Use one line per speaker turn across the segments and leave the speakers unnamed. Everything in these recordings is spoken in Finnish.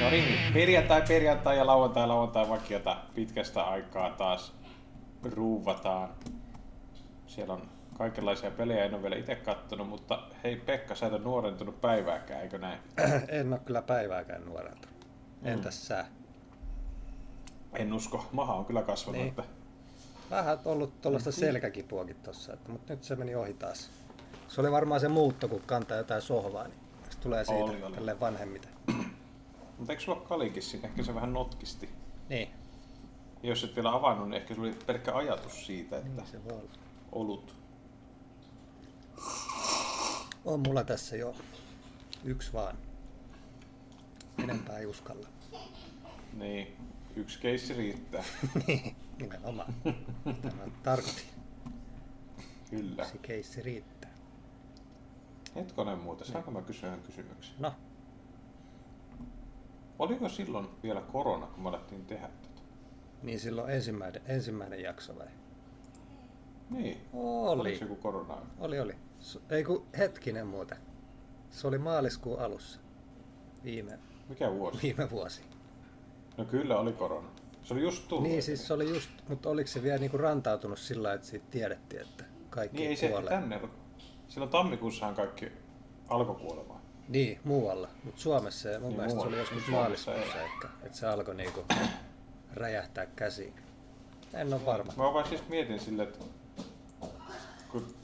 No niin, perjantai, perjantai ja lauantai, lauantai vakiota pitkästä aikaa taas ruuvataan. Siellä on kaikenlaisia pelejä, en ole vielä itse kattonut, mutta hei Pekka, sä et ole nuorentunut päivääkään, eikö näin?
en ole kyllä päivääkään nuorentunut.
Mm.
Entäs sä?
En usko, maha on kyllä kasvanut.
Niin.
Niin.
Vähän ollut
Mm.
tuollaista selkäkipuakin tossa, että, mutta nyt se meni ohi taas. Se oli varmaan se muutto, kun kantaa jotain sohvaa, niin se tulee siitä
Oli, oli.
tälle vanhemmiten.
Mutta eikö sulla ole kalikin siinä? Ehkä se vähän notkisti.
Niin,
Ja jos et vielä avannut, niin ehkä sulla oli pelkkä ajatus siitä, että
niin se voi olla.
olut.
On mulla tässä jo yksi vaan. Enempää ei uskalla.
Niin, yksi keissi riittää.
Niin, nimenomaan. Tämä tarkoitin.
kyllä.
Yksi keissi riittää.
Hetkonen muuten, saanko mä kysyä yhden kysymyksen?
No,
Oliko silloin vielä korona, kun me alettiin tehdä tätä?
niin silloin ensimmäinen, ensimmäinen jakso vai?
Niin. Oliko
Oli.
se joku korona?
Oli, oli. S- Ei kun hetkinen muuten. Se oli maaliskuun alussa. Viime,
Mikä vuosi?
viime vuosi.
No kyllä oli korona. Se oli just tullut.
Niin siis se oli just, mutta oliko se vielä niinku rantautunut sillä lailla, että siitä tiedettiin, että kaikki
Niin ei se
kuolee.
tänne. Silloin tammikuussahan kaikki alkoi kuolemaan.
Niin, muualla. Mutta Suomessa ja mun
Niin,
niin, mielestä se
muualla.
oli joskus
Suomessa
maaliskuussa ehkä, että se alkoi niinku räjähtää käsiin. En ole varma.
Mä vaan siis mietin sille, että kun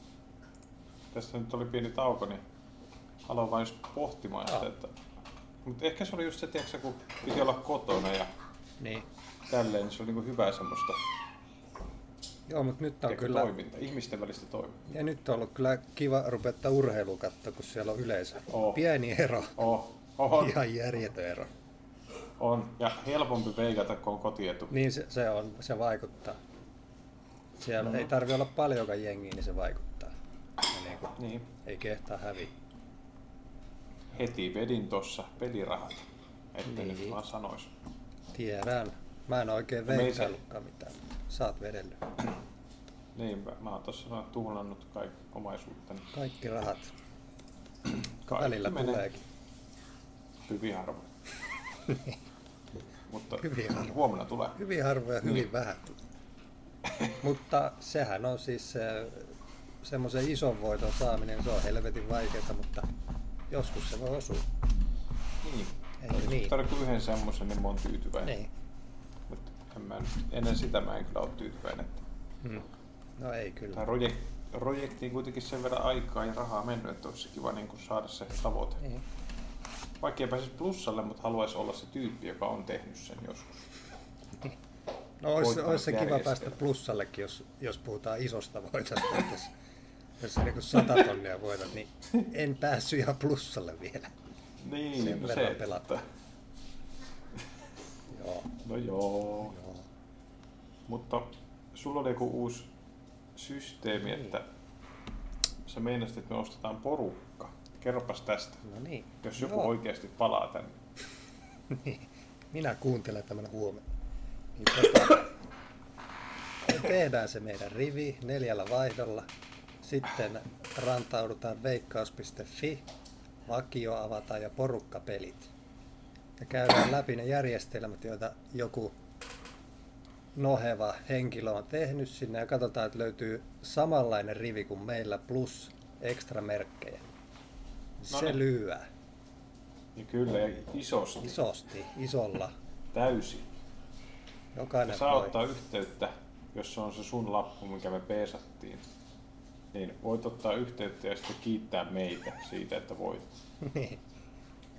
tässä nyt oli pieni tauko, niin aloin vain just pohtimaan sitä,
Joo.
että... Mutta ehkä se oli just se, tiiäksä, kun piti olla kotona ja
Niin.
tälleen, niin se oli niinku hyvää semmoista
Joo, mutta nyt on
tiiäkö,
Ah, kyllä...
toiminta, ihmisten välistä toimintaa.
Ja nyt on ollut kyllä kiva ruveta urheilua katsoa, kun siellä on yleisö.
Oo.
Pieni ero.
Oh, on,
Ihan järjetön ero.
on. Ja helpompi veikata, kun on kotietu.
Niin se, se, on, se vaikuttaa. Siellä mm. ei tarvi olla paljonkaan jengiä, niin se vaikuttaa. Ja niin kuin,
Niin.
ei kehtaa häviä.
Heti vedin tossa pelirahat, ettei
Niin.
nyt vaan sanois.
Tiedän. Mä en oikein
ei se-
veikkaillutkaan mitään. Sä oot vedellyt.
Niin, mä- mä oon tossa noin tuhlannut kaikki omaisuuttani.
Kaikki rahat.
Kaikki
Välillä
menee.
tuleekin.
Hyvin harvoin. Mutta
Hyvin harvoin.
huomenna tulee.
Hyvin harvoja, hyvin niin. vähän. mutta sehän on siis se, semmoisen ison voiton saaminen, se on helvetin vaikeaa, mutta joskus se voi osua.
Niin.
Eikö niin?
Tarvitsen kuin yhden semmoisen, niin mä oon tyytyväinen.
Niin.
Mutta en mä, ennen sitä mä en kyllä ole tyytyväinen. Että
Mm. No ei
Tää
kyllä.
projek, projektiin kuitenkin sen verran aikaa ja rahaa mennyt, että olisi kiva niin kuin saada se tavoite.
Niin.
Vaikka ei pääsisi plussalle, mutta haluaisi olla se tyyppi, joka on tehnyt sen joskus.
No olisi, se-
voittanut
olisi se kiva
järjestellä.
päästä plussallekin, jos, jos puhutaan isosta voitosta. että jos, jos sä niin sata tonnia voitat, niin en päässyt ihan plussalle vielä.
Niin,
Sen
no
verran
se,
pelattu.
että-
Joo.
No joo.
Joo.
Mutta sulla oli joku uusi systeemi,
Niin.
että sä meinasit, että me ostetaan porukka. Kerropas tästä,
No niin.
jos joku
Joo.
oikeasti palaa tänne.
Niin. Minä kuuntelen tämän huomenna. Niin tota, me tehdään se meidän rivi neljällä vaihdolla. Sitten rantaudutaan veikkaus.fi, vakio avataan ja porukkapelit. Ja käydään läpi ne järjestelmät, joita joku noheva henkilö on tehnyt sinne ja katsotaan, että löytyy samanlainen rivi kuin meillä plus ekstra merkkejä. Se
Noniin.
lyö
Ja kyllä,
Niin.
ja isosti, Iso.
isosti, isolla.
täysin. Ja
Jokainen
saa
voi.
ottaa yhteyttä, jos se on se sun lappu, mikä me peesattiin. Niin voit ottaa yhteyttä ja sitten kiittää meitä siitä, että voit.
Niin.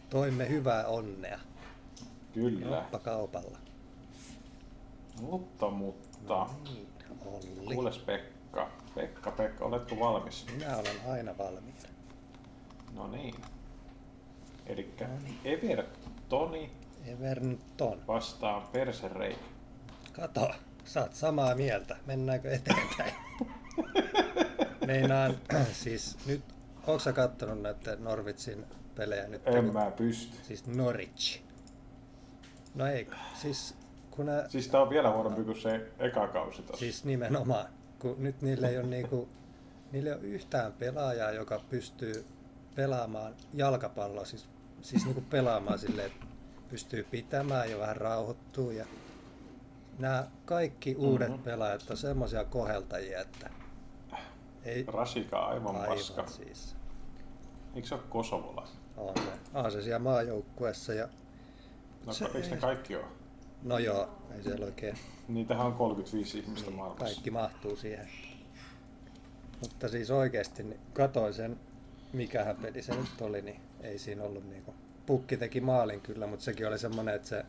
Toimme hyvää onnea.
Kyllä.
Oppa kaupalla.
Mutta, mutta.
Niin, Olli.
Kuules Pekka. Pekka, Pekka, oletko valmis?
Minä olen aina valmiina.
No niin. Eli Evertoni
Everton.
vastaan persereikä.
Kato, sä oot samaa mieltä. Mennäänkö eteenpäin? Meinaan, siis nyt, onko sä kattonut näitä Norvitsin pelejä nyt?
En mä pysty.
Siis Norwich. No ei, siis kun ne
Siis tää on vielä huonompi kuin se eka kausi tossa.
Siis nimenomaan, kun nyt niillä ei ole, niinku, niillä ei ole yhtään pelaajaa, joka pystyy pelaamaan jalkapalloa, siis, siis niinku pelaamaan silleen, että pystyy pitämään ja vähän rauhoittuu. Ja nämä kaikki uudet
Mhm.
mm-hmm. pelaajat on semmoisia koheltajia, että ei
Rasika aivan, aivan paska.
aivan siis.
Eikö se ole kosovolainen?
On, ne. on se siellä maajoukkueessa ja
No
Se-
eikö ne kaikki ole?
no joo, ei siellä oikein
Niitähän on 35 ihmistä maailmassa.
Niin, kaikki mahtuu siihen. Mutta siis oikeasti niin katoin sen, mikähän peli se nyt oli, niin ei siinä ollut niinku... Pukki teki maalin kyllä, mutta sekin oli semmonen, että se...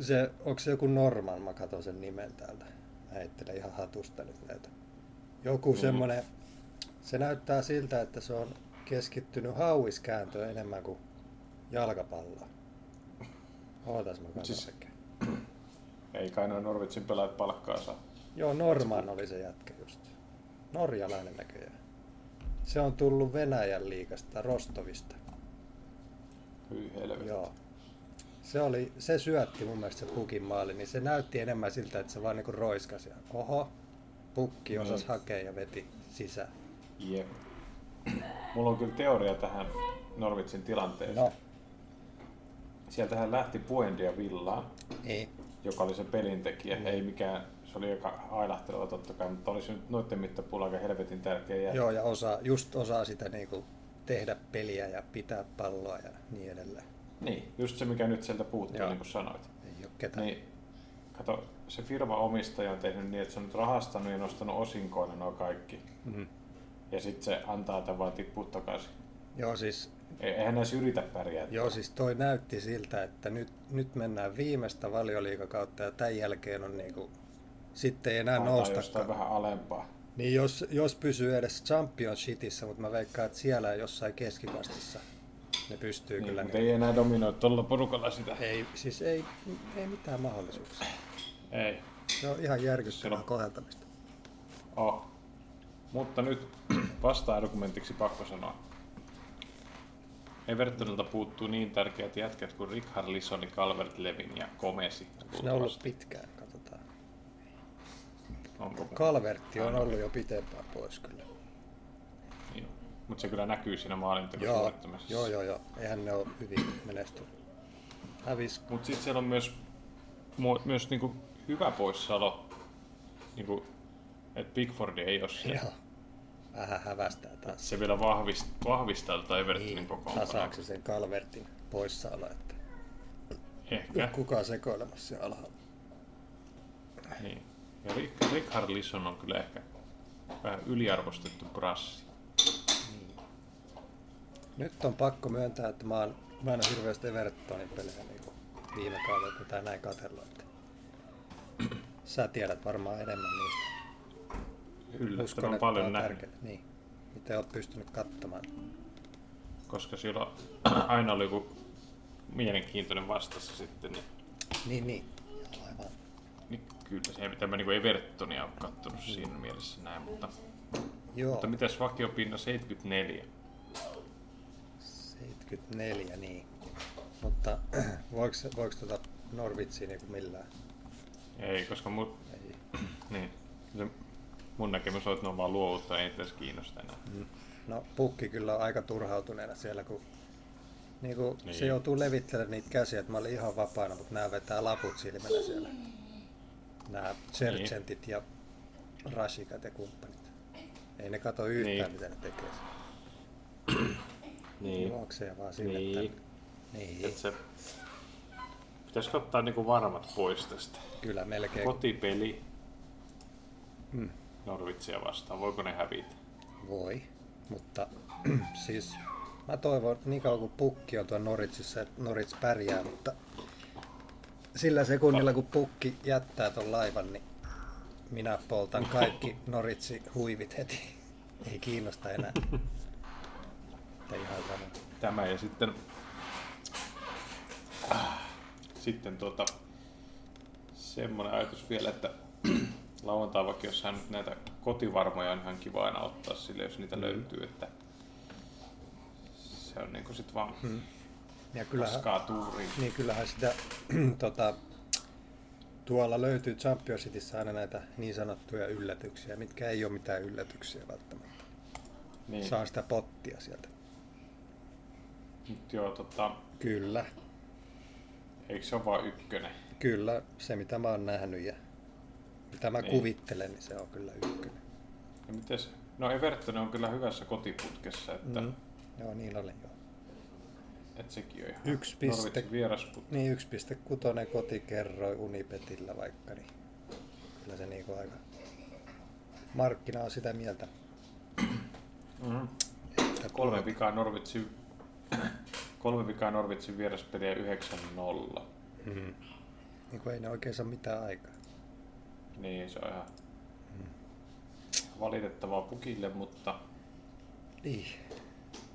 se onko se joku Norman? Mä katon sen nimen täältä. Mä heittelen ihan hatusta nyt näitä. Joku
Mm.
mm. semmonen... Se näyttää siltä, että se on keskittynyt hauiskääntöön enemmän kuin jalkapalloon. Ootas mä katon
Siis-
siis...
Ei kai noin Norvitsin pelaajat palkkaa saa.
Joo, Norman oli se jätkä just. Norjalainen näköjään. Se on tullut Venäjän liikasta, Rostovista.
Hyi helvetti.
Joo. Se, oli, se syötti mun mielestä se pukin maali, niin se näytti enemmän siltä, että se vaan niinku roiskasi. ja Oho, pukki osas
Mm.
hakea ja veti sisään.
Jep. Mulla on kyllä teoria tähän Norvitsin tilanteeseen.
No,
Sieltähän lähti Puendia Villaan,
niin.
joka oli se pelintekijä.
Mm.
Ei mikään, se oli aika ailahteleva totta kai, mutta oli se nyt noiden mittapuulla aika helvetin tärkeä jätkä.
Joo, ja osaa, just osaa sitä niinku tehdä peliä ja pitää palloa ja niin edelleen.
Niin, just se mikä nyt sieltä puuttuu,
Joo.
niin kuin sanoit.
Ei ole ketään.
Niin, kato, se firma omistaja on tehnyt niin, että se on nyt rahastanut ja nostanut osinkoina nuo kaikki.
Mm.
Ja sitten se antaa tämän vaan tippua takaisin.
Joo, siis
E- Eihän näissä yritä pärjää.
Joo, siis toi näytti siltä, että nyt, nyt mennään viimeistä valioliikakautta ja tämän jälkeen on niinku, sitten ei enää
Haetaan jostain
noustakaan.
vähän alempaa.
Niin jos, jos pysyy edes championshipissa, mutta mä veikkaan, että siellä jossain keskikastissa ne pystyy
Niin,
kyllä. niinku-
mutta ei enää dominoi tuolla porukalla sitä.
ei, siis ei, ei mitään mahdollisuuksia.
Ei.
Se on ihan järkyttävää
Silloin-
koheltamista.
Oh. Mutta nyt vasta-argumentiksi pakko sanoa. Evertonilta puuttuu niin tärkeät jätkät kuin Richard Lissoni, Calvert Levin ja Komesi.
Onko ne ollut pitkään? Katsotaan.
Onko?
Kalvertti on ollut jo pitempään pois kyllä.
Niin. Mutta se kyllä näkyy siinä
Joo,
maalintekosuorittamisessa.
joo, joo, joo. Eihän ne ole hyvin menestynyt. Hävis
Mutta sitten siellä on myös, mu- myös niinku hyvä poissaolo, niinku, että Pickford ei ole siellä.
Joo. Vähän hävästää taas.
Se vielä vahvist- vahvistaa tota Evertonin niin,
Niin,
kokoonpanoa.
tasaako sen Kalvertin poissaolo, että
Ehkä.
kuka on sekoilemassa siellä alhaalla.
Niin. Ja Rick, Richard Lisson on kyllä ehkä vähän yliarvostettu brassi.
Nyt on pakko myöntää, että mä, oon, mä en ole hirveästi Evertonin pelejä niin kuin viime kaudella, mitä näin katsellut. Että. Sä tiedät varmaan enemmän niistä.
Yllättävän paljon nähnyt, tärkeä.
Niin. Mitä oot pystynyt katsomaan.
koska siellä aina oli joku mielenkiintoinen vastassa sitten, niin,
Niin, niin. Joo, aivan.
niin kyllä se ei mitään mä niinku Evertonia ole kattonut siinä mielessä näin, mutta,
Joo,
mutta mitäs vakiopinna 74?
74, niin. Mutta voiko, voiko tuota Norvitsiin niin millään?
Ei, koska mun,
Ei.
niin, se, mun näkemys on, että ne on vaan luovuutta, ei niitä edes kiinnosta enää.
No pukki kyllä on aika turhautuneena siellä, kun niin kuin niin. se
Niin.
joutuu levittelemään niitä käsiä, että mä olin ihan vapaana, mutta nämä vetää laput silmällä siellä. Nämä sergentit ja rasikat ja kumppanit. Ei ne kato yhtään,
Niin.
niin. mitä ne tekee.
Niin.
Juoksee vaan sinne
Niin.
tänne. Niin,
Et se, pitäisikö ottaa niinku varmat pois tästä?
kyllä melkein.
Kotipeli Hmm.
Mm.
Norvitsia vastaan, voiko ne hävitä?
Voi, mutta siis mä toivon niin kauan kuin pukki on tuon Noritsissa, että Norits pärjää, mutta sillä sekunnilla kun pukki jättää ton laivan, niin minä poltan kaikki Noritsi huivit heti. Ei kiinnosta enää. Että ihan sama.
Tämä ja sitten... Ah, Sitten tota, semmonen ajatus vielä, että lauantai vaikka jossain nyt näitä kotivarmoja on ihan kiva aina ottaa sille, jos niitä löytyy, että se on niinku sit vaan
Ja kyllähän,
paskaa tuuriin.
niin kyllähän sitä tota, tuolla löytyy Championsitissa aina näitä niin sanottuja yllätyksiä, mitkä ei ole mitään yllätyksiä välttämättä.
Niin.
Saa sitä pottia sieltä.
Nyt joo, tota,
Kyllä.
Eikö se ole vaan ykkönen?
Kyllä se, mitä mä oon nähnyt ja mitä mä
Niin.
niin. kuvittelen, niin se on kyllä ykkönen.
Ja mites? No Everton on kyllä hyvässä kotiputkessa, että, mm.
Mm. Joo, niillä oli jo.
että sekin on ihan
Yksi piste.
Norwichin vierasput.
Niin 1.6 koti kerroi Unipetillä vaikka, niin kyllä se niinku aika... Markkina on sitä mieltä.
Mm.
Että
Kolme vikaa Norvitsin, kolme vikaa Norvitsin vieraspeliä 9-0.
Mm. Niin kuin ei ne oikein saa mitään aikaa.
Niin, se on ihan valitettavaa pukille, mutta
No Niin.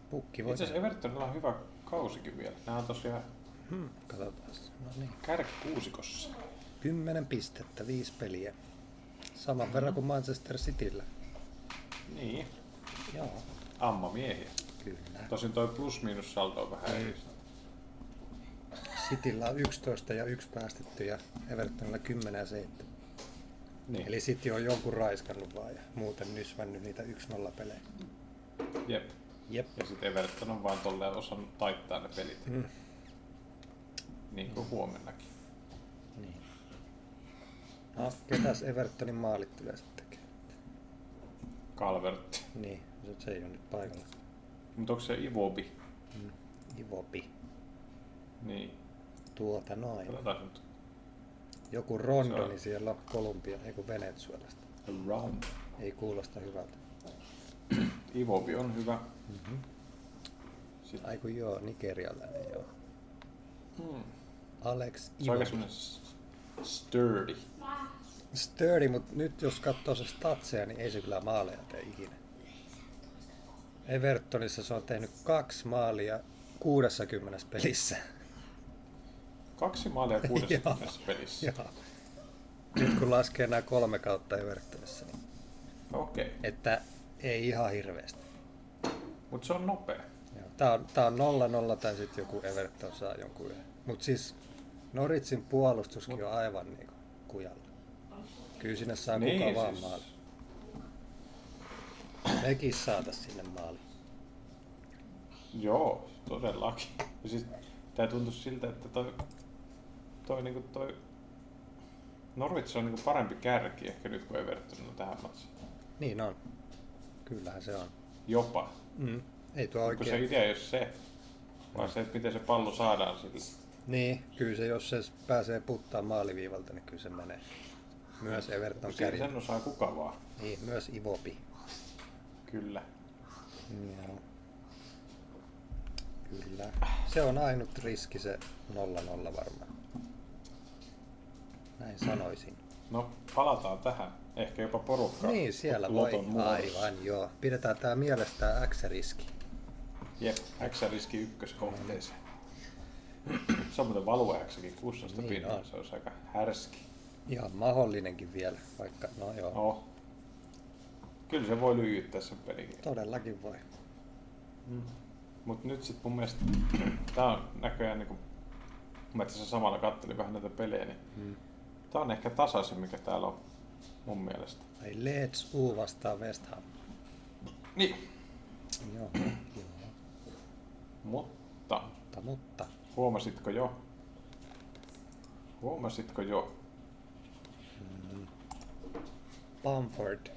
Pukki voi...
itse asiassa Evertonilla on hyvä kausikin vielä. Nämä on tosiaan
Hmm, katsotaan. No niin.
kärkikuusikossa.
10 pistettä, viisi peliä. Saman verran
Mm-hmm.
kuin Manchester Cityllä.
Niin,
Joo,
amma miehiä.
kyllä.
Tosin toi plus-miinus saldo on
Niin.
vähän eri.
Cityllä on 11 ja yksi päästetty ja Evertonilla 10 ja 7.
Niin,
Eli City on jonkun raiskannut vaan ja muuten nysvännyt niitä 1-0 pelejä.
jep.
Jep.
Ja sitten Everton on vaan tolleen osannut taittaa ne pelit.
Mm.
Niin kuin huomennakin.
Niin. No, ketäs Evertonin maalit yleensä tekee?
Calvert.
Niin, se- se ei ole nyt paikalla.
Mutta onko se Iwobi?
Mm. Ivopi.
Niin.
Tuota noin.
Katsotaan nyt.
Joku
Se
rondo,
on.
niin siellä on Kolumbia, ei kun Venezuelasta.
Round.
Ei kuulosta hyvältä.
Iwobi on hyvä.
Mm-hmm.
Sitten,
Ai kun joo, nigerialainen joo.
mm.
Alex
Se on aika
Iwobi.
semmonen s- sturdy.
Sturdy, mutta nyt jos katsoo se statseja, niin ei se kyllä maaleja tee ikinä. Evertonissa se on tehnyt kaksi maalia 60 pelissä.
Kaksi maalia
Joo.
60 pelissä.
Joo. Nyt kun laskee nämä kolme kautta Evertonissa, niin
Okei. Okay.
että ei ihan hirveästi.
Mutta se on nopea.
Joo. Tää on, tää on 0-0 tai sitten joku Everton saa jonkun yhden. Mutta siis Noritsin puolustuskin on aivan niinku kujalla. Kyllä sinne saa niin,
siis-
kuka vaan maali. Mekin saata sinne maali.
Joo, todellakin. Ja siis tää tuntuu siltä, että toi, toi, niinku toi Norwich on niinku parempi kärki ehkä nyt kuin Everton on tähän matsiin.
Niin on. Kyllähän se on.
Jopa.
Mm. Ei tuo
Kun se
oikein.
idea ei ole se, vaan se, että miten se pallo saadaan sille.
Niin, kyllä se jos se pääsee puttaa maaliviivalta, niin kyllä se menee. Myös Everton
Siinä
kärjen.
sen osaa kuka vaan.
Niin, myös Ivopi.
Kyllä.
Joo. Kyllä. Se on ainut riski se 0-0 varmaan. Näin sanoisin.
No, palataan tähän. Ehkä jopa porukka.
Niin, siellä voi.
loton muodossa.
Aivan, joo. Pidetään tämä mielestään X-riski.
Jep, X-riski ykköskohteeseen. Se on muuten value X-kin 16
Niin
niin pinnaa,
on.
se olisi aika härski.
Ihan mahdollinenkin vielä, vaikka no joo.
No. Kyllä se voi lyijyttää sen pelikin.
Todellakin voi.
Mm. Mutta nyt sitten mun mielestä, tää on näköjään niinku, mä tässä samalla kattelin vähän näitä pelejä, niin
Mm.
tää on ehkä tasaisin, mikä täällä on mun mielestä.
Ai Leeds U vastaan West Ham.
Niin.
Joo, joo.
Mutta
Mutta, mutta.
huomasitko jo? Huomasitko jo?
Bamford.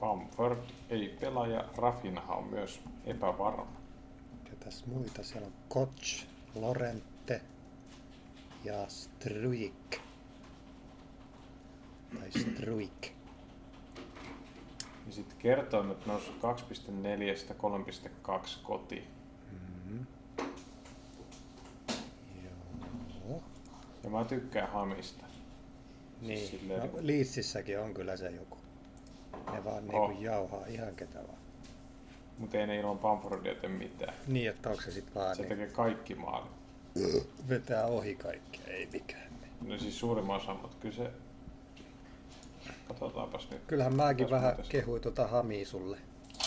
Bamford ei pelaa ja Rafinha on myös epävarma.
Ketäs muita? Siellä on Koch, Lorente ja Struik. Tai Struik.
Ja sitten kertoimet noussut 2.4-3.2 koti.
Mm-hmm. Joo.
Ja mä tykkään Hamista. Siis
Niin.
silleen
No,
niinku-
Leedsissäkin on kyllä se joku. Ne vaan niinku
Oh.
jauhaa ihan ketä vaan.
Mutta ei ne ilman Bamfordia tee mitään.
Niin, että onko se sit vaan
Se
niin,
tekee kaikki maalit.
vetää ohi kaikkea, ei mikään.
No siis suurimman osa, mutta kyllä se... Katsotaanpas nyt.
Kyllähän mäkin
Mitäs
vähän
muuta se-
kehuin tota Hamia sulle. Ja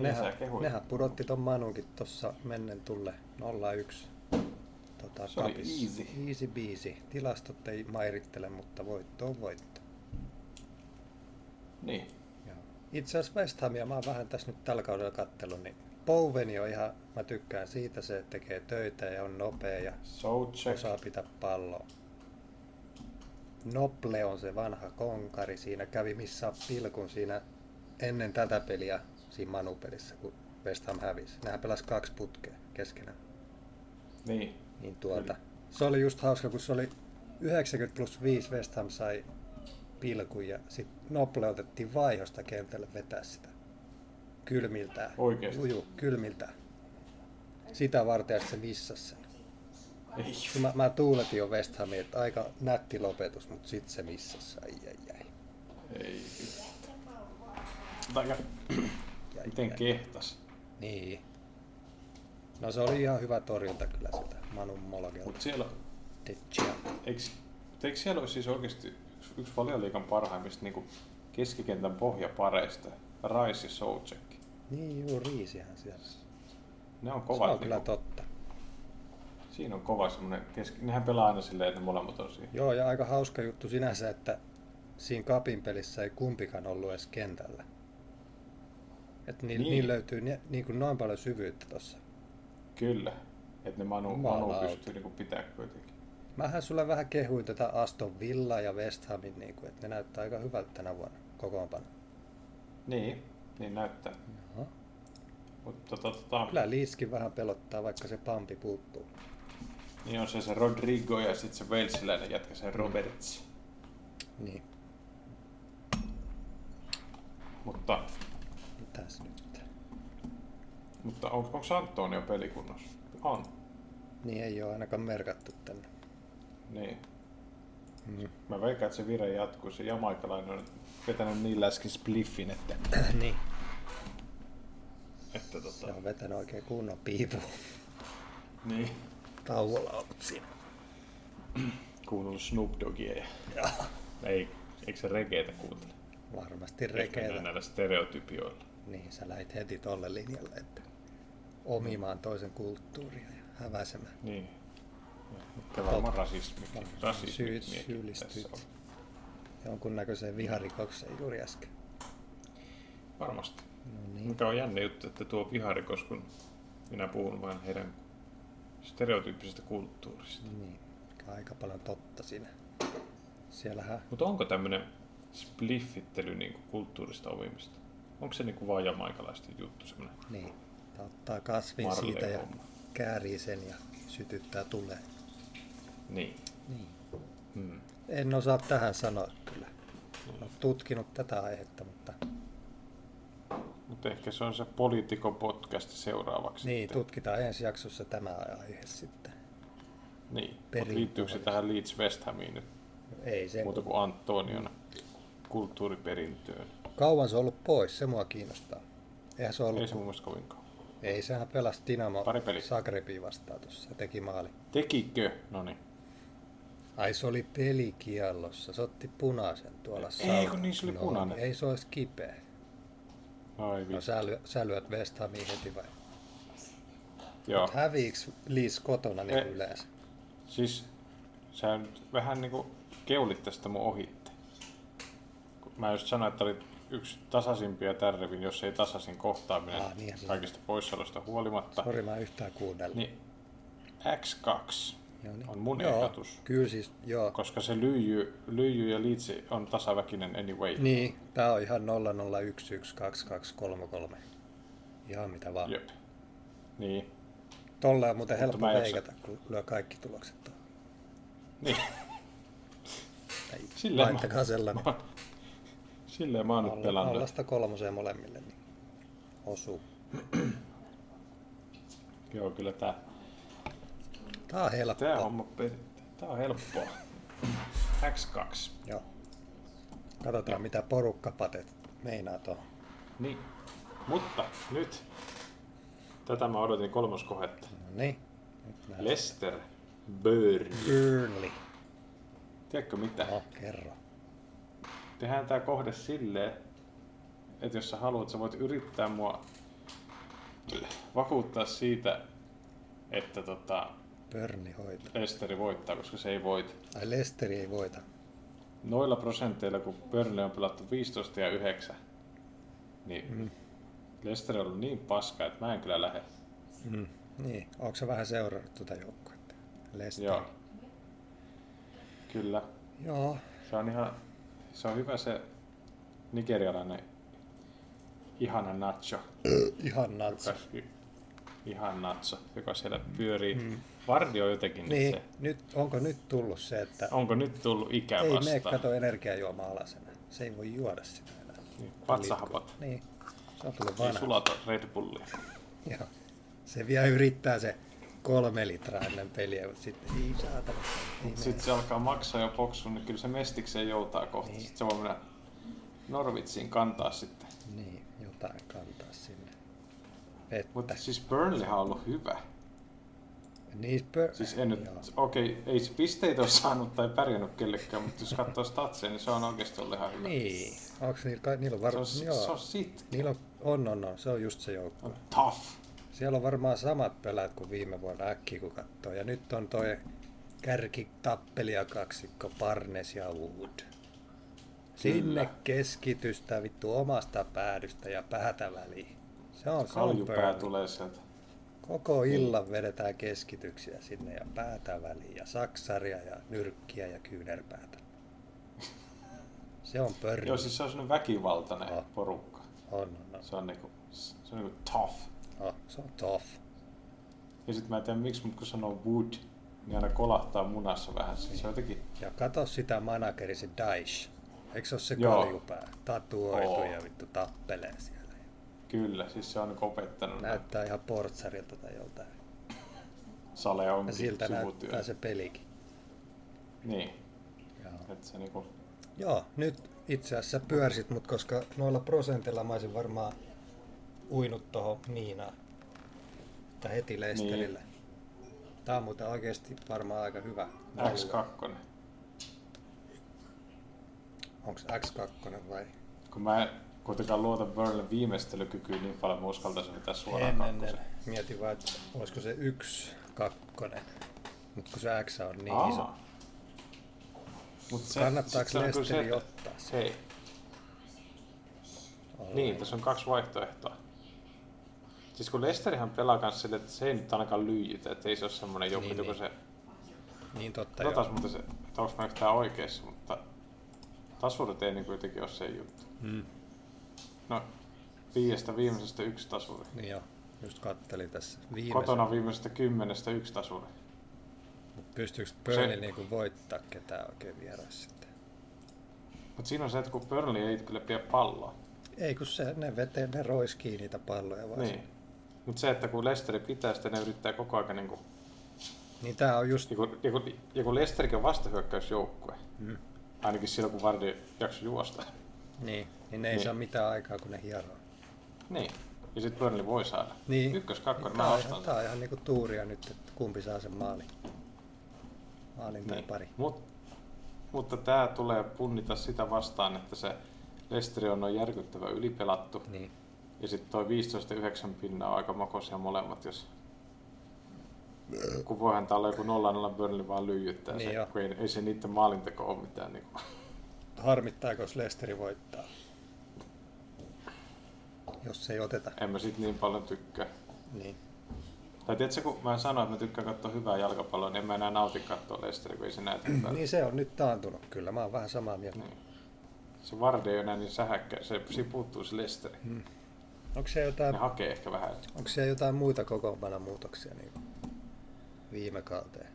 Niin, sä
nehän,
kehuit.
nehän pudotti ton Manunkin tossa mennen tulle 0-1. Tota,
Se oli
kapissa.
easy.
Easy biisi. Tilastot ei mairittele, mutta voitto on voitto.
Niin.
Joo. Itse asiassa West Hamia mä oon vähän tässä nyt tällä kaudella kattellut, niin Poweni on ihan, mä tykkään siitä, se tekee töitä ja on nopea ja
Soucek.
osaa pitää palloa. Nople on se vanha konkari, siinä kävi missä pilkun siinä ennen tätä peliä siinä Manu-pelissä, kun West Ham hävisi. Nehän pelasi kaksi putkea keskenään.
Niin.
Niin tuota, se oli just hauska, kun se oli 90 plus 5 West Ham sai pilkun ja sitten Nople otettiin vaihosta kentälle vetää sitä kylmiltään.
Oikeesti?
Juu, kylmiltään. Sitä varten ja sit se missasi sen.
Ei.
Niin Mä, mä tuuletin jo West Hamia, että aika nätti lopetus, mutta sitten se missasi. Ai, ai, ai. ai,
Ei. Taika,
ai.
miten kehtas?
Niin. No se oli ihan hyvä torjunta kyllä sitä Manun Mologelta.
Mut siellä, eikö, eikö siellä olisi siis oikeasti yksi, yksi valioliikan parhaimmista niinku keskikentän pohjapareista? Rice ja Soucek.
Niin juu, riisihän siellä.
Ne on
se on
kovat.
kyllä
Niinku,
totta.
siinä on kova semmonen keski... Nehän pelaa aina silleen, että ne molemmat on siinä.
Joo, ja aika hauska juttu sinänsä, että siinä kapin pelissä ei kumpikaan ollut edes kentällä. Että niin,
Niin.
niin. löytyy ni, niin kuin noin paljon syvyyttä tossa.
Kyllä. Että ne Manu, Manu
Jumalauta.
pystyy niinku pitää kuitenkin.
Mähän sulle vähän kehuin tätä Aston Villaa ja West Hamin, niin kuin, että ne näyttää aika hyvältä tänä vuonna kokoonpano.
Niin, niin näyttää.
Jaha.
Mutta tota, tota,
Kyllä Liiskin vähän pelottaa, vaikka se pampi puuttuu.
niin on se se Rodrigo ja sitten se velsiläinen jätkä, se Roberts.
Niin,
Mutta,
mitäs nyt?
mutta on, onko Antonio pelikunnossa? On.
Niin ei ole ainakaan merkattu tänne.
Niin.
Mm.
Mä veikkaan, että se vire jatkuu. Se jamaikalainen on vetänyt niin läskin spliffin, että...
niin.
että
Se
tota,
on vetänyt oikein kunnon piipu.
niin.
Tauolla ollut siinä.
Kuunnellut Snoop Doggia ja... Ei, eikö se regeitä kuuntele?
Varmasti
Jos mennään
rekeillä.
näillä stereotypioilla.
Niin, sä lähit heti tolle linjalle, että omimaan toisen kulttuuria ja häväisemään.
Niin. Ja varmaan rasismikin.
Syy,
Rasismikin tässä on.
syyllistyt jonkunnäköiseen viharikokseen juuri äsken.
Varmasti.
No niin.
Mikä on jännä juttu, että tuo viharikos, kun minä puhun vain heidän stereotyyppisestä kulttuurista.
Niin, aika paljon totta siinä. Siellähän,
Mutta onko tämmöinen spliffittely niin kuin kulttuurista ovimista? Onko se niin kuin vaan jamaikalaisten juttu semmoinen?
niin, tää ottaa kasvin
Marley
siitä ja
homma.
käärii sen ja sytyttää tulee.
Niin.
Niin.
Hmm.
En osaa tähän sanoa kyllä. Olen tutkinut tätä aihetta, mutta
Mutta ehkä se on se poliitikopodcast seuraavaksi.
niin,
sitten.
tutkitaan ensi jaksossa tämä aihe sitten.
niin. Mut
Perinpohjaisesti.
liittyykö se tähän Leeds West Hamiin nyt
Ei se.
muuta kuin Antonion kulttuuriperintöön?
Kauan se on ollut pois, se mua kiinnostaa. Eihän se
Ei
ollut.
se mun mielestä kovinkaan.
Ei, sehän pelasi Dynamo
Pari peliä.
Zagrebia vastaan tuossa ja teki maali.
Tekikö? No niin.
Ai se oli pelikiellossa, se otti punaisen tuolla
Ei, kun niin se oli
no,
punainen.
Ei se olisi kipeä.
Ai
No
vitsi.
sä, lyö, sä lyöt West Hamiin heti vai?
Joo.
Häviiks Liis kotona niin
Eh.
eh. yleensä?
Siis sä nyt vähän niinku keulit tästä mun ohitte. Kun Mä just sanoin, että oli yksi tasasimpia tärrivin, jos ei tasasin kohtaaminen
Ah, niinhän se-
kaikista poissaolosta huolimatta.
Sori mä en yhtään kuunnella.
Niin X2
Joo, niin.
on mun
joo,
ehdotus.
Kyllä siis, joo.
Koska se lyijy, lyijy ja liitsi on tasaväkinen anyway.
Niin, tää on ihan 0011223. Ihan mitä vaan.
Jep. Niin.
Tolle on muuten helppo
mä en jaksa-
veikata, kun lyö kaikki tulokset tuohon.
niin.
Ei,
Silleen mä-
Laittakaa sellainen.
Silleen mä oon nyt
Nolla-
pelannut.
Nollasta kolmoseen molemmille, niin osuu.
Joo, kyllä tää,
Tää on helppo.
tää homma per... Tää on helppoa. X2.
Joo. Katsotaan, mitä porukkapatet meinaa tuohon.
Niin. Mutta nyt, tätä mä odotin kolmoskohetta.
No niin. Nyt nähdään.
Lester Burn.
Burnley.
Tiedätkö mitä?
No, kerro.
Tehdään tää kohde silleen, että jos sä haluat, sä voit yrittää mua vakuuttaa siitä, että tota,
Burnley hoitaa.
Lesteri voittaa, koska se ei voita.
Ai Lesteri ei voita.
Noilla prosenteilla, kun Burnley on pelattu 15 ja 9, Niin. Mm. Leicester on ollut niin paska, että mä en kyllä lähde.
Mm. Niin, onko sä vähän seurannut tuota joukkuetta? Leicester.
Joo. Kyllä.
Joo.
Se on ihan, se on hyvä se nigerialainen ihana nacho.
Ihan natsa.
Joka, ihan natso, joka siellä pyörii. Mm. Vardi on jotenkin niin.
Niin,
nyt se.
nyt, onko nyt tullut se, että
Onko nyt tullut ikä
ei
vastaan?
mene kato energiajuoma alasena. Se ei voi juoda sitä enää.
Niin, Patsahapat.
Niin, se on tullut
Ei
vanha.
sulata Red Bullia.
Joo. Se vielä yrittää se kolme litraa ennen peliä, mutta sitten ei saatana. Ei mene.
Sitten se alkaa maksaa ja poksun, niin kyllä se mestikseen joutaa kohta.
Niin.
Sitten se voi mennä Norvitsiin kantaa sitten.
Niin, jotain kantaa sinne. Vettä.
Mutta siis Burnleyhan on ollut hyvä.
niin, pö-
Siis en nyt,
Joo.
okei, okay, ei se pisteitä ole saanut tai pärjännyt kellekään, mutta jos katsoo statseja, niin se on oikeasti ollut ihan hyvä.
Niin, onks niillä, kai- niillä on
Se on,
varmaan...
se on
Joo,
sit,
niillä on, on, on, on, se on just se joukko.
on tough.
Siellä on varmaan samat pelät kuin viime vuonna äkki kun katsoo. Ja nyt on toi kärkitappelia kaksikko Parnes ja Wood. Sinne
Kyllä.
keskitystä vittu omasta päädystä ja päätä väliin. Se on, se on
Kaljupää
Burnley.
tulee sieltä.
Koko illan vedetään keskityksiä sinne ja päätä väliin ja saksaria ja nyrkkiä ja kyynärpäätä. Se on pörri.
Joo, siis se on sellainen väkivaltainen
Joo.
porukka.
On, on, on.
Se on niinku, se on niinku tough.
Oh, se on tough.
Ja sit mä en tiedä miksi, mutta kun sanoo wood, niin aina kolahtaa munassa vähän. Siis se on jotenkin,
Ja kato sitä manageri, se Daesh. Eikö se ole se
Joo.
kaljupää? Tatuoitu
Oo.
ja vittu tappelee siellä.
kyllä, siis se on niinku opettanut Näet.
Näyttää ihan portsarilta tai joltain.
Sale on
Ja siltä
sivutyö.
näyttää se pelikin.
Niin,
Joo.
että se niinku,
Joo, nyt itse asiassa pyörsit, mutta koska noilla prosentilla mä olisin varmaan uinut tuohon Miinaan. Tai
Niin.
heti Leisterille. Tää on muuten oikeasti varmaan aika hyvä. alue.
X2.
Onks X2 vai?
Kun mä en kuitenkaan luota Burnley viimeistelykykyyn niin paljon, mä uskaltaisin vetää suoraan
En, en,
kakkosen.
en. Mietin vaan, että olisiko se yksi kakkonen. Mutta kun se X on niin
Aa.
iso.
Mut se, sit
Kannattaako
se on kyllä se,
Lesteri
että-
ottaa se?
Hei, Niin, tässä on kaksi vaihtoehtoa. Siis kun Lesterihän pelaa kans sille, että se ei nyt ainakaan lyijytä, että ei se ole semmonen joku,
Niin,
niin, joko
niin.
se...
Niin totta
Katsotaan
joo.
muuten se, että onks mä yhtään oikeassa, mutta... Tasurit ei niinku jotenkin ole se juttu.
Mm.
No, viiestä viimeisestä yksi tasuri.
Niin joo. Just kattelin tässä viimeisen.
Kotona viimeisestä kymmenestä yksi tasuri.
Mut Pystyykö Burnley
Se-
niinku voittaa ketään oikein vieras sitten?
Mut siinä on se, että kun Burnley ei kyllä pidä palloa.
Ei kun se, ne vetee, ne roiskii niitä palloja vaan.
Niin. Mut se, että kun Lesteri pitää, sitten ne yrittää koko ajan niinku...
niin tää on just...
Joku, joku, joku Lesterikin on vastahyökkäysjoukkue. Mm. Ainakin silloin, kun Vardi jaksoi juosta.
Niin. Niin ne ei
Niin.
saa mitään aikaa kun ne hieroo.
Niin. Ja sitten Burnley voi saada.
Niin.
Ykkös, kakkonen,
Tää
mä
on ihan-
ostan
Tää
sen.
on ihan niinku tuuria nyt, että kumpi saa sen maalin. Maalin tai
Niin.
pari.
Mut, mutta tämä tulee punnita sitä vastaan, että se Lesteri on noin järkyttävä ylipelattu.
Niin.
Ja sitten toi 15 9 pinnaa on aika makoisia molemmat, jos... Kun voihan tää olla joku 0-0 Burnley vaan lyijyttää
Niin
niin
joo.
se, kun ei, ei se niiden maalinteko ole mitään niinku...
Harmittaako, jos Lesteri voittaa? Jos ei oteta.
En mä sit niin paljon tykkää.
Niin.
Tai tiedätkö, kun mä sanoin, että mä tykkään katsoa hyvää jalkapalloa, niin en mä enää nauti katsoa Lesteri, kun ei se näytä hyvältä.
Niin se on nyt taantunut kyllä. Mä oon vähän samaa mieltä.
Niin. Se Vardi ei ole enää niin sähäkkä, se, se puuttuu se Lesteri.
Mm. Onko se jotain,
Ne hakee ehkä vähän.
onko se jotain muita kokoonpana muutoksia niin kuin viime kauteen?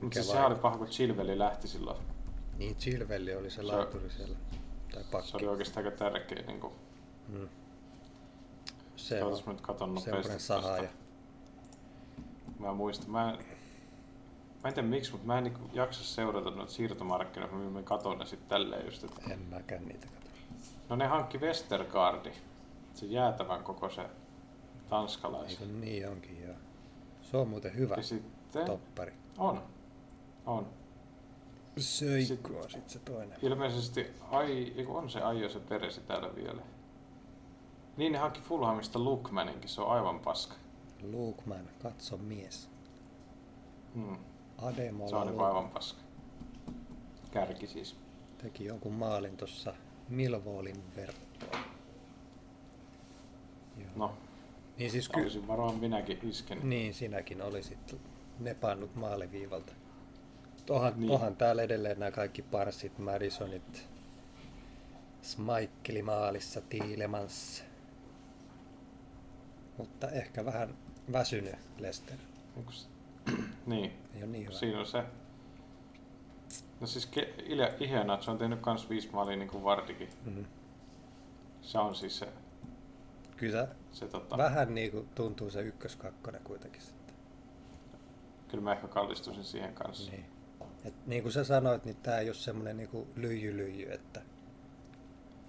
Mutta siis
vai-
sehän oli paha, kun Chilveli lähti silloin.
Niin Chilvelli oli se
Se-
laituri siellä. Tai pakki.
Se oli oikeastaan aika tärkeä. Niin kuin,
se on
Ootas mä nyt katon nopeasti.
semmoinen sahaaja.
tosta. Mä muistan. Mä en, mä en tiedä miksi, mutta mä en niin jaksa seurata noita siirtomarkkinoita. Mä mä katon ne sitten tälleen just. Että...
En mäkään niitä katso.
No ne hankki Westergaardi. Se jäätävän koko se
Ei
tanskalaisen.
kun niin onkin joo. Se on muuten hyvä
Ja sitten...
toppari.
On. On.
Söikku on sit se toinen.
Ilmeisesti ai, eiku on se Aio se peresi täällä vielä. Niin ne haki Fulhamista Lukmaninkin, se on aivan paska.
Lukman, katso mies.
Hmm. Se
Ademola
on niinku
Lukman.
aivan paska. Kärki siis.
teki jonkun maalin tuossa Milvoolin verkkoon.
No,
Niin siis ky-
olisin varmaan minäkin iskenyt.
Niin, sinäkin olisit nepannut maaliviivalta. Tohan, niin.
Niin.
Onhan täällä edelleen nämä kaikki parsit, Madisonit, Smaikkeli maalissa, Tiilemans. Mutta ehkä vähän väsynyt Lester.
Onks... niin,
Ei ole niin hyvä.
siinä on se. No siis ke... Ilja Ihenats on tehnyt kans viisi maalia niin kuin Vardikin.
Mm.
Se on siis se,
Kyllä se
se tota...
vähän niin kuin tuntuu se ykköskakkonen kuitenkin sitten.
Kyllä mä ehkä kallistuisin siihen kanssa.
Niin. Et niin kuin sä sanoit, niin tämä ei ole semmoinen niinku lyijy-lyijy, että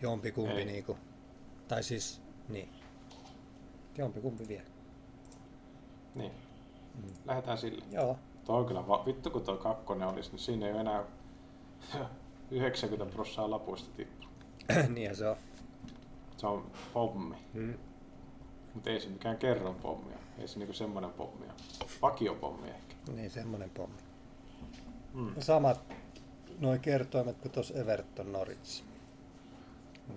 jompikumpi
Ei.
niinku, tai siis, niin, jompikumpi vie.
Niin.
Mm.
Lähdetään sille.
Joo,
Toi on kyllä, va- vittu kun toi kakkonen olisi, niin siinä ei ole enää 90 prosenttia lapuista tippu.
niinhän se on.
Se on pommi.
Mm.
Mutta ei se mikään kerran pommi ole. Ei se niinku semmoinen pommi ole. Vakiopommi ehkä.
Niin, semmoinen pommi.
Mm.
Samat noi kertoimet kuin tuossa Everton Norwich.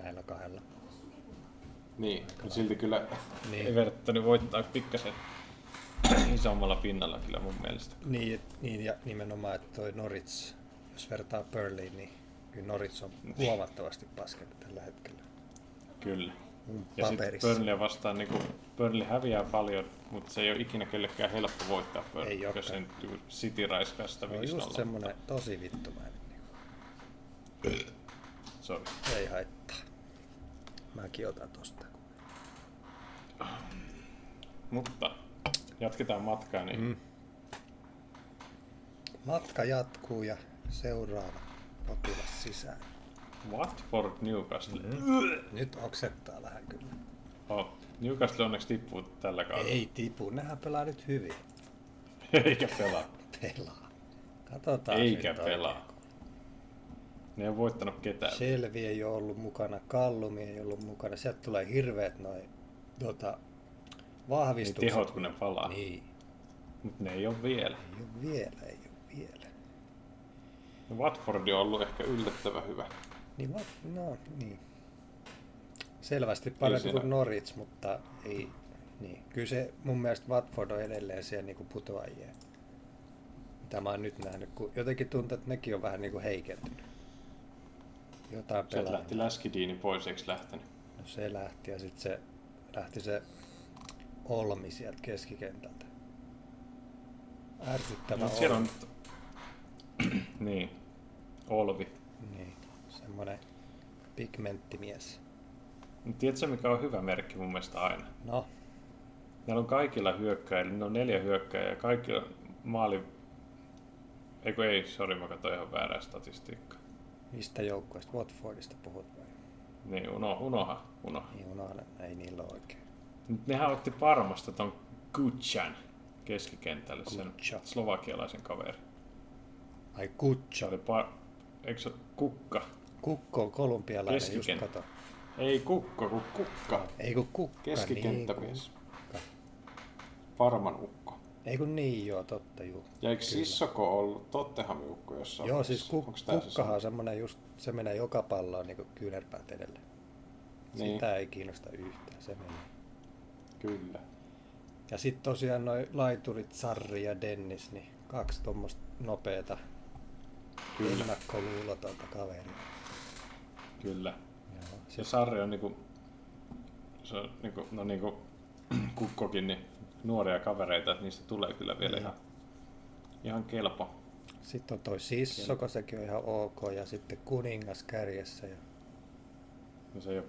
Näillä kahdella.
Niin, mutta silti kyllä
Niin.
Evertoni voittaa pikkasen isommalla pinnalla kyllä mun mielestä.
Niin, et- niin ja nimenomaan, että toi Norwich, jos vertaa Burleyin, niin kyllä Norwich on
Niin.
huomattavasti paskempi tällä hetkellä.
No, Kyllä.
Mun
Ja sitten
Mm, paperissa.
Burnley vastaan, niin Burnley häviää paljon, mutta se ei ole ikinä kellekään helppo voittaa Burnley,
Ei
jos
olekaan.
sen City raiskaa sitä
Se on just
5
semmonen tosi vittumainen. niinku.
Sorry.
Ei haittaa. Mäkin otan tosta.
Mutta jatketaan matkaa, niin mm.
Matka jatkuu ja seuraava potilas sisään.
Watford Newcastle. Mm.
Nyt oksettaa vähän kyllä.
Oh, Newcastle onneksi tippuu tällä kaudella.
Ei tipu, nehän pelaa nyt hyvin.
Eikä pelaa.
Pelaa. Katsotaan
Eikä
nyt
pelaa. Ne ei ole voittanut ketään.
oikein. Selvi ei ole ollut mukana, Kallumi ei ollut mukana. Sieltä tulee hirveät noin tota,
niin
vahvistukset.
tehot kun ne palaa. Niin.
Niin.
Mutta ne ei ole vielä.
Ei ole vielä, ei ole vielä.
No Watford on ollut ehkä yllättävän hyvä.
Niin va- no, niin. Selvästi parempi
siinä-
kuin Norwich, mutta ei. Niin. Kyllä se mun mielestä Watford on edelleen siellä niinku putoajien, mitä mä oon nyt nähnyt, kun jotenkin tuntuu, että nekin on vähän niinku heikentynyt. Jotain
Sieltä
pelaa.
lähti läskidiini pois, eikö lähtenyt?
No Se lähti ja sitten se lähti se Olmi sieltä keskikentältä. Ärsyttävä
Mut No, siellä on... niin. Olvi.
Niin, semmonen pigmenttimies.
Mut tiedätkö mikä on hyvä merkki mun mielestä aina?
No,
Näillä on kaikilla hyökkäillä, ne on neljä hyökkäjää ja kaikilla maali... Eikö ei, sori mä katsoin ihan väärää statistiikkaa.
mistä joukkueesta? Watfordista puhut vai?
Niin, uno, unoha, unoha.
Ei unohda, ei niillä ole oikein.
Nyt nehän otti Parmasta ton Kutjan keskikentälle, sen
Kutja.
slovakialaisen kaverin.
Ai
Se
Kutso.
oli par... Eikö se kukka?
Kukko on kolumbialainen, just
Keskikenttä.
kato.
Ei kukko, kun kukka.
Ei kun kukka,
Keskikenttämies.
Niin,
Parman ukko.
kun- ei kun niin joo, totta juu.
Ja eikö
Kyllä.
Sissoko ollut Tottenhamin ukko jossain
Joo,
vaiheessa?
siis ku,
Onks tää se
kukkahan on semmonen just, se menee joka palloon niin kyynärpäät edelle.
Niin.
Niin. Sitä ei kiinnosta yhtään, se menee.
sama? Kyllä.
Ja sitten tosiaan noi laiturit Sarri ja Dennis, niin kaksi tuommoista nopeeta
Kyllä.
ennakkoluulotonta kaveria.
Kyllä.
Joo,
Se Sarri on niinku, se on niinku, no niinku kukkokin, niin nuoria kavereita, että niistä tulee kyllä vielä ihan, ihan kelpo.
Sitten on toi Sissoko, sekin on ihan ok, ja sitten kuningas kärjessä, ja
No se ei ole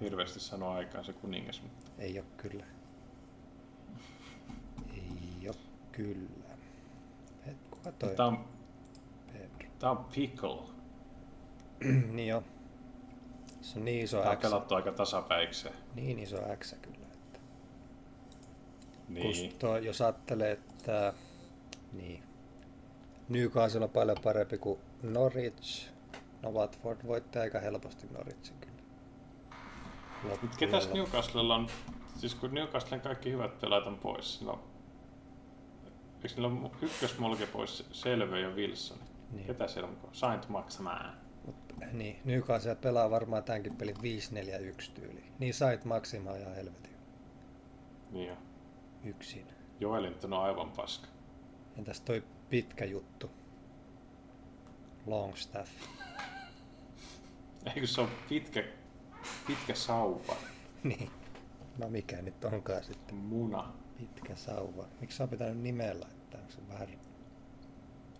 hirveästi sanoa aikaan se kuningas, mutta
ei oo kyllä. Ei oo kyllä. Et, kuka toi
tää on,
Pedro?
tää on pickle.
niin jo. Se on niin iso
Tää on
X.
pelattu aika tasapäikseen.
Niin iso X kyllä. Että.
Niin.
Kun toi, jos ajattelee, että niin, Newcastle on paljon parempi kuin Norwich. No Watford voittaa aika helposti Norwichin kyllä.
Mut ketäs
Loppujen lopuksi.
Newcastlella on, siis kun Newcastlen kaikki hyvät pelaajat on pois, sillä on, eikö niillä on ykkösmolke pois Selve ja Wilson?
Niin.
Niin. Ketä siellä on? Saint maksamaan.
Mut, niin, Newcastle pelaa varmaan tämänkin pelin 5-4-1 tyyli. Niin sait maksimaa ihan helvetin.
Niin jo.
yksin.
Joelinton on aivan paska.
Entäs toi pitkä juttu? Longstaff.
Eikö se on pitkä, pitkä sauva?
niin. No mikä nyt onkaan sitten
Muna.
pitkä sauva. Miksi se on pitänyt nimellä? Että onko se vähän...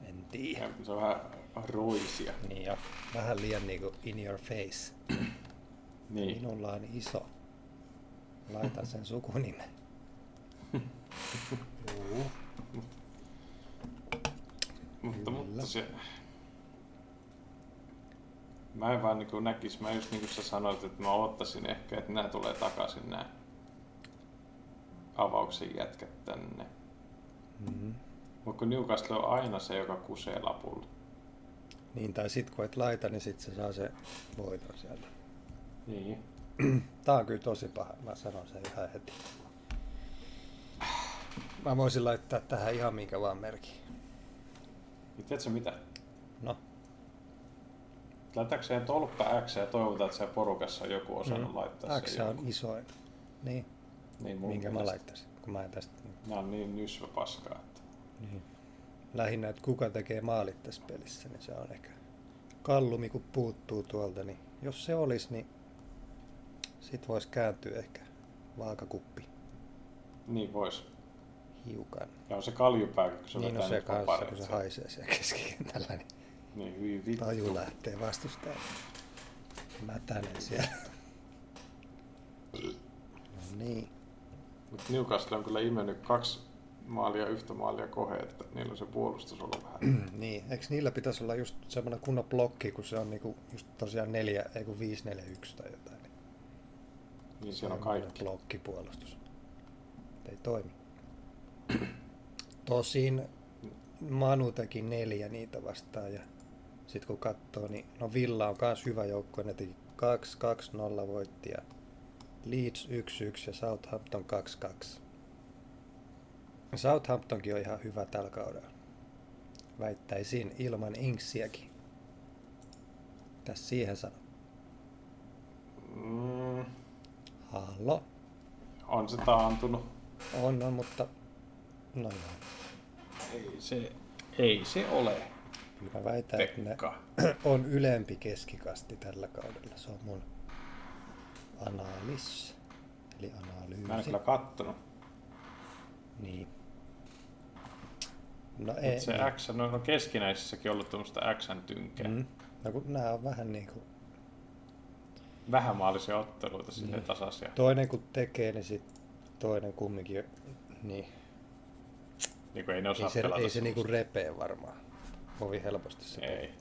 En tiedä.
Ja se on vähän roisia.
Niin jo. Vähän liian niinku in your face.
Niin.
Minulla on iso. Laitan sen sukunimen. Juu.
Mutta,
Kyllä.
mutta se... Mä en vaan niin näkis, mä just niin kuin sä sanoit, että mä ottaisin ehkä, että nää tulee takaisin nää avauksen jätkät tänne.
Mm.
Mutta kun Newcastle on aina se, joka kusee lapulla.
Niin, tai sit kun et laita, niin sit se saa se voiton sieltä.
Niin.
Tää on kyllä tosi paha, mä sanon sen ihan heti. Mä voisin laittaa tähän ihan minkä vaan merkin.
Ja tiedätkö mitä?
No,
Laitaanko siihen tolppa X ja toivotaan, että siellä porukassa on joku osannut mm. laittaa
mm-hmm. X
sen
on
jonkun.
isoin. Niin,
Niin mun
minkä mä
mielestä.
laittaisin, kun mä en tästä...
Nää on niin nysvä paskaa, että...
Niin. Lähinnä, että kuka tekee maalit tässä pelissä, niin se on ehkä... Kallumi, kun puuttuu tuolta, niin jos se olisi, niin sit voisi kääntyä ehkä vaakakuppi
Niin vois.
hiukan.
Ja on se kaljupääkin, kun se
niin
vetää
on se
nyt vaan
kanssa,
parit
kun se
sen.
haisee siellä keskikentällä, niin
Niin hyvin vittu.
taju lähtee vastustaa. Mä tänne siellä. No niin.
Mut Newcastle on kyllä imennyt kaksi maalia yhtä maalia koheen, että niillä on se puolustus ollut vähän.
niin. Eikö niillä pitäisi olla just semmoinen kunnon blokki, kun se on niinku just tosiaan 4, ei kun 5, 4, 1 tai jotain. Niin
niin siellä on
semmoinen
kaikki.
Blokkipuolustus. Et Ei toimi. Tosin Manu teki neljä niitä vastaan ja sitten kun katsoo, niin no Villa on myös hyvä joukko, ne teki 2-2-0 voitti ja Leeds 1-1 ja Southampton 2-2. Ja Southamptonkin on ihan hyvä tällä kaudella. Väittäisin ilman Inksiäkin. Tässä siihen sano.
Mm,
Hallo.
on se taantunut.
On, on, mutta no joo.
Ei se, ei se ole,
Kyllä mä väitän,
Pekka.
että ne on ylempi keskikasti tällä kaudella. Se on mun analys, eli
Mä en
analyysi.
kyllä kattonut.
Niin. No
Ei,
ei.
se
niin.
X, no, no keskinäisissäkin on ollut tämmöistä Xn tynkeä. Mm.
Mm. No kun nää on vähän niin kuin,
Vähän maallisia otteluita sille
Mm.
tasaisia.
toinen kun tekee, niin sit toinen kumminkin, niin
Niin kuin ei ne osaa
ei se,
pelata
ei se
No semmoista.
niinku repee varmaan. Voi helposti se
Ei.
peli.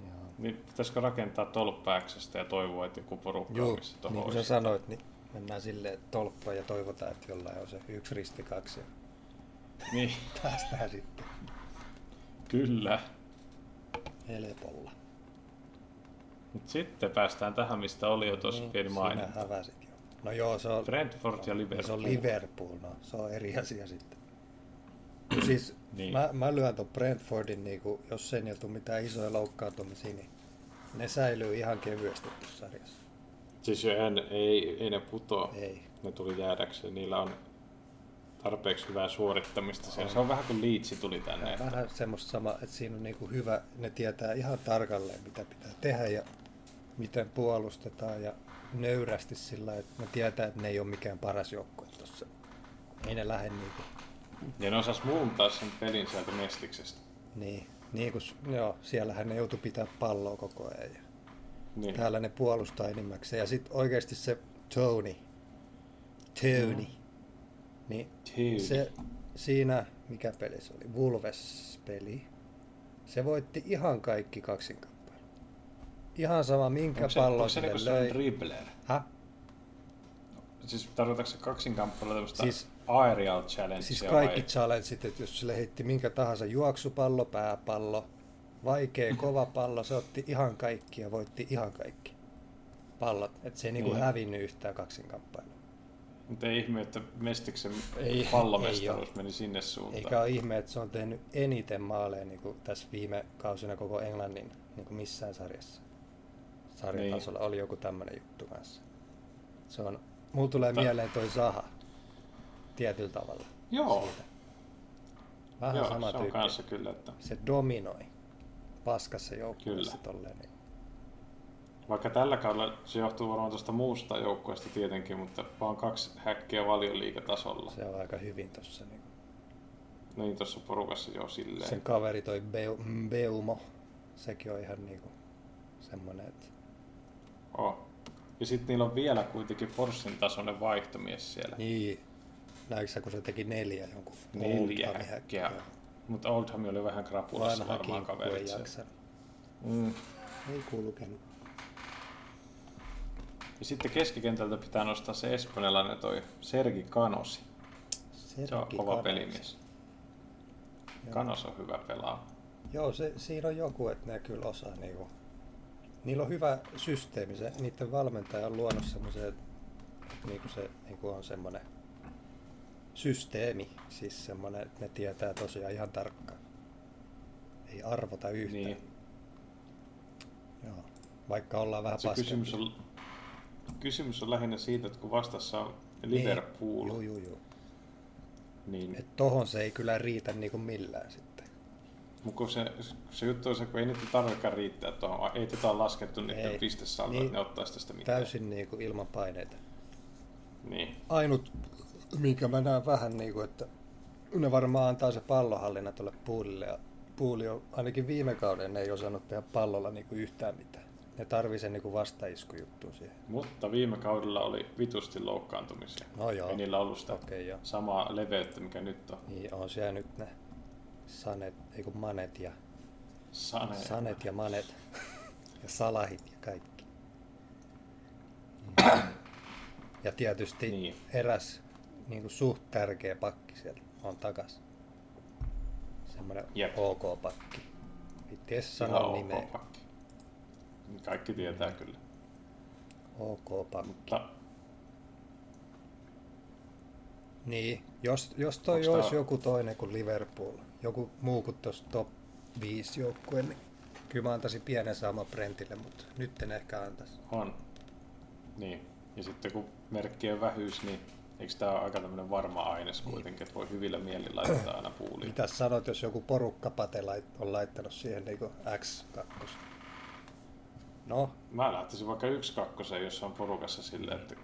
Joo.
Niin pitäisikö rakentaa tolppa Xstä ja toivoa, että joku porukka
Joo,
olisi
niin
tuohon
kuin sä sanoit, niin mennään silleen tolppaan ja toivotaan, että jollain on se yksi risti kaksi ja
Niin,
päästään sitten
kyllä.
helpolla.
Mut sitten päästään tähän, mistä oli jo tuossa pieni
Niin, Siinä
maininta.
häväsit jo. No joo, se on,
Brentford ja
se
Liverpool.
on Liverpool, no se on eri asia sitten. No siis
Niin.
niin. mä, mä lyön ton Brentfordin, niin kuin, jos sen ei tule mitään isoja loukkaantumisia, niin ne säilyy ihan kevyesti tuossa sarjassa.
Siis jo en, ei, ei ne putoa.
Ei.
Ne tuli jäädäkseen. Niillä on tarpeeksi hyvää suorittamista. Siellä. Se on vähän kuin Leedsi tuli tänne. että
Vähän semmoista sama, että siinä on niin kuin hyvä, ne tietää ihan tarkalleen mitä pitää tehdä ja miten puolustetaan ja nöyrästi sillä, lailla, että ne tietää, että ne ei ole mikään paras joukkue tuossa. Ei ne lähde niin kuin
Ja ne osas muuntaa sen pelin sieltä mestiksestä.
Niin, niin kun, s- joo, siellähän ne joutuu pitää palloa koko ajan. Ja
Niin.
täällä ne puolustaa enimmäkseen. Ja sitten oikeasti se Tony, Tony,
Mm.
niin
Tyyli.
se siinä, mikä peli se oli, Vulves-peli, se voitti ihan kaikki kaksinkamppailut. Ihan sama, minkä
Onko se,
pallon
onko se
sille
niinku
löi.
sellainen dribbler?
Häh?
Siis tarkoitatko se kaksinkamppailua tämmöistä siis,
Siis-
aerial challengea
Siis kaikki
vai?
challengeit, että jos sille heitti minkä tahansa juoksupallo, pääpallo,
Mm.
vaikea kova pallo, se otti ihan kaikki ja voitti ihan kaikki pallot. Että se ei niinku
Niin.
hävinnyt yhtään kaksinkamppailua.
Mutta ei ihme, että Mestiksen
Ei, ei
pallomestaruus
oo.
meni sinne suuntaan.
Eikä ole ihme, että se on tehnyt eniten maaleja niinku tässä viime kausina koko Englannin niinku
Niin.
missään sarjassa. Sarjatasolla oli joku tämmöinen juttu kanssa. Se on Mulla tulee
Tää-
mieleen toi Zaha tietyllä tavalla.
Joo,
Vähän
joo
sama
se on
tyyppi.
kanssa kyllä, että
Se dominoi paskassa joukkueessa
Kyllä.
tolleen. Niin.
Vaikka tällä kaudella se johtuu varmaan tuosta muusta joukkueesta tietenkin, mutta vaan kaksi häkkiä valioliikatasolla.
Se on aika hyvin tossa. Niin.
Niin tuossa porukassa jo silleen.
Sen kaveri toi Beu, Beumo. Sekin on ihan niinku semmonen, että
Oh. Ja sitten niillä on vielä kuitenkin Forssin tasoinen vaihtomies siellä.
niin. Näetkö sä, kun se teki neljä jonkun
Neljä
Oldhamin
häkkiä. Mutta Oldham oli vähän krapulassa
Vanha
varmaan
kinkku ei
kaverit. siellä.
jaksanut.
Mm.
Ei kulkenut.
Ja sitten keskikentältä pitää nostaa se espanjalainen toi Sergi Kanosi. Se on
Sergi
kova
Kanos.
pelimies.
Joo.
Kanos on hyvä pelaa.
Joo, se, siinä on joku, että ne kyllä osaa. Niinku. Niillä on hyvä systeemi. Se, niiden valmentaja on luonut semmoisen, että niinku se niinku on semmoinen systeemi. Siis semmoinen, että ne tietää tosiaan ihan tarkkaan. Ei arvota yhtään.
Niin.
Joo. Vaikka ollaan vähän
Se
paskempi.
kysymys on, kysymys on lähinnä siitä, että kun vastassa on Liverpool,
Joo,
niin,
joo, joo.
niin
Et tohon se ei kyllä riitä niinku millään sitten.
Mut kun se, se juttu on se, kun ei niitä tarvikaan riittää tuohon, ei tätä ole laskettu
Ei.
niiden pistesaldoa,
Niin.
että ne ottaisi tästä mitään.
Täysin niinku ilman paineita.
Niin.
ainut, minkä mä näen vähän, niin kuin, että ne varmaan antaa se pallohallinna tuolle puulille. Ja puuli on, ainakin viime kauden ne ei osannut tehdä pallolla niin kuin yhtään mitään. Ne tarvii sen niin kuin vastaiskujuttuun siihen.
Mutta viime kaudella oli vitusti loukkaantumisia.
No joo.
Ei niillä ollut sitä
Okei, okay, joo.
samaa leveyttä, mikä nyt on.
Niin on siellä nyt ne sanet, ei kun manet ja,
Sane.
sanet ja manet ja salahit ja kaikki. Ja tietysti
Mm. Niin.
niin. eräs niin kuin suht tärkeä pakki sieltä on takas. Semmoinen
Jep.
OK-pakki. Vittu edes
Ihan
sanoa
ok
nimeä.
pakki. Kaikki tietää kyllä.
OK-pakki.
Mutta
Niin, jos, jos toi
Onks tää-
olisi joku toinen kuin Liverpool, joku muu kuin tuossa top 5 joukkue, niin kyllä mä antaisin pienen saama Brentille, mutta nyt en ehkä antaisi.
on. Niin. Ja sitten kun merkkien vähyys, niin eikö tämä ole aika tämmöinen varma aines kuitenkin, että voi hyvillä mielin laittaa aina puuliin.
Niin. Mitä sanot, jos joku porukkapate lait- on laittanut siihen niin X2? No,
Mä lähtisin vaikka yksi kakkoseen, jos on porukassa silleen, että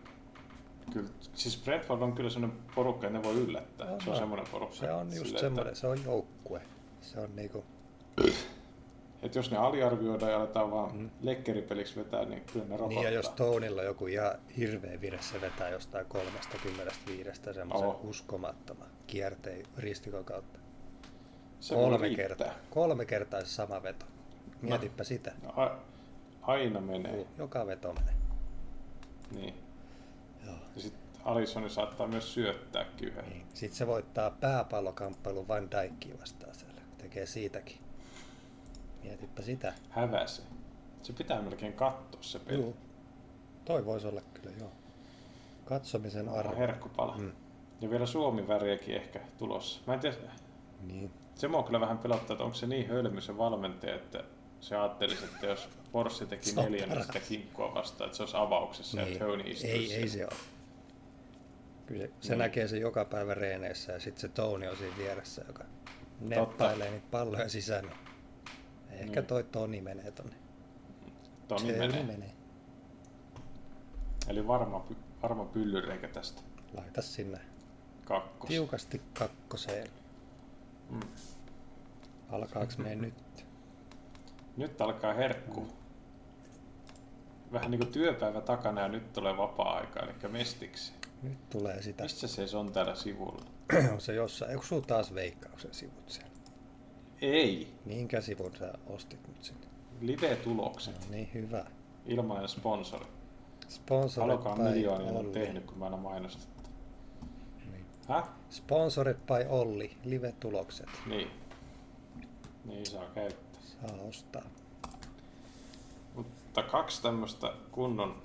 kyllä, siis Brentford on kyllä semmoinen porukka, ja ne voi yllättää.
No,
se on
no.
semmoinen porukka.
se on just
silleen,
semmoinen, se on joukkue. Se on niinku,
Että, että, jos ne aliarvioidaan ja aletaan vaan mm. lekkeripeliksi vetää, niin kyllä ne
niin ja
rokottaa.
jos Tounilla joku ihan hirveä vire, se vetää jostain 35 semmoisen
Oho.
uskomattoman kierteen ristikon kautta.
se voi
kolme
riittää.
kertaa. Kolme kertaa se sama veto. Mietipä sitä.
No, a- aina menee. Mm.
Joka veto menee.
Niin.
Joo.
Ja sitten Alisoni saattaa myös syöttääkin yhden.
Niin. Sitten se voittaa pääpallokamppailun Van Dijkia vastaan siellä. Tekee siitäkin. Mietipä sitä.
Häväse. Se pitää melkein katsoa se peli.
Joo. Toi voisi olla kyllä, joo. Katsomisen
Arvo.
arvo.
Herkkupala.
Mm.
Mm. Ja vielä Suomi-väriäkin ehkä tulossa. Mä en tiedä,
Niin.
Se mua kyllä vähän pelottaa, että onko se niin hölmö se valmentaja, että se ajattelisi, että jos Porsche teki
Se on
neljännen
paras.
sitä kinkkua vastaan, että se olisi avauksessa ja
niin.
Tony istuisi.
Ei,
siellä.
ei se ole. Kyllä se, se
Niin.
näkee se joka päivä reeneissä ja sitten se Tony on siinä vieressä, joka neppailee niitä palloja sisään. Ehkä
Niin.
toi Toni menee tonne.
Tony
Tony
menee.
menee.
Eli varma, py- varma pyllyreikä tästä
Laita sinne
kakkos.
tiukasti kakkoseen.
Mm.
Alkaaks me nyt?
Nyt alkaa herkku.
Mm.
Vähän niin kuin työpäivä takana ja nyt tulee vapaa-aika, eli mestiksi.
Nyt tulee sitä.
Missä se se on täällä sivulla?
On se jossain. Eikö sulla taas veikkauksen sivut siellä?
Ei!
Minkä sivun sä ostit nyt sinne?
Live-tulokset.
No niin, hyvä.
Ilmainen sponsori.
Sponsored
Alokaa miljoonia
by
on
Olli.
tehnyt, kun mä aina mainostan.
Niin.
Häh?
Sponsored by Olli. Live-tulokset.
Niin. Niin saa käyttää.
Saa ostaa.
Mutta kaksi tämmöstä kunnon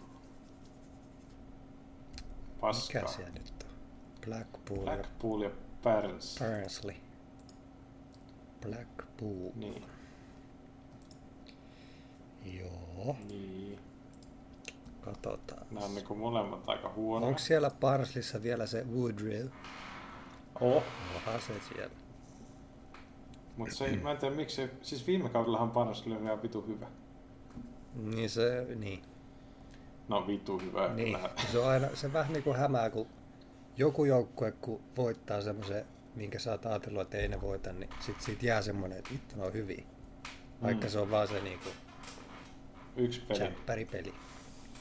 paskaa.
Mikä siellä nyt on? Blackpool ja
Blackpool ja Pärns.
Burnsley. Blackpool.
Niin.
Joo.
niin.
Katsotaan.
Nämä on niinku molemmat aika huonoja.
Onko siellä Parslissa vielä se Woodrill?
Oh.
Onhan se siellä.
Mutta se, mä en tiedä miksi, siis viime kaudellahan Panos oli ihan vitu hyvä.
Niin se, niin.
No vitu hyvä.
niin.
kyllähän.
Se on aina, se vähän niin kuin hämää, kun joku joukkue, kun voittaa semmoisen, minkä sä oot ajatellut, että ei ne voita, niin sit siitä jää semmoinen, että vittu ne on hyviä. Vaikka
Mm.
mm. se on vaan se niinku
Yksi peli.
päripeli.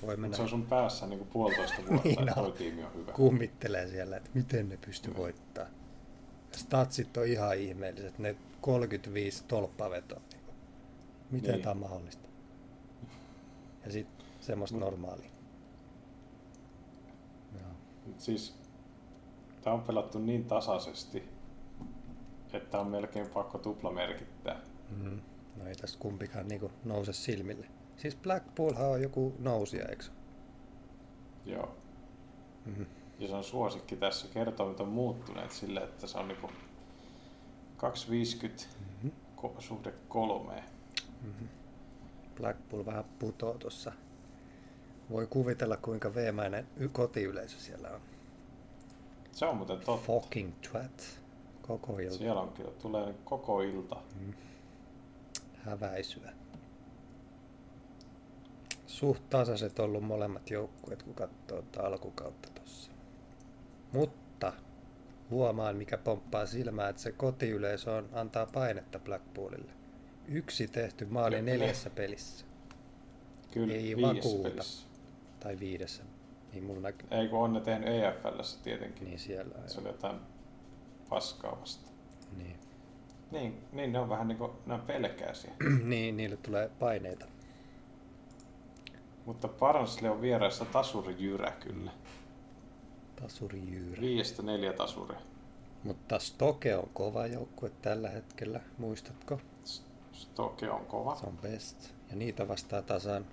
Voi
Mut
mennä
se on sun päässä niinku puolitoista vuotta,
Niin
niin, että
on.
toi tiimi on hyvä.
kummittelee siellä, että miten ne
Mm.
pystyy voittaa. Statsit on ihan ihmeelliset, ne 35 tolppavetoa. niinku. Miten
Niin.
niin. tämä on mahdollista? Ja sitten semmoista
Mut-
normaalia. Joo.
Mut siis, tää on pelattu niin tasaisesti, että on melkein pakko tuplamerkittää.
Mm. No ei tässä kumpikaan niinku nouse silmille. Siis Blackpoolhan on joku nousija, eikö?
Joo.
Mm.
Ja se on suosikki tässä, kertoo mitä on muuttuneet sille, että se on niinku 250
Mm-hmm.
ko- suhde kolmeen.
Mm-hmm. Blackpool vähän putoo tuossa. Voi kuvitella kuinka veemäinen y- kotiyleisö siellä on.
Se on muuten totta.
Fucking twat. Koko ilta
Siellä on kyllä, tulee koko ilta.
Mm. häväisyä. Suht tasaiset ollut molemmat joukkueet, kun katsoo tuota alkukautta tossa. Mutta huomaan, mikä pomppaa silmää, että se kotiyleisö on, antaa painetta Blackpoolille. Yksi tehty maali
Kyllä.
neljässä pelissä.
Kyllä,
Ei
viidessä
vakuuta.
pelissä.
Tai viidessä. Niin mulla näkyy.
Ei kun on ne tehnyt EFLssä tietenkin.
Niin siellä.
Se oli jotain paskaa vasta.
Niin.
Niin, niin ne on vähän niinku, ne on pelkäisiä.
niin, niille tulee paineita.
Mutta Barnsley on vieraissa tasurijyrä kyllä.
Tasuri Jyyrä.
Viidestä neljä tasuria.
Mutta Stoke on kova joukkue tällä hetkellä, muistatko?
Stoke on kova.
Se on best. Ja niitä vastaa tasan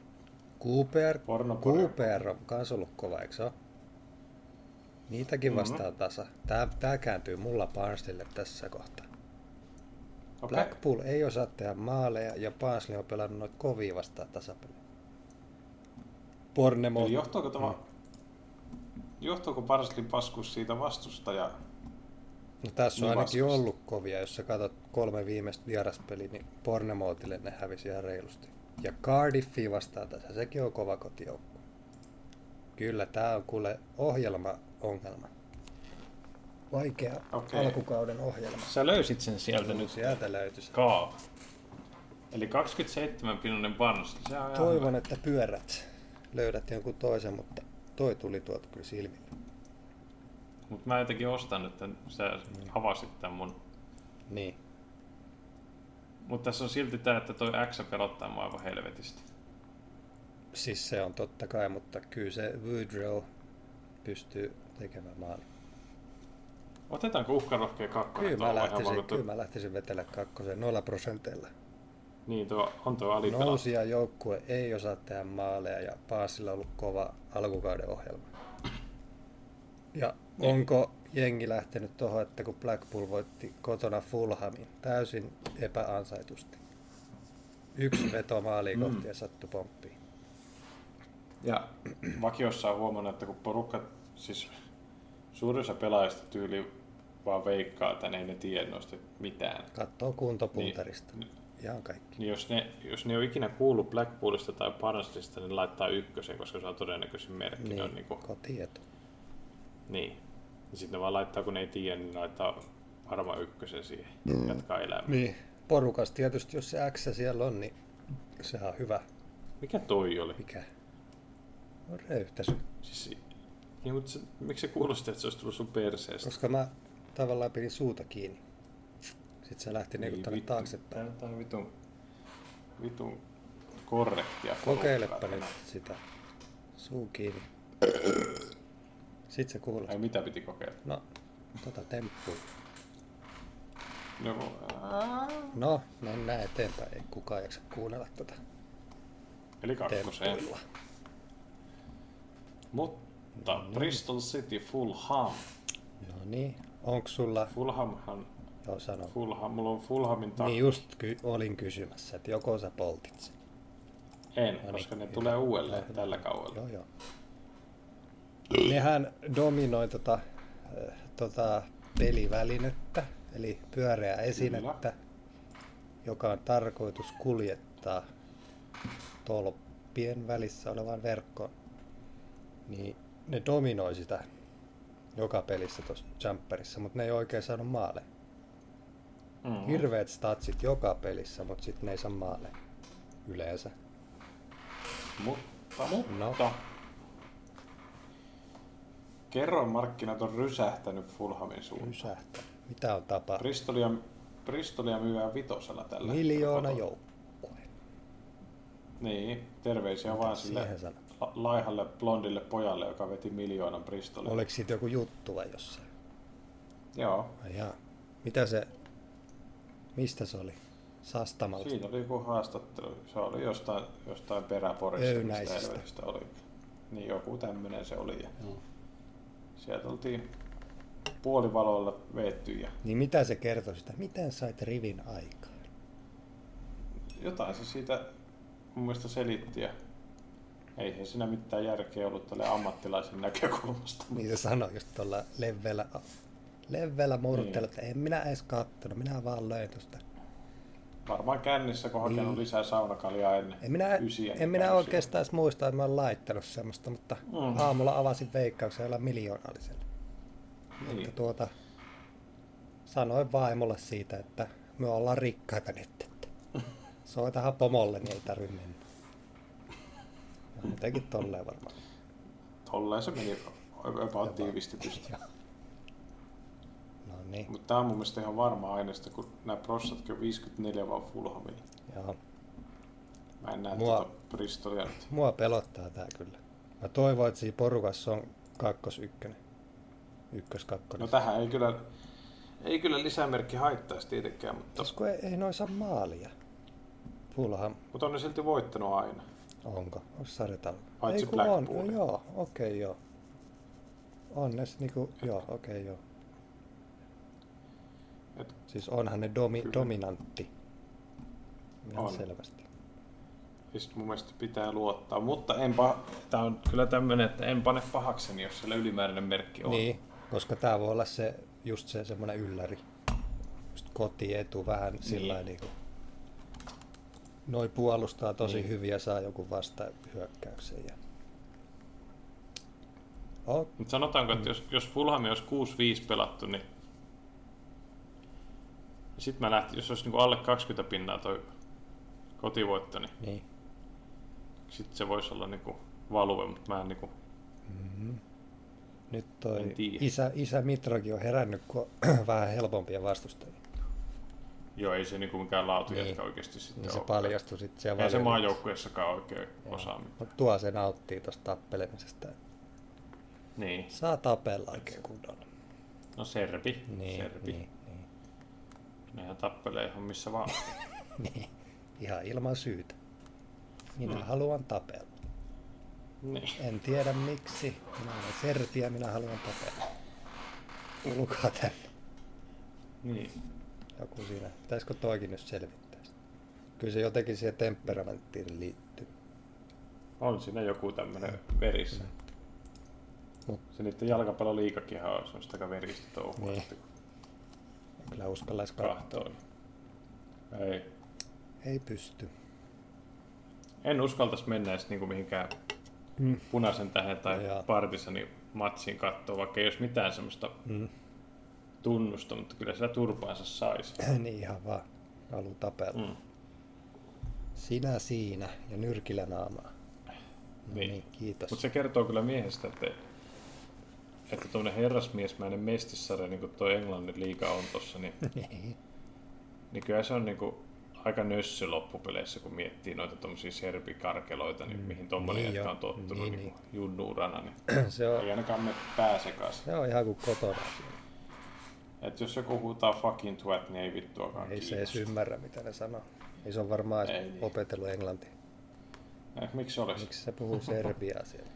QPR.
Porno
QPR on kans ollut kova, eikö se oo? Niitäkin
Mhm.
vastaa tasa. Tää, tää kääntyy mulla Barnsleylle tässä kohtaa.
Okei, okay.
Blackpool ei osaa tehdä maaleja ja Barnsley on pelannut noit kovia vastaan tasapelejä. Pornemo.
eli johtuuko tämä... Johtuuko Barnsley paskus siitä vastustaja?
No tässä on
Niin
ainakin
vastasi.
ollut kovia, jos sä katsot kolme viimeistä vieraspeliä, niin Pornemootille ne hävisi ihan reilusti. Ja Cardiffi vastaa tässä, sekin on kova kotijoukko. Kyllä, tää on kuule ohjelma-ongelma. Vaikea
Okei.
alkukauden ohjelma.
Sä löysit sen sieltä nyt.
Sieltä löytyi se.
Kaa. Eli 27 pinnanen Barnsley. Se on ihan
Toivon, että pyörät löydät jonkun toisen, mutta toi tuli tuolta kyllä silmille.
Mutta mä jotenkin ostan nyt, tän- sä avasit tämän mun.
Niin.
Mutta tässä on silti tää, että toi X pelottaa mua aivan helvetisti.
Siis se on totta kai, mutta kyllä se Woodrow pystyy tekemään maali.
Otetaanko uhkarohkea kakkonen?
Kyllä
Tuo on
mä,
ihan
lähtisin,
vaan tuo-
kyllä mä lähtisin vetellä kakkosen noilla prosenteilla.
Niin, tuo, on tuo
No
alipela.
Nousija joukkue ei osaa tehdä maaleja ja Paasilla on ollut kova alkukauden ohjelma. Ja
Niin.
onko jengi lähtenyt tuohon, että kun Blackpool voitti kotona Fulhamin täysin epäansaitusti. Yksi veto maaliin
Mm.
kohti ja sattu pomppiin.
Ja vakiossa on huomannut, että kun porukka, siis suurin osa pelaajista tyyli vaan veikkaa, että ne ei ne tiedä noista mitään.
Kattoo kuntopuntarista.
Niin.
Ihan kaikki.
Niin jos ne, jos ne ei ole ikinä kuullut Blackpoolista tai Barnsleysta, niin laittaa ykkösen, koska se on todennäköisin merkki. Niin. On
Niin,
niin, kuin,
kotietu.
niin. Ja sitten ne vaan laittaa, kun ne ei tiedä, niin laittaa varma ykkösen siihen. Mm. Jatkaa elämää. Niin.
Niin. Porukas tietysti, jos se X siellä on, niin sehän on hyvä.
Mikä toi oli?
Mikä? No röyhtäsy.
Siis, niin, mutta se, miksi se kuulosti, että se olisi tullut sun perseestä?
Koska mä tavallaan pidin suuta kiinni. Sitten se lähti niinku
Niin,
tänne
vittu.
taaksepäin.
Tää- Tää on vitun, vitun korrektia.
Kokeilepa
porukkaa
nyt sitä. Suu kiinni. Sitten se
Ai
kuulostaa.
mitä piti kokeilla?
No, tota temppua.
No, kun- ää,
No, mennään eteenpäin. Ei kukaan jaksa kuunnella tota
eli kakkoseen.
temppuilua.
Mutta
niin.
Bristol City Fulham.
No niin. Onks sulla...
Fulhamhan,
Joo, sano.
Fulham, mulla on Fulhamin
Niin
takki.
just ky- olin kysymässä, että joko sä poltit sen.
En,
No niin,
koska ne
hyvä.
tulee uudelleen
Joo,
tällä kaudella.
Joo, joo. Nehän dominoi tota, äh, tota pelivälinettä, eli pyöreää esinettä, joka on tarkoitus kuljettaa tolppien välissä olevaan verkkoon. Niin ne dominoi sitä joka pelissä tuossa jumperissa, mutta ne ei oikein saanut maaleja.
Mm.
Hirveät statsit joka pelissä, mutta sitten ne ei saa maaleja yleensä.
Mutta, mutta.
No.
No. Kerron markkinat on rysähtänyt Fulhamin suuntaan.
Pysähtää. Mitä on tapahtunut?
Bristolia, Bristolia myydään vitosella tällä
Miljoona
hetkellä.
joukkue.
Niin, terveisiä vaan sille
Siihen sanon.
la- laihalle blondille pojalle, joka veti miljoonan Bristolille.
Oliko siitä joku juttu vai jossain?
Joo,
Ai jaa. Mitä se... Mistä se oli? Sastamalta.
Siitä oli joku haastattelu. Se oli jostain, jostain peräporista,
Öö,
mistä
Öynäisistä.
Elvedistä oli. Niin joku tämmöinen se oli. Ja
Joo.
sieltä oltiin puolivaloilla veetty ja
Niin mitä se kertoi sitä? Miten sait rivin aikaan?
jotain se siitä mun mielestä selitti. Ja eihän siinä mitään järkeä ollut tälle ammattilaisen näkökulmasta.
Niin se sanoi just tuolla leveällä, leveällä murteella,
Niin.
että en minä edes kattonut, minä vaan löin tuosta.
Varmaan kännissä, kun
Niin.
hakenut lisää saunakaljaa ennen
En minä,
ysiä. niin
en minä
pääsi.
oikeastaan edes muista, että mä oon laittanut semmoista, mutta
Mm.
aamulla avasin veikkauksen jolla miljoonallisella. Mutta
Niin.
tuota, sanoin vaimolle siitä, että me ollaan rikkaita nyt. Että soitahan pomolle, niin ei tarvi mennä. Ja jotenkin tolleen varmaan.
Tolleen se meni about tiivistetysti.
No niin,
Mutta tämä on mun mielestä ihan varma aineesta, kun nämä prossatkin on 54 vaan Fulhamilla.
joo.
Mä en näe
Mua-
Mua... tuota Bristolia nyt.
Mua pelottaa tää kyllä. Mä toivon, että siinä porukassa on kakkos ykkönen. Ykkös kakkonen.
No tähän ei kyllä, ei kyllä lisämerkki haittaisi tietenkään, mutta,
Tos kun ei, ei noin saa maalia. Fulham,
mutta on ne silti voittanut aina.
onko? Onko sarjataulu?
Paitsi
Ei kun on,
Blackpool.
no joo, okei okay, joo. Onnes niinku, joo, okei okay, joo.
Et
Siis onhan ne domi,
Kyllä.
dominantti. Ihan
On.
selvästi.
siis mun mielestä pitää luottaa, mutta enpä, tää on kyllä tämmönen, että en pane pahakseni, jos siellä ylimääräinen merkki on.
Niin, koska tämä voi olla se, just se semmoinen ylläri. Just kotietu vähän niin. sillä lailla niinku. Noi puolustaa tosi niin.
Niin.
hyviä, saa joku vasta hyökkäyksen. Ja... Oh,
Mut sanotaanko, että jos, jos Fulham olisi 6-5 pelattu, niin sitten mä lähtin, jos olisi niinku alle 20 pinnaa toi kotivoitto, niin
niin.
sitten se voisi olla niinku value, mutta mä en niinku,
Nyt toi
En tiedä.
isä, isä Mitrokin on herännyt, kun on vähän helpompia vastustajia.
joo ei se niinku mikään laatu
Niin.
niin. jatka oikeesti sitten
Niin se
ole.
paljastui sitten siellä
Ei se
valioliigassa.
maajoukkueessakaan oikein osaa mitään.
Mut Tuo se nauttii tuosta tappelemisesta.
Niin.
Saa tapella oikein kunnolla.
No Serbi.
Niin,
Serbi.
niin, niin,
Nehän tappelee ihan missä vaan.
niin. Ihan ilman syytä. Minä hmm. haluan tapella.
Mm. niin.
En tiedä miksi. Minä olen serti ja minä haluan tapella. Tulkaa tänne.
niin.
Joku siinä. Pitäisikö toikin nyt selvittää? sitä? Kyllä se jotenkin siihen temperamenttiin liittyy.
On siinä joku tämmönen verissä.
Mut-
Se niiden jalkapalloliikakin on semmoista aika veristä touhua.
Niin.
Niin. Kun
En Kyllä uskallaisi katsoa.
kahtoo. niin- Ei.
Ei pysty.
En uskaltais mennä edes niinku mihinkään
Mm.
punaisen tähän tai
Joo.
partisani matsiin kattoon, vaikka ei olisi mitään semmoista
Mm.
tunnusta, mutta kyllä sillä turpaansa saisi.
niin ihan vaan. Haluan tapella.
Mm.
Sinä siinä ja nyrkillä naamaa. No niin.
Niin.
niin kiitos.
Mutta se kertoo kyllä miehestä, että, että tuommoinen herrasmiesmäinen mestissarja, niin kuin tuo Englannin liiga on tuossa, niin,
Niin.
niin kyllä se on niin kuin aika nössö loppupeleissä, kun miettii noita tuommoisia serbikarkeloita, niin mihin tuommoinen
Niin
niin
joo.
on tottunut
Niin,
niin, niin. junnuurana, niin
se, on,
ei ainakaan me pääsekas.
se on ihan kuin kotona.
Että jos joku huutaa fucking twat, niin ei vittuakaan
Ei se edes
kiinnosta.
ymmärrä, mitä ne sanoo. Ei se on varmaan
Ei
edes
niin.
opetellut englantia.
Eh, miksi olisi?
Miksi se puhuu serbiaa siellä?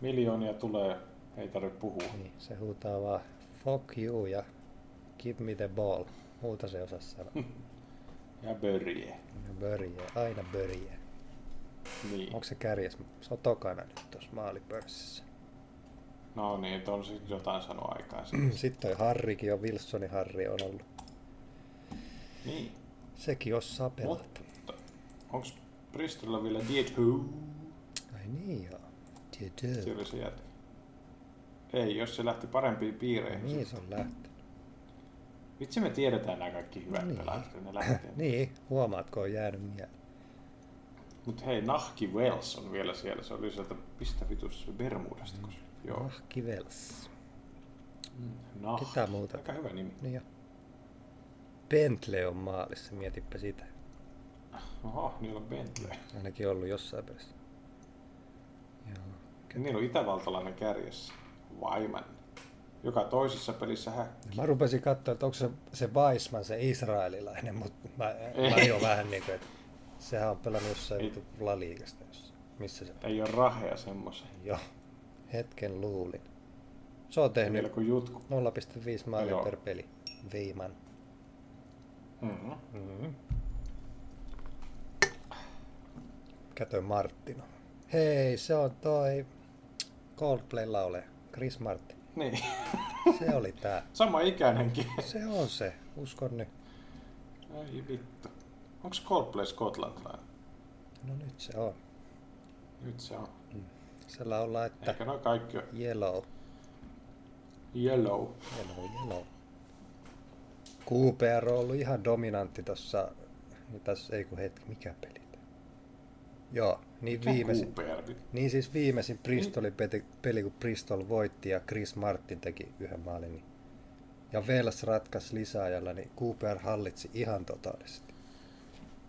Miljoonia tulee, ei tarvitse puhua.
Niin, se huutaa vaan fuck you ja give me the ball. Muuta
Mm.
se osaa sanoa.
Ja börje.
Ja börjää, aina börjää.
Niin.
Onko se kärjes? Se on tokana nyt tuossa maalipörssissä.
No niin, että on siis jotain sanoa aikaisemmin.
Mm. Sitten toi Harrikin on, Wilsonin Harri on ollut.
niin.
Sekin osaa pelata.
Mutta onko Bristolla vielä Dead Who?
Ai niin joo.
Se
Tietysti.
oli se jätkä. Ei, jos se lähti parempiin piireihin.
Niin se on lähtenyt.
Vitsi me tiedetään nämä kaikki hyvät
Niin.
pelaajat, kun ne lähtee.
Niin, huomaatko on jäänyt mieleen.
Mut hei, Nahki Wells on vielä siellä. Se oli sieltä pistä vitus Bermudasta. Mm. Joo.
Ah, Kivels.
Nah.
Ketä muuta?
Aika hyvä nimi.
Niin jo. Bentley on maalissa, mietipä sitä.
Oho, niillä on Bentley.
Ainakin ollut jossain pelissä. Joo. Ketä?
Niillä on itävaltalainen kärjessä. Vaiman. Joka toisessa pelissä häkki.
Mä rupesin katsoa, että onko se, se Weissman se israelilainen, mutta mä,
Ei.
mä jo vähän niin kuin, että sehän on pelannut jossain
Ei.
vitu laliikasta jossain. Missä se
Ei ole rahea semmoisen.
Joo. Hetken luulin. Se on tehnyt
Vielä kun jutku.
0,5 maalia
Joo.
per peli. Viiman.
Mm-hmm.
Mm-hmm. Kato Marttino. Hei, se on toi Coldplay laule Chris Martin.
Niin.
Se oli tää.
Sama ikäinenkin.
Se on se, uskon nyt.
Ai vittu. Onko Coldplay skotlantilainen?
No nyt se on.
Nyt se on.
Se laulaa, että
Ehkä noin kaikki on
Yellow,
yellow.
Yellow, Yellow. QPR on ollut ihan dominantti tossa, niin tässä ei kun hetki, mikä peli tää? Joo, niin viimeisin,
Cooper.
Niin siis viimeisin Bristolin peti- peli, kun Bristol voitti ja Chris Martin teki yhden maalin. Niin. Ja Wales ratkaisi lisäajalla, niin Cooper hallitsi ihan totaalisesti.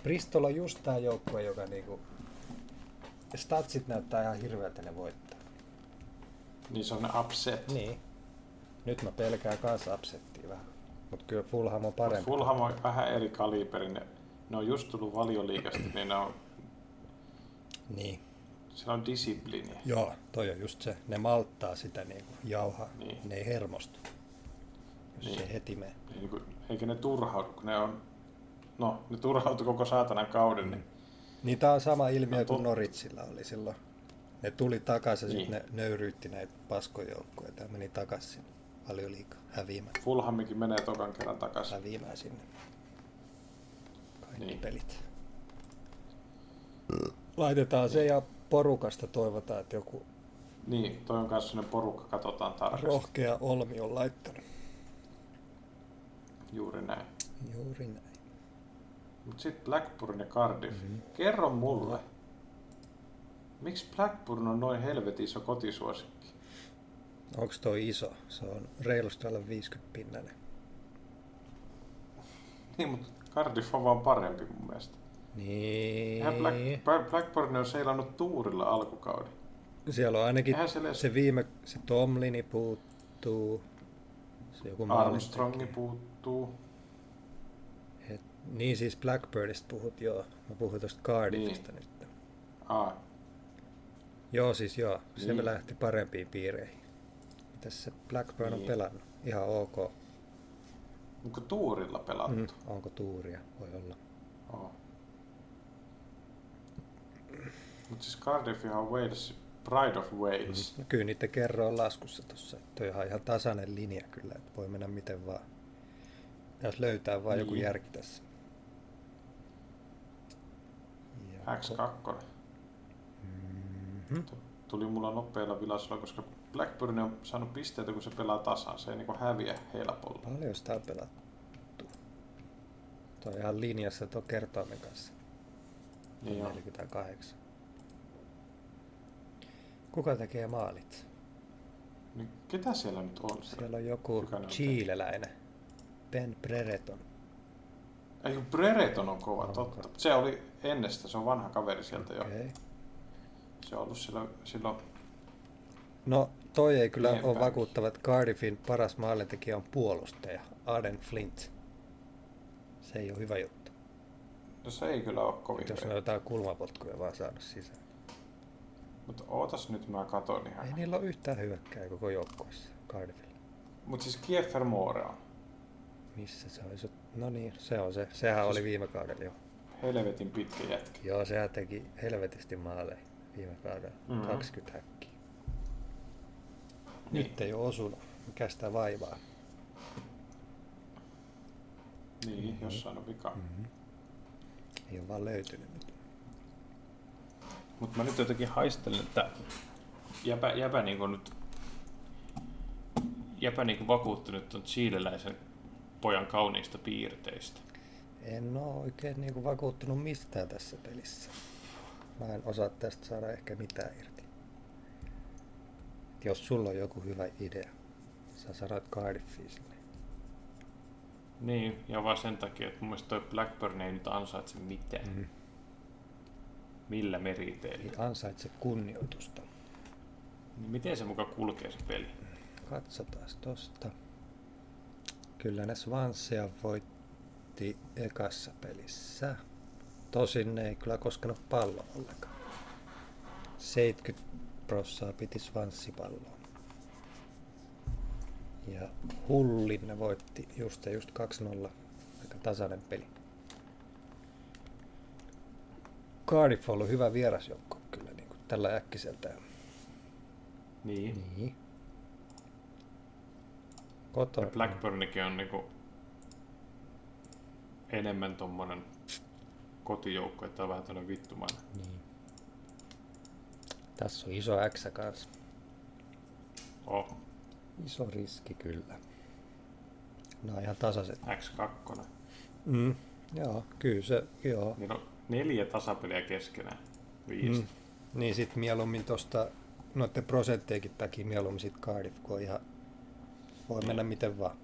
Bristol on just tää joukkue, joka niinku... Statsit näyttää ihan hirveältä ne voittaa.
Niin se on upset.
Niin. Nyt mä pelkään kans upsettia vähän. Mut kyllä Fulham on parempi.
Fulham on vähän eri kaliberin. Ne, ne on just tullut valioliikasta, niin ne on,
Niin.
siellä on disipliiniä.
Joo, toi on just se. Ne malttaa sitä niinku jauhaa.
Niin.
Ne ei hermostu. Jos
Niin.
se heti menee.
Ei niinku- Eikä ne turhaudu, kun ne on... No, ne turhautu koko saatanan kauden. Niin.
Niin tämä on sama ilmiö
No,
kuin
tot-
Noritsilla oli silloin. Ne tuli takaisin ja
Niin.
sitten ne nöyryytti näitä paskojoukkoja ja meni takaisin sinne. Paljon liikaa. Häviämään,
Fulhamikin menee tokan kerran takaisin.
häviämään sinne. Kaikki
Niin.
niin. pelit. Laitetaan se ja porukasta toivotaan, että joku
Niin, toi on kanssa sellainen porukka, katsotaan tarkasti.
rohkea Olmi on laittanut.
Juuri näin.
Juuri näin.
Mut sit Blackburn ja Cardiff. Mm-hmm. Kerro mulle, miksi Blackburn on noin helvetin iso kotisuosikki?
Onko toi iso? Se on reilusti alle 50 pinnanen.
Niin, mutta Cardiff on vaan parempi mun mielestä.
Niin.
Eihän Black, Bla- Blackburn on seilannut tuurilla alkukauden.
Siellä on ainakin
Eihän siellä-
se viime, se Tomlini puuttuu, se joku
Armstrongi
maalintekijä.
puuttuu.
Et, niin siis Blackbirdista puhut, joo. Mä puhun tuosta Cardiffista niin. nyt.
Ah,
Joo siis joo, se
Niin.
niin. lähti parempiin piireihin. Mitäs se Blackburn niin.
Niin.
on pelannut? Ihan ok.
onko tuurilla pelattu?
Mm.
Mm.
Onko tuuria? Voi olla.
Oh. Mutta siis Cardiff on Wales, Pride of Wales.
No, kyllä niitä kerroin laskussa tuossa. Toi on ihan tasainen linja kyllä, että voi mennä miten vaan. Jos löytää vaan niin. joku
Niin.
järki tässä. Ja
X2.
Mhm.
Tuli mulla nopealla vilasilla, koska Blackburn on saanut pisteitä, kun se pelaa tasan. Se ei niinku häviä helpolla.
Paljon sitä on pelattu. Tuo on ihan linjassa tuo kertoimen kanssa.
Niin
Niin
on.
48. Kuka tekee maalit?
Niin ketä siellä nyt on?
Siellä on joku
Kuka ne on
chiileläinen. Ben Brereton.
Ei kun Brereton on kova,
Onko?
totta. Se oli ennestä, se on vanha kaveri sieltä jo.
Okei.
Se on ollut silloin, silloin
No toi ei kyllä
Niinpä.
ole vakuuttava, että Cardiffin paras maalintekijä on puolustaja. Aden Flint. Se ei ole hyvä juttu.
no se ei kyllä ole kovin
Jos ne on
hyvä.
jotain kulmapotkuja vaan saanut sisään.
Mutta ootas nyt, mä katon
Ei niin.
ihan.
niillä ole yhtään hyökkää koko joukkueessa Cardiffilla.
Mut siis Kiefer Moore on.
Missä se on? Se- No niin, se on se. Sehän
Siis-
oli viime kaudella jo.
helvetin pitkä jätkä.
Joo, sehän teki helvetisti maaleja viime kaudella.
Mhm.
Mm-hmm. 20 häkkiä.
Niin.
Nyt ei ole osunut. Mikä sitä vaivaa?
Niin, jossain on vika. Mm.
Ei ole vaan löytynyt nyt.
Mutta mä nyt jotenkin haistelen, että jäpä, jäpä niinku nyt jäpä niinku vakuuttunut on chileläisen pojan kauniista piirteistä.
En ole oikein niin kuin vakuuttunut mistään tässä pelissä. Mä en osaa tästä saada ehkä mitään irti. Et Jos sulla on joku hyvä idea, sä sanoit Cardiffiin sinne.
Niin, ja vaan sen takia, että mun mielestä toi Blackburn ei nyt ansaitse mitään. Mm.
Mm.
Millä meriteillä.
Ei Niin ansaitse kunnioitusta.
Niin miten se muka kulkee se peli?
Katsotaan tosta. Kyllä ne Swansea voitti ekassa pelissä. Tosin ne ei kyllä koskenut palloa ollenkaan. 70 prossaa piti Swansea-palloa. Ja Hullin ne voitti just ja just 2-0. Aika tasainen peli. Cardiff on ollut hyvä vierasjoukko kyllä niin kuin tällä äkkiseltään.
Niin.
Niin.
Ja
Kotona.
Blackburnikin on niinku enemmän tommonen kotijoukko, että on vähän tämmönen vittumainen.
Niin. Tässä on iso X kanssa.
Oh,
Iso riski kyllä. Nämä on ihan tasaiset.
X2.
Mm. Joo, kyllä se, joo.
Niillä on neljä tasapeliä keskenään. Viisi.
Mm.
Mm.
Niin sit mieluummin tosta noitten prosentteikin takia mieluummin sit Cardiff, kun on ihan voi mennä miten vaan.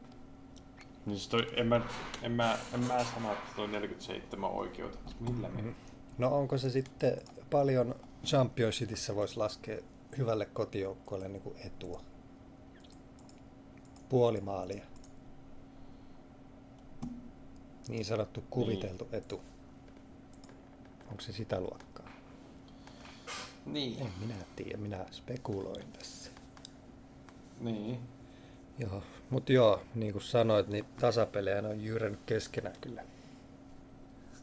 Niin sit toi, en, mä, en, mä, en mä sano, että toi 47 on oikeutettu. Millä me? Mm.
No onko se sitten paljon Championshipissa voisi laskea hyvälle kotijoukkueelle niin kuin etua? Puoli maalia. Niin sanottu kuviteltu niin. etu. Onko se sitä luokkaa?
Niin.
En minä tiedä, minä spekuloin tässä.
Niin.
Joo, mutta joo, niin kuin sanoit, niin tasapelejä ne on jyrännyt keskenään kyllä.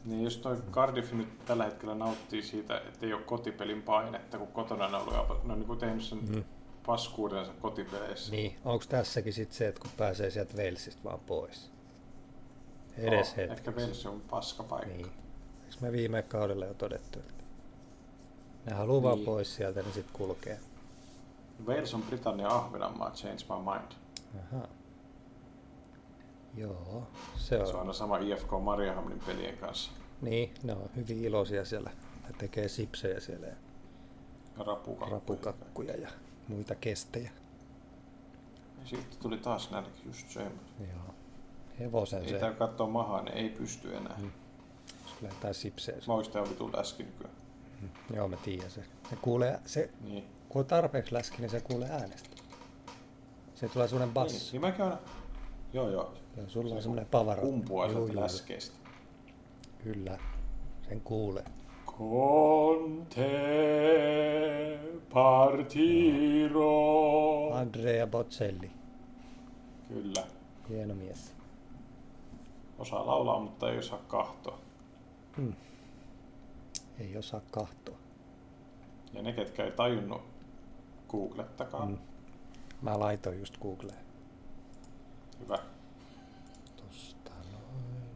Niin jos toi Cardiff nyt tällä hetkellä nauttii siitä, että ei ole kotipelin painetta, kun kotona ne on, ollut, ja- ne on niinku tehnyt sen mm. paskuudensa kotipeleissä.
Mm-hmm. Niin, onko tässäkin sitten se, että kun pääsee sieltä Velsistä vaan pois? Edes
Oh,
hetki.
Ehkä Velsi on paska paikka.
Niin. Eikö me viime kaudella jo todettu, että ne haluaa vaan
Niin.
pois sieltä, niin sitten kulkee.
Wales on Britannia Ahvenanmaa, change my mind.
Aha. Joo, se on.
Se on aina sama IFK Mariahamnin pelien kanssa.
Niin, ne on hyvin iloisia siellä. Ne tekee sipsejä siellä ja
Rapukakku.
rapukakkuja ja muita kestejä.
Sitten tuli taas nälkä just semmoinen.
Joo. Hevosen
Ei
se,
tää kattoo mahaa, ne ei pysty enää. Mm.
jos kyllä jotain sipsejä.
Mä oon sitä vitun läski nykyään.
Joo, mä tiedän se. Se kuulee, se,
Niin.
kun on tarpeeksi läski, niin se kuulee äänestä. Se tulee semmoinen
Niin,
bass.
niin mäkin aina... Joo joo.
Joo, sulla on semmoinen pavara.
Kumpua
Juu,
sieltä
juu.
läskeistä.
Kyllä, sen kuulee.
Conte partiro.
Andrea Bocelli,
Kyllä.
hieno mies.
Osaa laulaa, mutta ei osaa kahtoa.
Hmm. Ei osaa kahtoa.
Ja ne, ketkä ei tajunnut, googlettakaa. Mm.
Mä laitoin just Googleen.
Hyvä.
Tosta noin.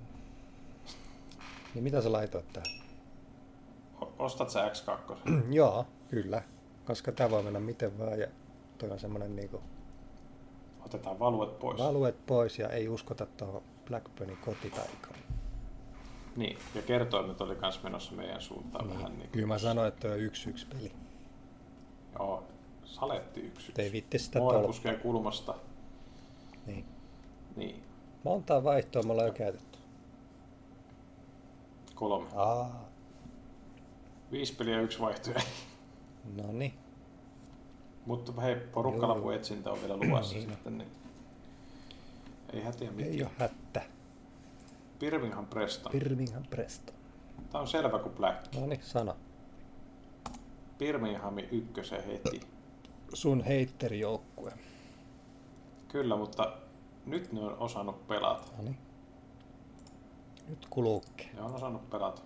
Niin mitä sä laitoit tähän? Mm,
O- Ostat sä X2?
Joo, kyllä. Koska tää voi mennä miten vaan ja toi on semmonen niinku
Otetaan valuet pois.
valuet pois ja ei uskota tuohon Blackburnin kotitaikaan.
niin. Ja kertoimet oli kans menossa meidän suuntaan niin. vähän
Niin.
niin.
Kyllä mä sanoin, että toi on yksi yksi peli.
Joo. Saletti yksi.
Ei vitti sitä
Moora
tol...
puskee kulmasta.
Niin.
Niin.
Montaa vaihtoa me ollaan jo käytetty.
Kolme.
Aa,
Viisi peliä yksi vaihtoehto.
no niin.
Mutta hei, porukkalapun etsintä on vielä luvassa sitten, niin ei hätiä mitään.
Ei oo hättä.
Birmingham Preston.
Birmingham Preston.
Tämä on selvä kuin Black.
No niin, sano.
Birminghami ykkösen heti.
Sun heitterijoukkue.
Kyllä, mutta nyt ne on osannut pelata.
No niin. Nyt kuluukke.
Ne on osannut pelata.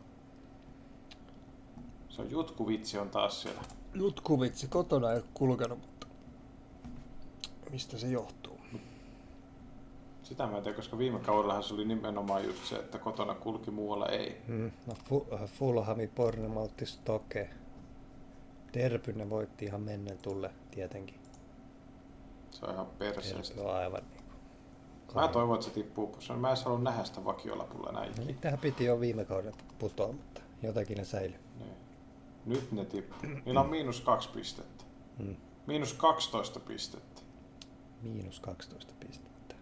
Se on jutkuvitsi on taas siellä.
Jutkuvitsi kotona ei ole kulkenut, mutta mistä se johtuu?
Sitä mä en tiedä, koska viime kaudellahan se oli nimenomaan just se, että kotona kulki muualla ei.
Mm, no Fu- äh, Fulhami, Pornemouth, Stoke. Derby ne voitti ihan mennen tulle tietenkin.
Se on ihan
Derby
perseestä.
on aivan niin
Mä toivon, että se tippuu pois. Mä en edes halua nähdä sitä vakiolapulla näin.
No, Niitähän piti jo viime kaudelta putoa, mutta jotakin ne säilyi.
Niin. Nyt ne tippuu. Niillä on miinus kaksi pistettä.
Mm.
Miinus 12 pistettä.
Miinus 12 pistettä.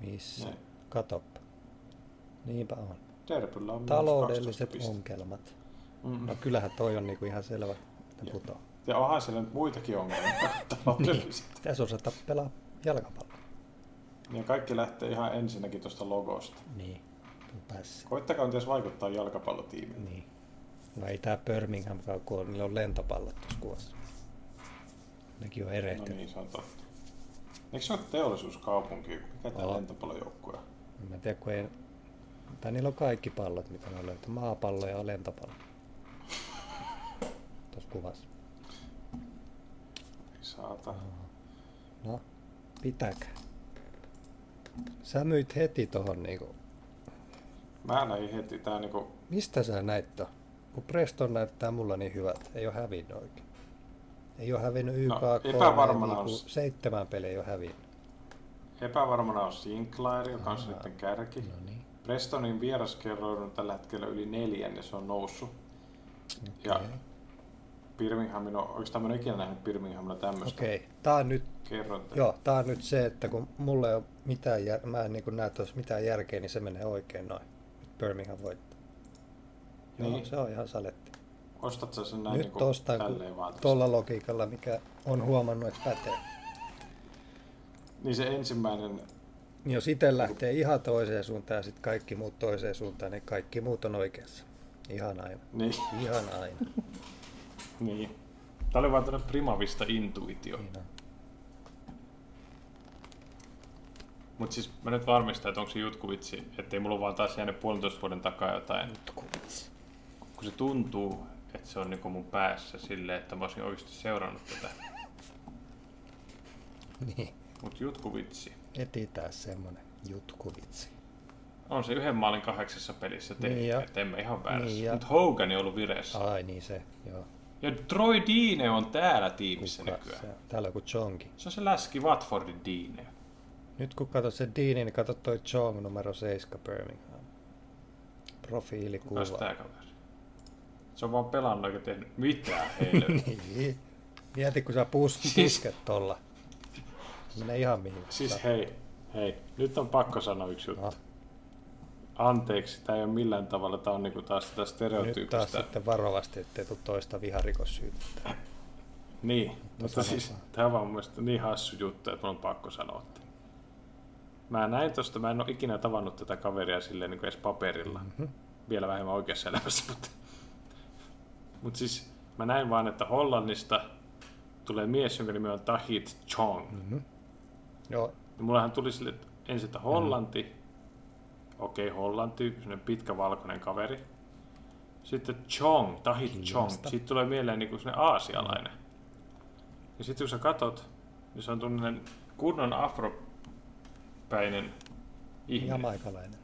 Missä?
Näin.
Katoppa. Niinpä on.
Derbyllä on miinus 12
Taloudelliset
pistettä.
ongelmat.
Mm.
No kyllähän toi on niinku ihan selvä, että
Jep.
putoaa.
Ja onhan siellä nyt muitakin ongelmia
Niin.
taloudellisesti.
Pitäisi osata pelaa jalkapalloa.
Ja kaikki lähtee ihan ensinnäkin tuosta logosta.
Niin. Päässä.
Koittakaa nyt edes vaikuttaa jalkapallotiimiin.
Niin. No ei tää Birminghamkaan, kun on, niillä on lentopallot tuossa kuvassa. Nekin on
No
erehtynyt.
niin, se on totta. Eikö se ole teollisuuskaupunki? Mikä tämä
On.
lentopallojoukkue on?
En Mä en tiedä, kun ei... Tai niillä on kaikki pallot, mitä ne löytää. Maapallo ja lentopallo. Tuossa kuvassa.
Ei Saata.
No, pitäkää. Sä myit heti tohon niinku.
Mä näin heti tää niinku...
Mistä sä näit ton? Kun Preston näyttää mulla niin hyvältä. Ei oo hävinnyt oikein. Ei oo hävinnyt YK
No,
no,
epävarmana
niinku
on se.
seitsemän peliä ei oo hävinnyt.
Epävarmana on Sinclair, joka on sitten kärki.
No niin.
Prestonin vieraskerroin on tällä hetkellä yli neljän ja se on noussut. Ja
Okei.
Birminghamin on... Oikeastaan mä en ole ikinä nähnyt Birminghamilla tämmöistä
Okei, tää on nyt
kerrontaa.
Joo, tää on nyt se, että kun mulle ei ole mitään, jär- mä en niin näe tuossa mitään järkeä, niin se menee oikein noin. Nyt Birmingham voittaa. Joo,
Niin.
se on ihan saletti.
Ostat sä sen näin
Näin nyt
niinku
tosta,
tälleen vaan?
kun
tästä?
tuolla logiikalla, mikä on huomannut, että pätee.
Niin se ensimmäinen...
Niin jos itse lähtee ihan toiseen suuntaan ja sitten kaikki muut toiseen suuntaan, niin kaikki muut on oikeassa. Ihan aina.
Niin.
Ihan aina.
Niin. Tämä oli vaan tämmönen primavista intuitio.
Niin on.
Mut siis mä nyt varmistan, että onko se jutkuvitsi, ettei mulla ole vaan taas jäänyt puolentoista vuoden takaa jotain.
Jutkuvitsi.
Kun se tuntuu, että se on niinku mun päässä silleen, että mä olisin oikeasti seurannut tätä.
Niin.
Mut jutkuvitsi.
Etsitään semmonen jutkuvitsi.
On se yhden maalin kahdeksassa pelissä tehnyt,
Niin
niin
ja-
että en mä ihan väärässä.
niin
Niin
ja-
Mut Hogan on ollut vireessä.
Ai niin se, joo.
Ja Troy Diine on täällä tiimissä
Kuka
nykyään.
se on? Täällä on kuin Jonkin.
Se on se läski Watfordin Diine.
Nyt kun katsot sen Deanin, niin katsot toi Chong numero 7 Birmingham.
Kukas
Profiilikuva.
tää kaveri? Se on vaan pelannut eikä tehnyt mitään heille.
Niin. Mieti, kun sä pus-
Siis-
pusket tolla. Menee ihan mihin.
Siis hei, hei, nyt on pakko sanoa yksi juttu.
No,
Anteeksi, tämä ei ole millään tavalla, tämä on niinku taas tätä
nyt taas
stereotyypistä.
sitten varovasti, ettei tule toista viharikossyytettä.
Niin, mutta
sanotaan.
siis tämä on vaan mun mielestä niin hassu juttu, että mun on pakko sanoa. tää. Mä näin tosta, mä en ole ikinä tavannut tätä kaveria silleen niin edes paperilla. Mm-hmm. Vielä vähemmän oikeassa elämässä, mutta... Mut siis mä näin vaan, että Hollannista tulee mies, jonka nimi on Tahit Chong. Mm-hmm.
Joo,
Ja mullahan tuli sille, että ensin, että Hollanti, okei Hollanti, sellainen pitkä valkoinen kaveri. Sitten Chong, Tahit Chong, siitä tulee mieleen niin sellainen aasialainen. Ja sitten kun sä katot, niin se on tuollainen kunnon afropäinen ihminen.
jamaikalainen.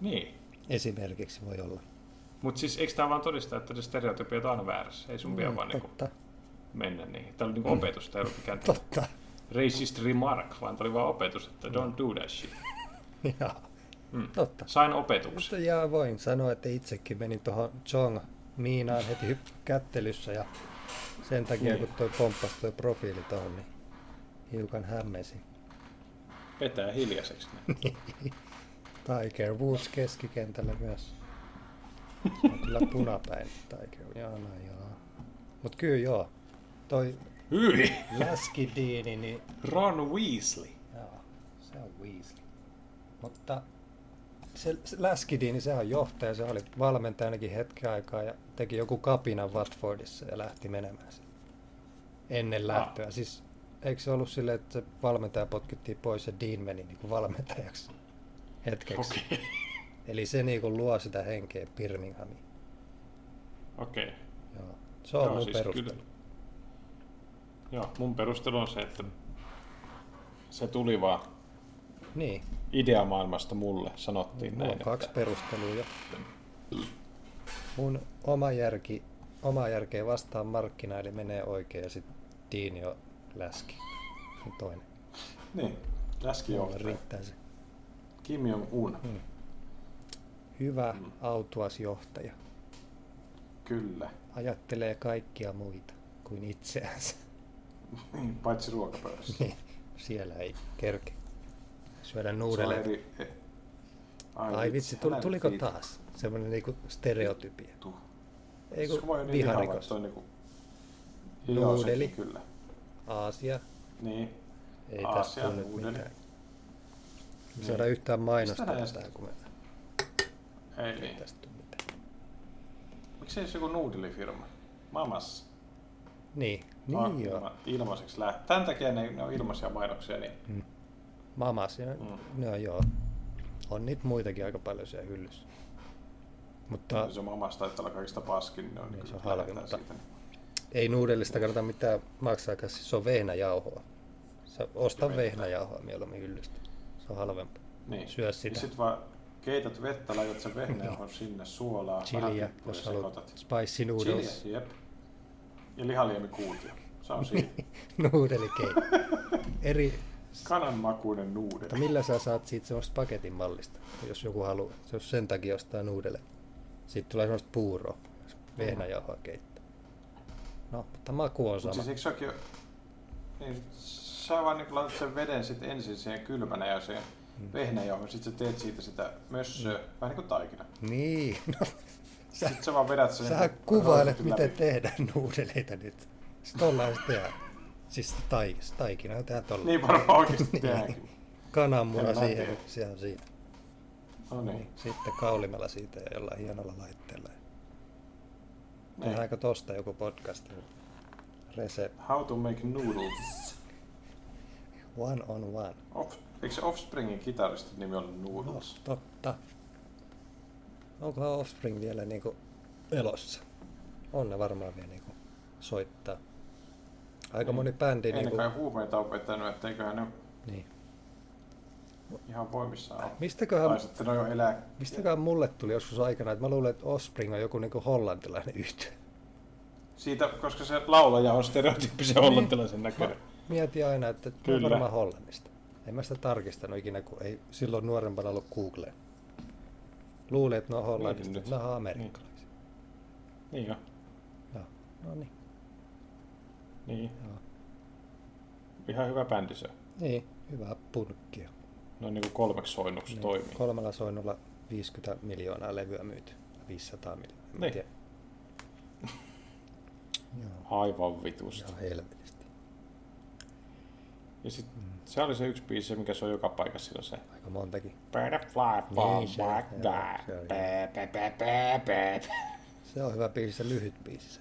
Niin.
Esimerkiksi voi olla.
Mutta siis eikö tämä vaan todista, että ne stereotypiat on aina väärässä? Ei sun pidä vaan niinku
Mm, Totta,
mennä niihin. Tämä oli niinku opetus, tämä ei ollut mikään
totta.
racist remark, vaan tämä oli vaan opetus, että don't do that shit.
Joo,
Mm.
totta.
Sain opetuksen.
Mutta ja voin sanoa, että itsekin menin tuohon Chong Miinaan heti hypp- kättelyssä ja sen takia
Niin.
kun toi pomppasi toi profiili tuohon, niin hiukan hämmensin.
vetää hiljaiseksi. ne.
Tiger Woods keskikentällä myös. Se On kyllä punapäin Tiger Woods. Joo, no joo. Mut kyllä joo. Toi
Hyi!
läskidiini, niin
Ron Weasley.
joo, se on Weasley. Mutta se, se läskidiini, se on johtaja, se oli valmentajanakin hetken aikaa ja teki joku kapinan Watfordissa ja lähti menemään sinne.
Ah.
Ennen lähtöä. Siis eikö se ollut silleen, että se valmentaja potkittiin pois ja Dean meni niin kuin valmentajaksi hetkeksi. niinku
Okei.
Eli se niin kuin luo sitä henkeä Birminghamiin.
Okei.
Joo. Se on
Joo,
mun
siis
perustelu.
kyllä. Joo, mun perustelu on se, että se tuli vaan
Niin,
ideamaailmasta mulle, sanottiin
mulla
näin.
on kaksi
että-
perustelua. jo. Mun oma järki, oma järkeä vastaan markkina, eli menee oikein ja sitten Diinio läski. Niin Toinen.
Niin, läski
Mulle
johtaa.
riittää se.
Kim Jong-un,
Hyvä
Mm.
autuasjohtaja.
kyllä.
Ajattelee kaikkia muita kuin itseänsä.
Niin, Paitsi ruokapöydässä.
Niin, Siellä ei kerke syödä
Se on
nuudelle.
eri... eh,
Ai vitsi, tuli,
älä
tuliko
viitu.
taas semmoinen niinku stereotypia? Ei
Siis kun mä oon
kun
niin lihava, että
viharikos.
on niinku... Joo,
Nuudeli.
sekin kyllä.
Aasia.
Niin.
Ei
Aasia,
tässä ole nyt
nuudeli.
mitään. Me
Niin.
saadaan yhtään mainosta
Mistä Niin. nää
tästä, kun me
Ei
ei
niin.
tästä tule mitään.
Miksi ei se siis joku nuudelifirma? Mamassa.
Niin,
Ah,
niin joo.
ilma- Ilmaiseksi lähtee. Tämän takia ne, ne on ilmaisia mainoksia, niin
Mm. Mamas, ja-
Mm.
no joo. On niitä muitakin aika paljon siellä hyllyssä. Mutta
se mamassa taitaa olla kaikista paskin, niin ne on
Niin,
niin,
se on
niin
halvin,
lähtee
mutta-
siitä.
ei nuudellista kannata mitään maksaa, koska siis se on vehnäjauhoa. Sä osta
Ja vettä.
vehnäjauhoa mieluummin hyllystä. Se on halvempaa.
Niin.
Syö sitä.
Ja sit vaan keität vettä, laitat sen vehnäjauhon sinne, suolaa,
Chiliä,
vähän
jos
pippuria
haluat
sekoitat.
spicy noodles,
Chiliä, jep. Ja lihaliemikuutio. Se on siinä.
Niin. nuudelikeitto. Eri,
Kananmakuinen nuudeli.
mutta millä sä saat siitä semmoista paketin mallista, jos joku haluaa, jos sen takia ostaa nuudelle. Siitä tulee semmoista puuroa, vehnäjauhoa keitto. No, mutta maku on
Mut
sama.
siis eikö sekin ole... Niin, sä vaan niin laitat sen veden sit ensin siihen kylmänä ja siihen
Mm.
hmm. vehnäjauhon, sit sä teet siitä sitä mössöä, vähän niin kuin taikina.
Niin, no, Mm. sä,
Sit sä vaan vedät sen...
sä
niin kuin
kuvailet,
raamatun
miten
läpi.
tehdään nuudeleita nyt. Sitten ollaan se tehdään. Siis tai, taikina, tehdään tolla.
Niin varmaan oikeesti
Niin.
tehdäänkin.
Kananmuna
en mä
siihen,
tiedä.
se on siinä.
No niin.
Sitten kaulimella siitä ja jollain hienolla laitteella.
niin.
Tehdäänkö tosta joku podcast? Rese
How to make noodles.
one on one.
Off, eikö se Offspringin kitaristin nimi ole Noodles?
Totta. Onko Offspring vielä niinku elossa? On ne varmaan vielä niinku soittaa. Aika moni bändi
Niin. Ei ne
niinku...
kai huumeita ole vetänyt, etteiköhän ne
Niin.
ihan voimissaan ole.
Mistäköhän,
Tai sitten ne on jo elää...
mistäköhän mulle tuli joskus aikana, että mä luulen, että Offspring on joku niinku hollantilainen yhtye.
Siitä, koska se laulaja on
Niin.
stereotyyppisen hollantilaisen näköinen.
Mietin aina, että se on
Kyllä.
varmaan Hollannista. En mä sitä tarkistanut ikinä, kun ei silloin nuorempana ollut Google. Luulin, että ne on Hollannista,
Mietin nyt.
mutta ne on amerikkalaisia.
Niin jo.
Joo. No niin.
Niin.
Joo.
Ihan hyvä bändi se.
Niin, hyvää punkkia.
Noin niinku kolmeksi soinnuksi
Niin,
toimii.
Kolmella soinnulla 50 miljoonaa levyä myyty. 500 miljoonaa. en mä
Niin.
tiedä. Joo,
Aivan vitusta.
ihan helvetisti.
Ja sit se oli se yksi biisi, mikä se on joka paikassa sillä se.
Aika montakin.
Butterfly, fall
Niin, se-
back,
joo, se
die.
oli.
Pää, pää, pää, pää, pää.
Se on hyvä biisi, se lyhyt biisi. se.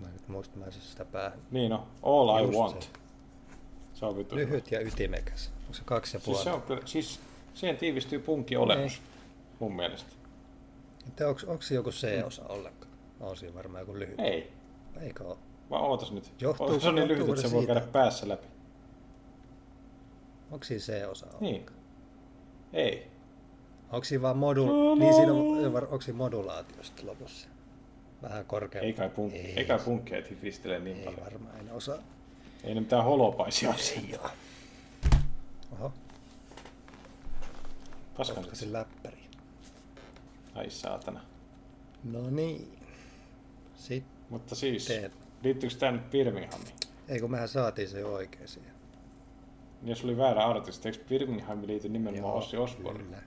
Mä nyt muistan, mä en saa sitä päähän.
Niin on. All I
Just
want.
se.
Se on vitu. hyvä.
Lyhyt ja ytimekäs. Onko se kaksi ja puoli? Niin.
Siis, se on, kyllä- siis siihen tiivistyy punkin olemus, mun mielestä.
Että onko, onko se joku C-osa ollenkaan? On siinä varmaan joku lyhyt.
Mm. Ei,
Eikö ole?
vaan ootas nyt.
Johtuuko-
Johtuu, se on niin lyhyt,
johtuuko
että
se
se voi
siitä?
käydä päässä läpi.
Onko siinä C-osa ollenkaan?
Niin. Ei.
Onko siinä vaan modul... Niin siinä on, var- onko siinä modulaatio sitten lopussa? Vähän korkeampi.
Ei kai, punk- ei.
Ei.
ei kai punkkeet hifistele niin
Ei
paljon.
varmaan, en osaa.
Ei ne mitään holopaisia siinä.
Joo. Oho,
Paskan.
olisiko se läppäri?
Ai saatana.
No niin. Sitten.
Mutta siis,
Teen.
liittyykö tämä nyt Birminghamiin?
Ei kun mehän saatiin se jo oikein siihen.
Jos oli väärä artisti, eikö Birmingham liity nimenomaan Ossi Osborne?
kyllä.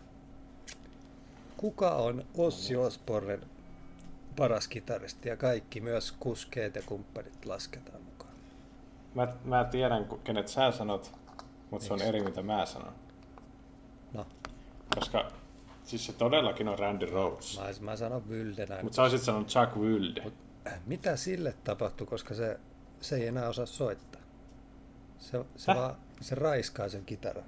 Kuka on
No
Ossi
niin.
Osbornen paras kitaristi ja kaikki myös kuskeet ja kumppanit lasketaan mukaan?
Mä, mä tiedän, ku- kenet sä sanot, mutta se on
Miks?
eri, mitä mä sanon.
No,
Koska siis se todellakin on Randy Rhodes.
mä, mä sanon Wildenä.
Mutta sä olisit sanonut Chuck Wilde.
Mitä sille tapahtui, koska se, se ei enää osaa soittaa? Se, se,
Häh?
vaan, se raiskaa sen kitaran.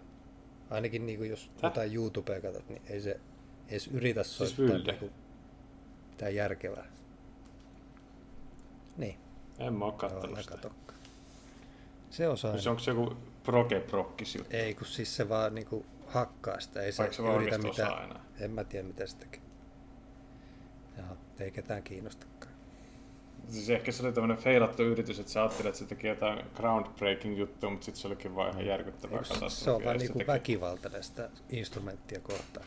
Ainakin niin kuin jos Häh? jotain YouTubea katsot, niin
Siis
ei se edes yritä soittaa
Wilde.
niinku mitään järkevää. Niin.
En mä oo
Joo,
kattonut
mä
sitä.
katokkaan. Se osaa.
Se onko se joku proge prokkis juttu?
Ei, kun siis se vaan niinku hakkaa sitä. Ei se,
Vaikka se vaan
yritä
oikeesti osaa
mitään.
aina.
En mä tiedä, mitä se tekee. Jaha, ei ketään kiinnostakaan.
Siis ehkä se oli tämmönen feilattu yritys, että sä ajattelet, että se teki jotain groundbreaking juttua, mutta sitten se olikin vaan ihan järkyttävää
Eikö se-
katastrofi.
Se on
Ja
vaan
sit
niinku
se teki-
väkivaltainen sitä instrumenttia kohtaan.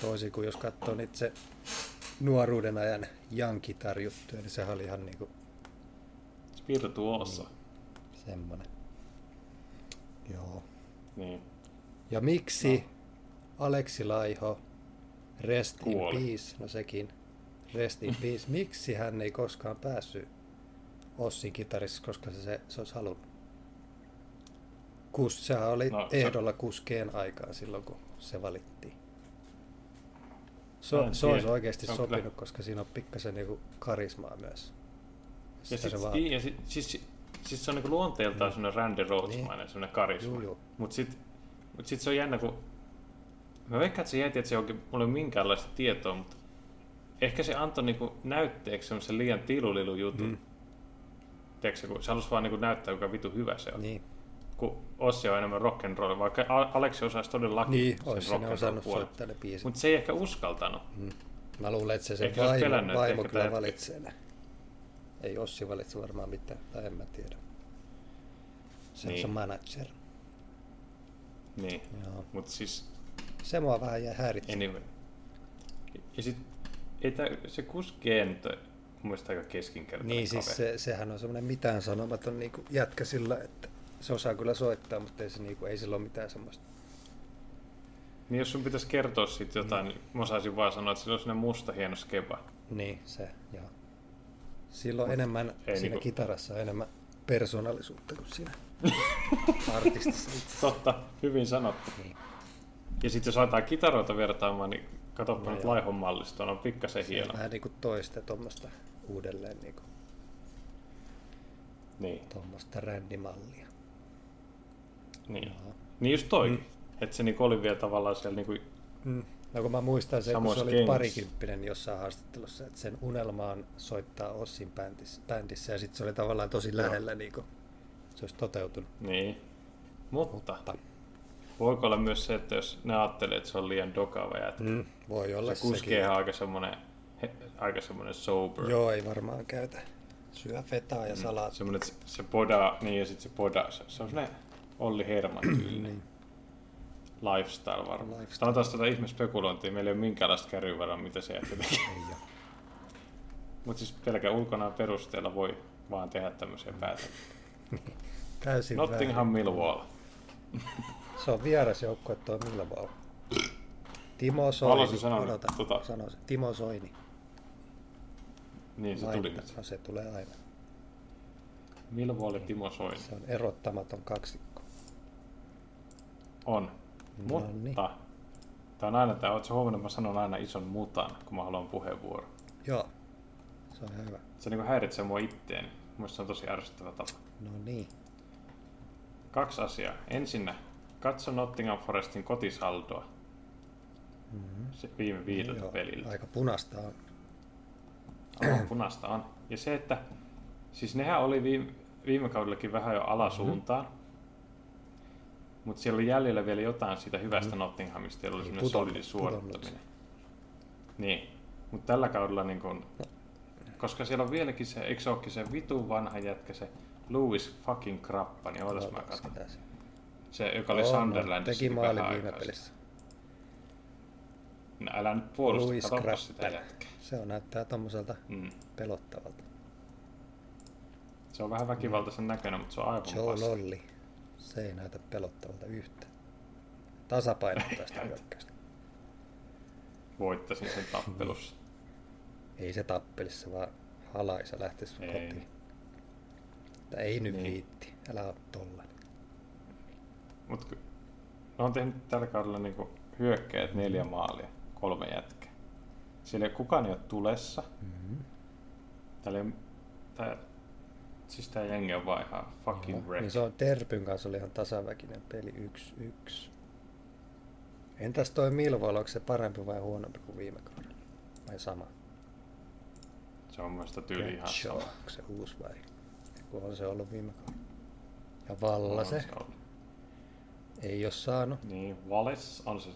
Toisin kuin jos katsoo niitä se nuoruuden ajan jankitarjuttuja, niin sehän oli ihan niinku
Virtuoso.
semmonen. Joo.
Niin.
Ja miksi Aleksi Laiho, Rest
No. Kuoli.
in Peace, no sekin, Rest in Peace, miksi hän ei koskaan päässyt Ossin kitarissa, koska se, se, se olisi halunnut? Kus, sehän oli
No,
no,
se-
ehdolla kuskeen aikaan silloin, kun se valittiin. Se,
Mä en
se olisi
tiedä.
oikeasti
Se on
sopinut,
kyllä-
koska siinä on pikkasen niinku karismaa myös.
Ja,
Sitä
sit,
se
niin,
vaatii.
ja sit, siis, siis, siis se on niinku luonteeltaan semmoinen Randy Rhodes-mainen,
Niin.
semmoinen karisma.
Juu, juu.
Mut sit, mut sit se on jännä, kun... Mä veikkaan, että se jäi, että se oikein, mulla ei ole minkäänlaista tietoa, mutta ehkä se antoi niinku näytteeksi semmoisen liian tilulilu jutun. Mm. Tiedätkö, kun se halusi vaan niinku näyttää, kuinka vitu hyvä se on.
Niin,
kun Ossi on enemmän rock'n'roll, vaikka A- Aleksi osaisi todellakin
niin
sen
olisi ne
rock'n'roll
osannut
puolen.
soittaa ne biisit.
Mutta se ei ehkä uskaltanut.
Mä luulen, että se sen
Ehkä se olisi pelännyt,
vaimo,
että
vaimo
ehkä
kyllä
tää-
valitsee ne. Ei Ossi valitse varmaan mitään, tai en mä tiedä. Se on
Niin.
se manager.
Niin.
Joo.
Mutta siis,
Se mua vähän jäi häiritse.
anyway. Ja sit, ei tää, se kuskeen, mun mielestä aika keskinkertainen
Niin siis
kaveri.
se, sehän on semmoinen mitään sanomaton niinku jätkä sillä, että se osaa kyllä soittaa, mutta ei, se niinku, ei sillä ole mitään semmoista.
Niin jos sun pitäisi kertoa siitä jotain, mm. niin mä osaisin vaan sanoa, että sillä on sellainen musta hieno skeba.
Niin se, joo. Silloin enemmän,
ei
siinä
niinku-
kitarassa on enemmän persoonallisuutta kuin siinä artistissa itse.
Totta, hyvin sanottu.
Niin.
Ja sitten jos aletaan kitaroita vertaamaan, niin katsoppa
No
nyt
joo.
Laihon mallisto, on pikkasen hieno.
Vähän niinku toista tuommoista uudelleen niinku,
Niin.
tuommoista rändimallia.
Niin. Niin just toi. Mm. Että se niinku oli vielä tavallaan siellä niinku...
Mm. No kun mä muistan sen, kun
Samoissa
se oli
kengissä.
parikymppinen jossain haastattelussa, että sen unelma on soittaa Ossin bändissä, bändissä ja sitten se oli tavallaan tosi lähellä, niin kuin, se olisi toteutunut.
Niin. Mutta, Mutta
Mutta
voiko olla myös se, että jos ne ajattelee, että se on liian dokava ja että
mm, voi olla
se kuskee on aika semmonen, he, aika semmonen sober.
Joo, ei varmaan käytä. Syö fetaa ja salaa.
Semmonen, että Mm. se, se podaa, niin ja sit se podaa. Se, se on semmonen Olli Herman tyylinen.
Niin.
Lifestyle varmaan.
Lifestyle.
Tämä on taas tätä ihmispekulointia. Meillä ei ole minkäänlaista kärryvaraa, mitä se jätkä tekee.
Ei oo.
Mutta siis pelkän ulkonaan perusteella voi vaan tehdä tämmöisiä päätöksiä.
Täysin
Nottingham Millwall.
väärin. Se on vieras joukkue tuo Millwall. Timo
Haluaisin
Soini.
sanoa,
Odota,
tota-
sano se. Timo Soini.
Niin se tuli nyt.
Laittaa. Se tulee aina.
Millwall ja Timo Soini.
Se on erottamaton kaksikko.
On.
No
Mutta,
niin.
tämä on aina tämä, ootko huomannut, mä sanon aina ison mutan, kun mä haluan puheenvuoron.
Joo. Se on hyvä.
Se niinku häiritsee mua itteeni. Mielestäni se on tosi ärsyttävä tapa.
No niin.
Kaksi asiaa. Ensinnä, katso Nottingham Forestin kotisaldoa
Mm-hmm.
se viime viideltä peliltä.
Aika punasta on.
Aivan punasta on. Ja se, että siis nehän oli viime, viime kaudellakin vähän jo alasuuntaan,
Mm-hmm.
mutta siellä oli jäljellä vielä jotain siitä hyvästä Nottinghamista, jolla oli
Niin,
semmoinen solidi
Mm-hmm. pudonnut- pudonnut.
suorittaminen. Niin, mutta tällä kaudella niin kun, koska siellä on vieläkin se, eikö se olekin se vitun vanha jätkä, se Louis fucking Krappa, niin ootas mä katson.
tässä.
Se, joka oli Sunderlandissa.
Teki
niin vähän
maali viime
aikaa
pelissä.
sitten. No, älä nyt puolusta,
Louis
katsopa sitä
Krappel.
jätkää.
Se on näyttää tommoselta
Mm.
pelottavalta.
Se on vähän väkivaltaisen näköinen, mutta se on aivan
Joe
paska.
Lolli. Se ei näytä pelottavalta yhtään. Tasapainottaa sitä hyökkäystä.
voittaisin sen tappelussa.
Ei se tappelissa vaan halaisa lähtisi
Ei.
kotiin. Mutta ei nyt
Niin.
viitti. Älä oo tollanen.
Mut ky- ne on tehnyt tällä kaudella niinku hyökkäjät neljä
Mm.
maalia, kolme jätkää. Siellä ei kukaan ei ole tulessa.
Mm-hmm.
Täällä ei, tää, siis tää jengi on vaan ihan fucking wreck.
Niin se on Terpyn kanssa oli ihan tasaväkinen peli 1-1. Entäs toi Milvoil, onko se parempi vai huonompi kuin viime kaudella? Vai sama?
se... Se on mun mielestä tyyli ihan
Bradshaw,
sama.
onko se uusi vai? Kun on se ollut viime kaudella. Ja valla
On
se.
ollut.
Ei ole saanut.
Niin, Vales on se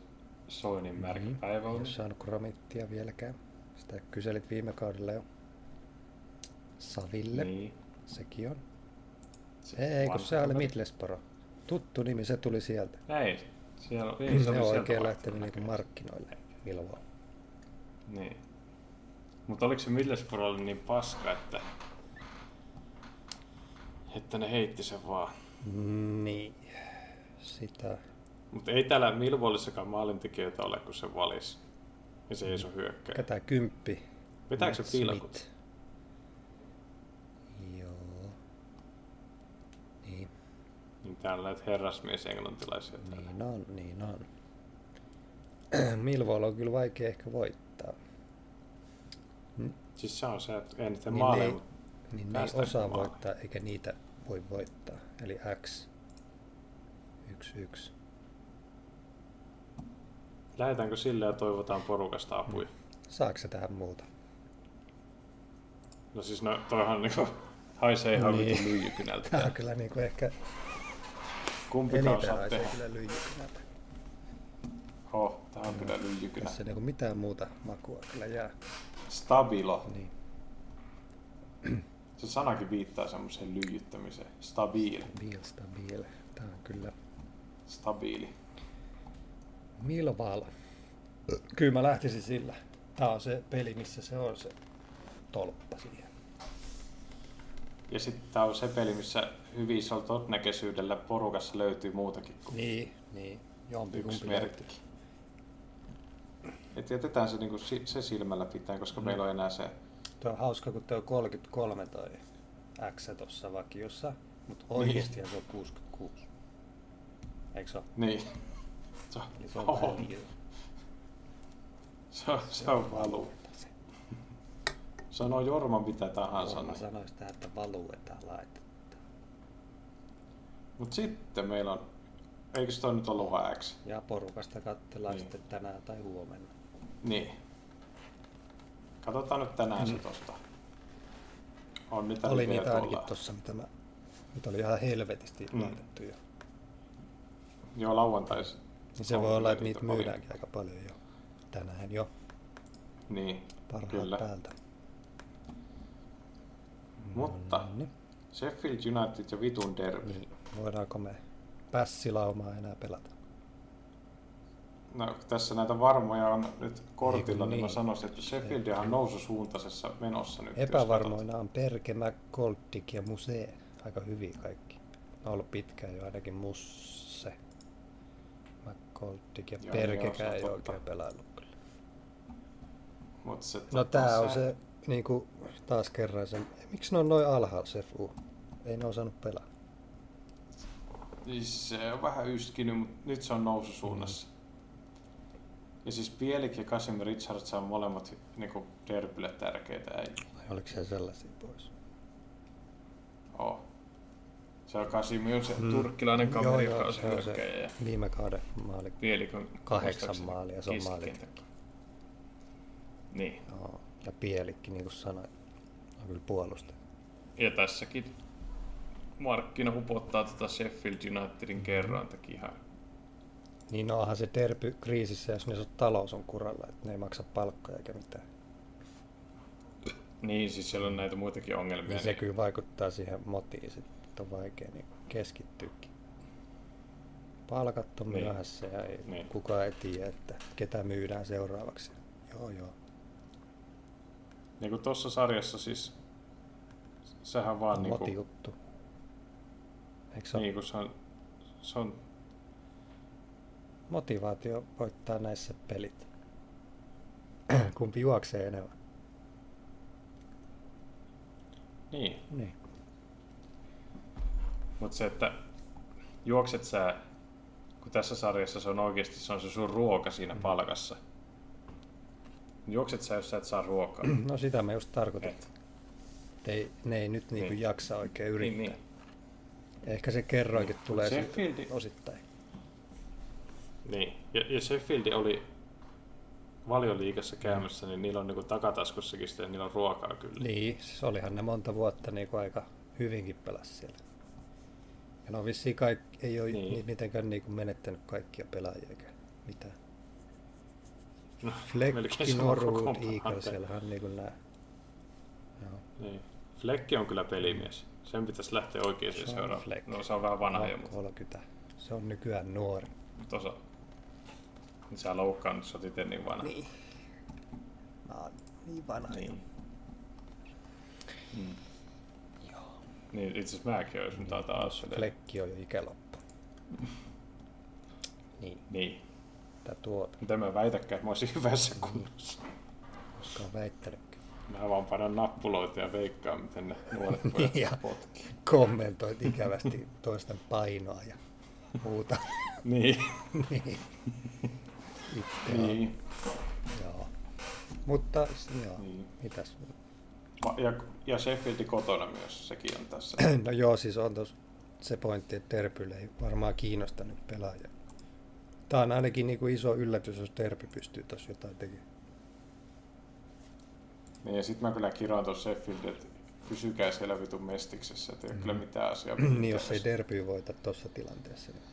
Soinin
Mm-hmm.
märkipäivä
Ei ole
ollut.
saanut kramittia vieläkään. Sitä kyselit viime kaudella jo. Saville,
Niin.
sekin on.
Se
Ei, kun
vanha
se oli
kaveri.
Mitlesporo. Tuttu nimi, se tuli sieltä.
Ei, siellä ei,
Ei,
Niin, se
se
oli
on
sieltä
Mm,
vaihtunut
oikein lähtenyt niinku
näköjään.
markkinoille. Milvoa.
Niin. Mutta oliko se Middlesbrough oli niin paska, että, että ne heitti sen vaan.
Niin. Sitä.
Mutta ei täällä Milvollissakaan maalintekijöitä ole, kun se valis. Ja se ei sun hyökkää.
Kätää kymppi.
Vetääkö se
Matt
pilkut?
Smith. Joo. Niin,
Niin täällä näitä herrasmies englantilaisia täällä.
niin on, niin on. Milvoilla on kyllä vaikea ehkä voittaa.
Siis se on se, että eniten
Niin
niin maaleja,
ei-
mut
Niin ne ei
Päästäänkö
osaa
maaliin?
voittaa, eikä niitä voi voittaa. Eli X. Yksi, yksi.
lähetäänkö sille ja toivotaan porukasta apuja?
Saako se tähän muuta?
No siis no, toihan niinku haisee ihan
Niin.
vitun
Tää on
lyijykynältä.
kyllä niinku ehkä
Kumpikaan
eniten
osaa
haisee
tehdä.
kyllä lyijykynältä.
Oh, tää on kyllä lyijykynä.
Tässä ei niinku mitään muuta makua kyllä jää.
Stabilo.
Niin.
Se sanakin viittaa semmoiseen lyijyttämiseen. Stabiili.
Biel, stabiil. Tää on kyllä
Stabiili.
Milval. Kyllä mä lähtisin sillä. Tää on se peli, missä se on se tolppa siihen.
Ja sitten tää on se peli, missä hyvissä todennäköisyydellä porukassa löytyy muutakin kuin
Niin, niin. Jompi
yksi
kumpi
merkki.
löytyy.
Et jätetään se, niinku, si- se silmällä pitää, koska mm. meillä on enää se...
Tuo on hauska, kun tuo on 33 toi X tuossa vakiossa, mutta oikeasti se on 66. Eikö se ole?
Niin. Se on,
Eli Niin, se
se
on
on,
vähän liian.
se on, se on valuu.
Se-
Sano Jorma mitä tahansa.
Mä
Niin.
sanoin sitä, että valuetaan laitetaan.
Mut sitten meillä on... Eikö toi nyt ollut vaan X?
Ja porukasta katsellaan
Niin.
sitten tänään tai huomenna.
Niin. Katsotaan nyt tänään mm. se tosta. On niitä
oli
rivejä
niitä ainakin
tuolla.
tuossa, mitä mä, mitä oli ihan helvetisti
Mm.
mm. laitettu jo.
Joo, lauantaisin.
Niin se
On
voi olla, että
niitä
niitä
paljon.
myydäänkin aika paljon jo. Tänään jo
Niin,
parhaat
kyllä.
päältä.
Mutta
Niin,
Sheffield United ja vitun derby.
niin. Voidaanko me pässilaumaa enää pelata?
No, tässä näitä varmoja on nyt kortilla,
Eikö
niin, niin mä
niin?
sanoisin, että Sheffieldihan on noususuuntaisessa menossa nyt. jos katsot.
Epävarmoina on Perke, McColdick ja Musee. Aika hyviä kaikki. Ne on ollut pitkään jo ainakin Musse. McColdick ja
Joo, joo,
Perkekään
se
ei
on
ole
totta.
oikein pelannut. kyllä.
Mut se,
No
tota,
tää on se, niinku taas kerran se, miksi ne on noin alhaalla se FU? Ei ne osannut pelaa.
Siis se on vähän yskinyt, mutta nyt se on noususuunnassa. Ja siis Pielik ja Kasim Richards on molemmat niinku derbylle tärkeitä äijä.
Vai oliko siellä sellaisia pois?
Oo. Se on Kasim, on se
Mm.
turkkilainen kaveri, joka on se hyökkäjä. ja
Viime kauden maali.
Pielik on
Kahdeksan
muistaakseni
maalia, se on
keskikentän.
maalitekijä.
Niin.
Joo. Ja Pielikki, niin kuin sanoit, on kyllä puolustaja.
Ja tässäkin markkina hupottaa tätä Sheffield Unitedin kerran teki ihan.
Niin no, onhan se terpy kriisissä, jos ne sun talous on kuralla, että ne ei maksa palkkoja eikä mitään.
Niin, siis siellä on näitä muitakin ongelmia.
Niin se kyllä vaikuttaa siihen motiin sitten, että on vaikea niin keskittyykin. Palkat on
Niin.
myöhässä ja ei,
Niin.
kukaan ei tiedä, että ketä myydään seuraavaksi. Joo joo.
niin kuin tuossa sarjassa siis, sehän vaan niin kuin,
Motijuttu. Eikö se
niin
niin.
kuin se on, se on,
motivaatio voittaa näissä pelit? Kumpi juoksee enemmän?
niin.
Niin.
Mutta se, että juokset sä, kun tässä sarjassa se on oikeasti se, on se sun ruoka
Mm.
siinä palkassa. Juokset sä, jos sä et niin, saa ruokaa.
No sitä me just tarkoitin.
Et.
Ei, ne ei nyt niinku
Niin.
niin. jaksa oikein
Niin,
yrittää.
niin.
Ehkä se kerroinkin tulee
Sheffieldi-
sit osittain.
Niin, ja, ja Sheffield oli valioliikassa
Mm.
käymässä, niin niillä on niinku takataskussakin sitä, niillä on ruokaa kyllä.
Niin, siis olihan ne monta vuotta niin kuin aika hyvinkin pelas siellä. Ja no vissiin kaikki, ei ole
Niin.
niin. mitenkään niin kuin menettänyt kaikkia pelaajia eikä mitään.
No, melkein
Flekki,
sama
Norwood,
kokoonpano.
Eagle, siellähän on niin kuin nämä. Joo.
Niin. Flekki on kyllä pelimies. Sen pitäisi lähteä oikeaan
Se on
seuraan.
Fleck.
No se on vähän vanha jo,
on
mutta
30. Se on nykyään nuori.
mut osa. Niin sä loukkaannut, sä oot ite niin vanha.
Niin. Mä oon niin vanha.
Niin. Mm.
Joo.
Niin, itse asiassa mäkin oon, jos mä taitaa olla silleen.
Flekki on jo ikäloppu. niin,
Niin.
tää tuota,
Mutta en mä väitäkään, että mä olisin hyvässä kunnossa.
koska on väittänytkään.
Mä vaan painan nappuloita ja veikkaan, miten ne nuoret pojat
ja
potkii.
kommentoit ikävästi toisten painoa ja muuta.
Niin.
niin. Itse on,
niin.
joo. Mutta s- joo,
Niin.
mitäs?
Ma- Ja, ja Sheffieldi kotona myös, sekin on tässä.
No joo, siis on tos se pointti, että Terpylle ei varmaan kiinnostanut pelaajia. Tämä on ainakin niinku iso yllätys, jos Terpy pystyy tuossa jotain tekemään.
Niin, ja sitten mä kyllä kiroan tuossa Sheffieldin, että pysykää siellä vitun mestiksessä, että ei ole kyllä mitään asiaa.
niin, jos ei
tehdä.
Derby voita tuossa tilanteessa. Niin.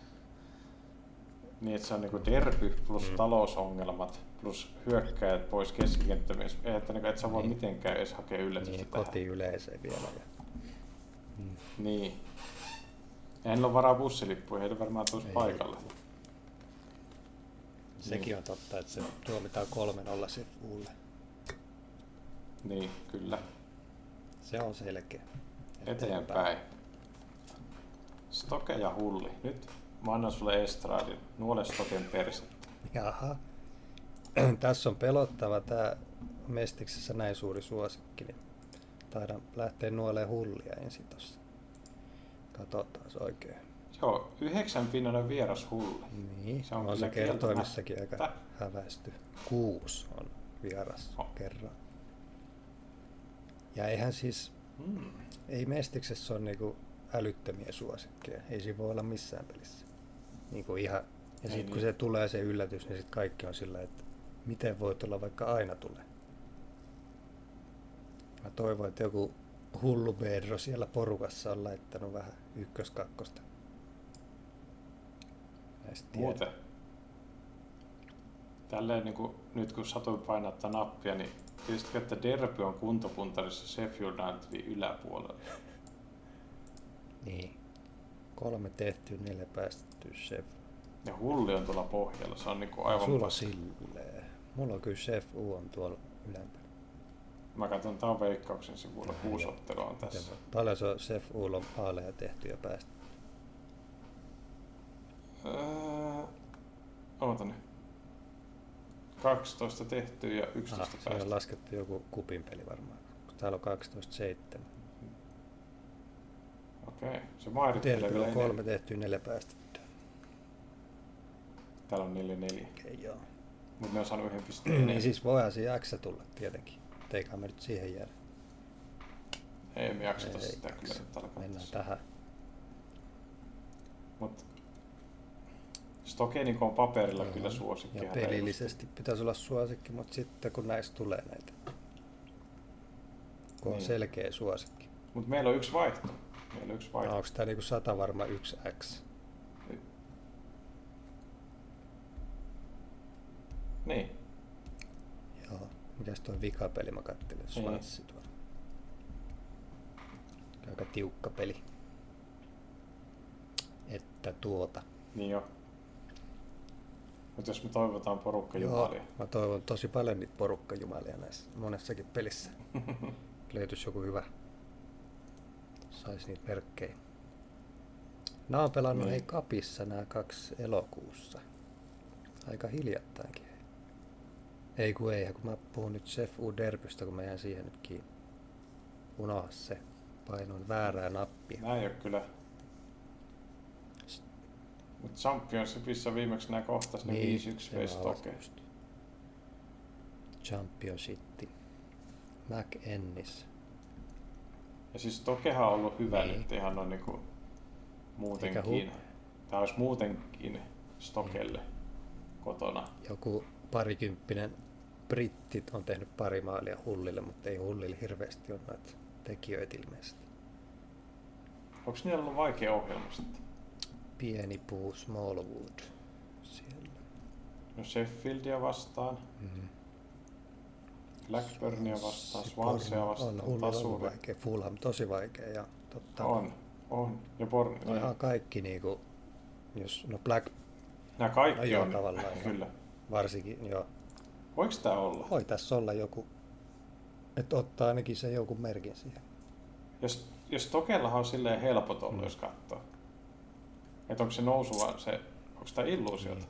Niin, että se on niinku derby
Mm.
plus talousongelmat plus hyökkäjät pois keskikenttämies. Ei, että, niinku, et sä voi
Niin.
mitenkään edes hakea yllätystä
Niin,
tähän.
kotiyleisöön vielä. Ja... Mm.
Niin. Ja heillä on varaa bussilippuja, heillä varmaan tulisi
Ei.
paikalle.
Sekin on totta, että se tuomitaan kolmen olla se uulle.
Niin, kyllä.
Se on selkeä.
Eteenpäin. Stoke ja Hulli. Nyt mä annan sulle Estradin. Nuole Stoken persettä.
Jaha. Tässä on pelottava tämä Mestiksessä näin suuri suosikki. Niin taidan lähteä nuoleen hullia ensin tossa. Katsotaan se oikein.
Joo, yhdeksän pinnan vieras Hulli.
Niin,
Se
se
on
on,
kyllä
on se kertoimissakin
kieltämättä.
aika häväisty. Kuusi on vieras
Oh.
kerran. Ja eihän siis,
Mm.
ei Mestiksessä ole niinku älyttömiä suosikkeja. Ei siinä voi olla missään pelissä. Niinku ihan, ja
Ei
sitten kun
niin.
se tulee se yllätys, niin sitten kaikki on sillä, että miten voi tulla vaikka aina tulee. Mä toivon, että joku hullu Pedro siellä porukassa on laittanut vähän ykköskakkosta. Näistä tiedä.
Muuten. Tälleen niin kuin, nyt kun satuin painaa tätä nappia, niin tietysti että Derby on kuntopuntarissa Sheffield Unitedin yläpuolella.
Niin. Kolme tehty, neljä päästetty chef.
Ja Hulli on tuolla pohjalla, se on niin kuin aivan
Sulla
paska.
silleen. Mulla on kyllä chef U on tuolla ylempänä.
Mä katson, tää on veikkauksen sivulla,
Ai
kuusi
joo.
ottelua on tässä.
Miten- Paljon se on chef Ulla on paaleja tehty ja päästetty?
Öö, oota nyt. 12 tehty ja 11
Ah,
ah,
se on
päästä.
laskettu joku kupin peli varmaan. kun Täällä on 12-7.
Okei, okay. se mairittelee
Terpillä
vielä
on
kolme.
kolme tehty, neljä päästetty.
Täällä on 4-4,
Okei, joo.
mutta ne on saanut yhden pisteen. enemmän.
niin siis voihan se jaksa tulla tietenkin. Mut Eikä me nyt siihen jäädä.
Ei me jakseta
Ei
sitä kyllä
jaksa.
nyt alkaa.
Mennään tähän.
Mutta Stokeniko on paperilla
Joo.
kyllä suosikki.
Ja
hän ei
pelillisesti pitäisi olla suosikki, mutta sitten kun näistä tulee näitä, kun on
Niin.
selkeä suosikki.
usko. Mut meillä on yksi vaihto. Meillä on yksi
No,
vaihto.
onko tämä niinku sata varma 1x?
Niin.
Joo. Mikäs tuo vikapeli mä kattelin? Swanssi tuolla. Aika tiukka peli. Että tuota.
Niin jo. Mutta jos me toivotaan porukka jumalia.
mä toivon tosi paljon niitä porukkajumalia näissä monessakin pelissä. Löytyisi joku hyvä. Saisi niitä merkkejä. Nämä on pelannut
Niin.
hei kapissa nämä kaksi elokuussa. Aika hiljattainkin. hei. Ei kun ei, kun mä puhun nyt Chef U Derbystä, kun mä jään siihen nyt kiinni. Unoha se. Painoin väärää nappia.
Nää ei ole kyllä. Mutta Championshipissa viimeksi nämä kohtas ne 5-1
Niin, se
vei
mä
Stoke.
avasin just. Championship. Mac Ennis.
Ja siis Stokehan on ollut hyvä
Niin.
nyt ihan noin niinku muutenkin.
Eikä
Tämä olisi muutenkin Stokelle kotona.
joku parikymppinen brittit on tehnyt pari maalia hullille, mutta ei hullille hirveästi ole näitä tekijöitä ilmeisesti.
Onko niillä ollut vaikea ohjelma sitten?
Pieni puu Smallwood siellä.
No Sheffieldia vastaan,
Mm.
Blackburnia vastaan, Swansea vastaan,
On hullilla ollut
Tasuri.
vaikea. Fulham tosi vaikea ja totta.
On, niin. on. Ja Born,
Noihan kaikki niinku, jos, no Black
Nämä
No
kaikki
joo,
on,
tavallaan joo.
kyllä.
varsinkin, joo.
Voiko tämä olla?
Voi tässä olla joku, että ottaa ainakin sen joku merkin siihen.
Jos, jos Tokellahan on silleen helpot
Mm.
ollut, jos katsoo. Että onko se nousuva, se, onko tämä illuusiota?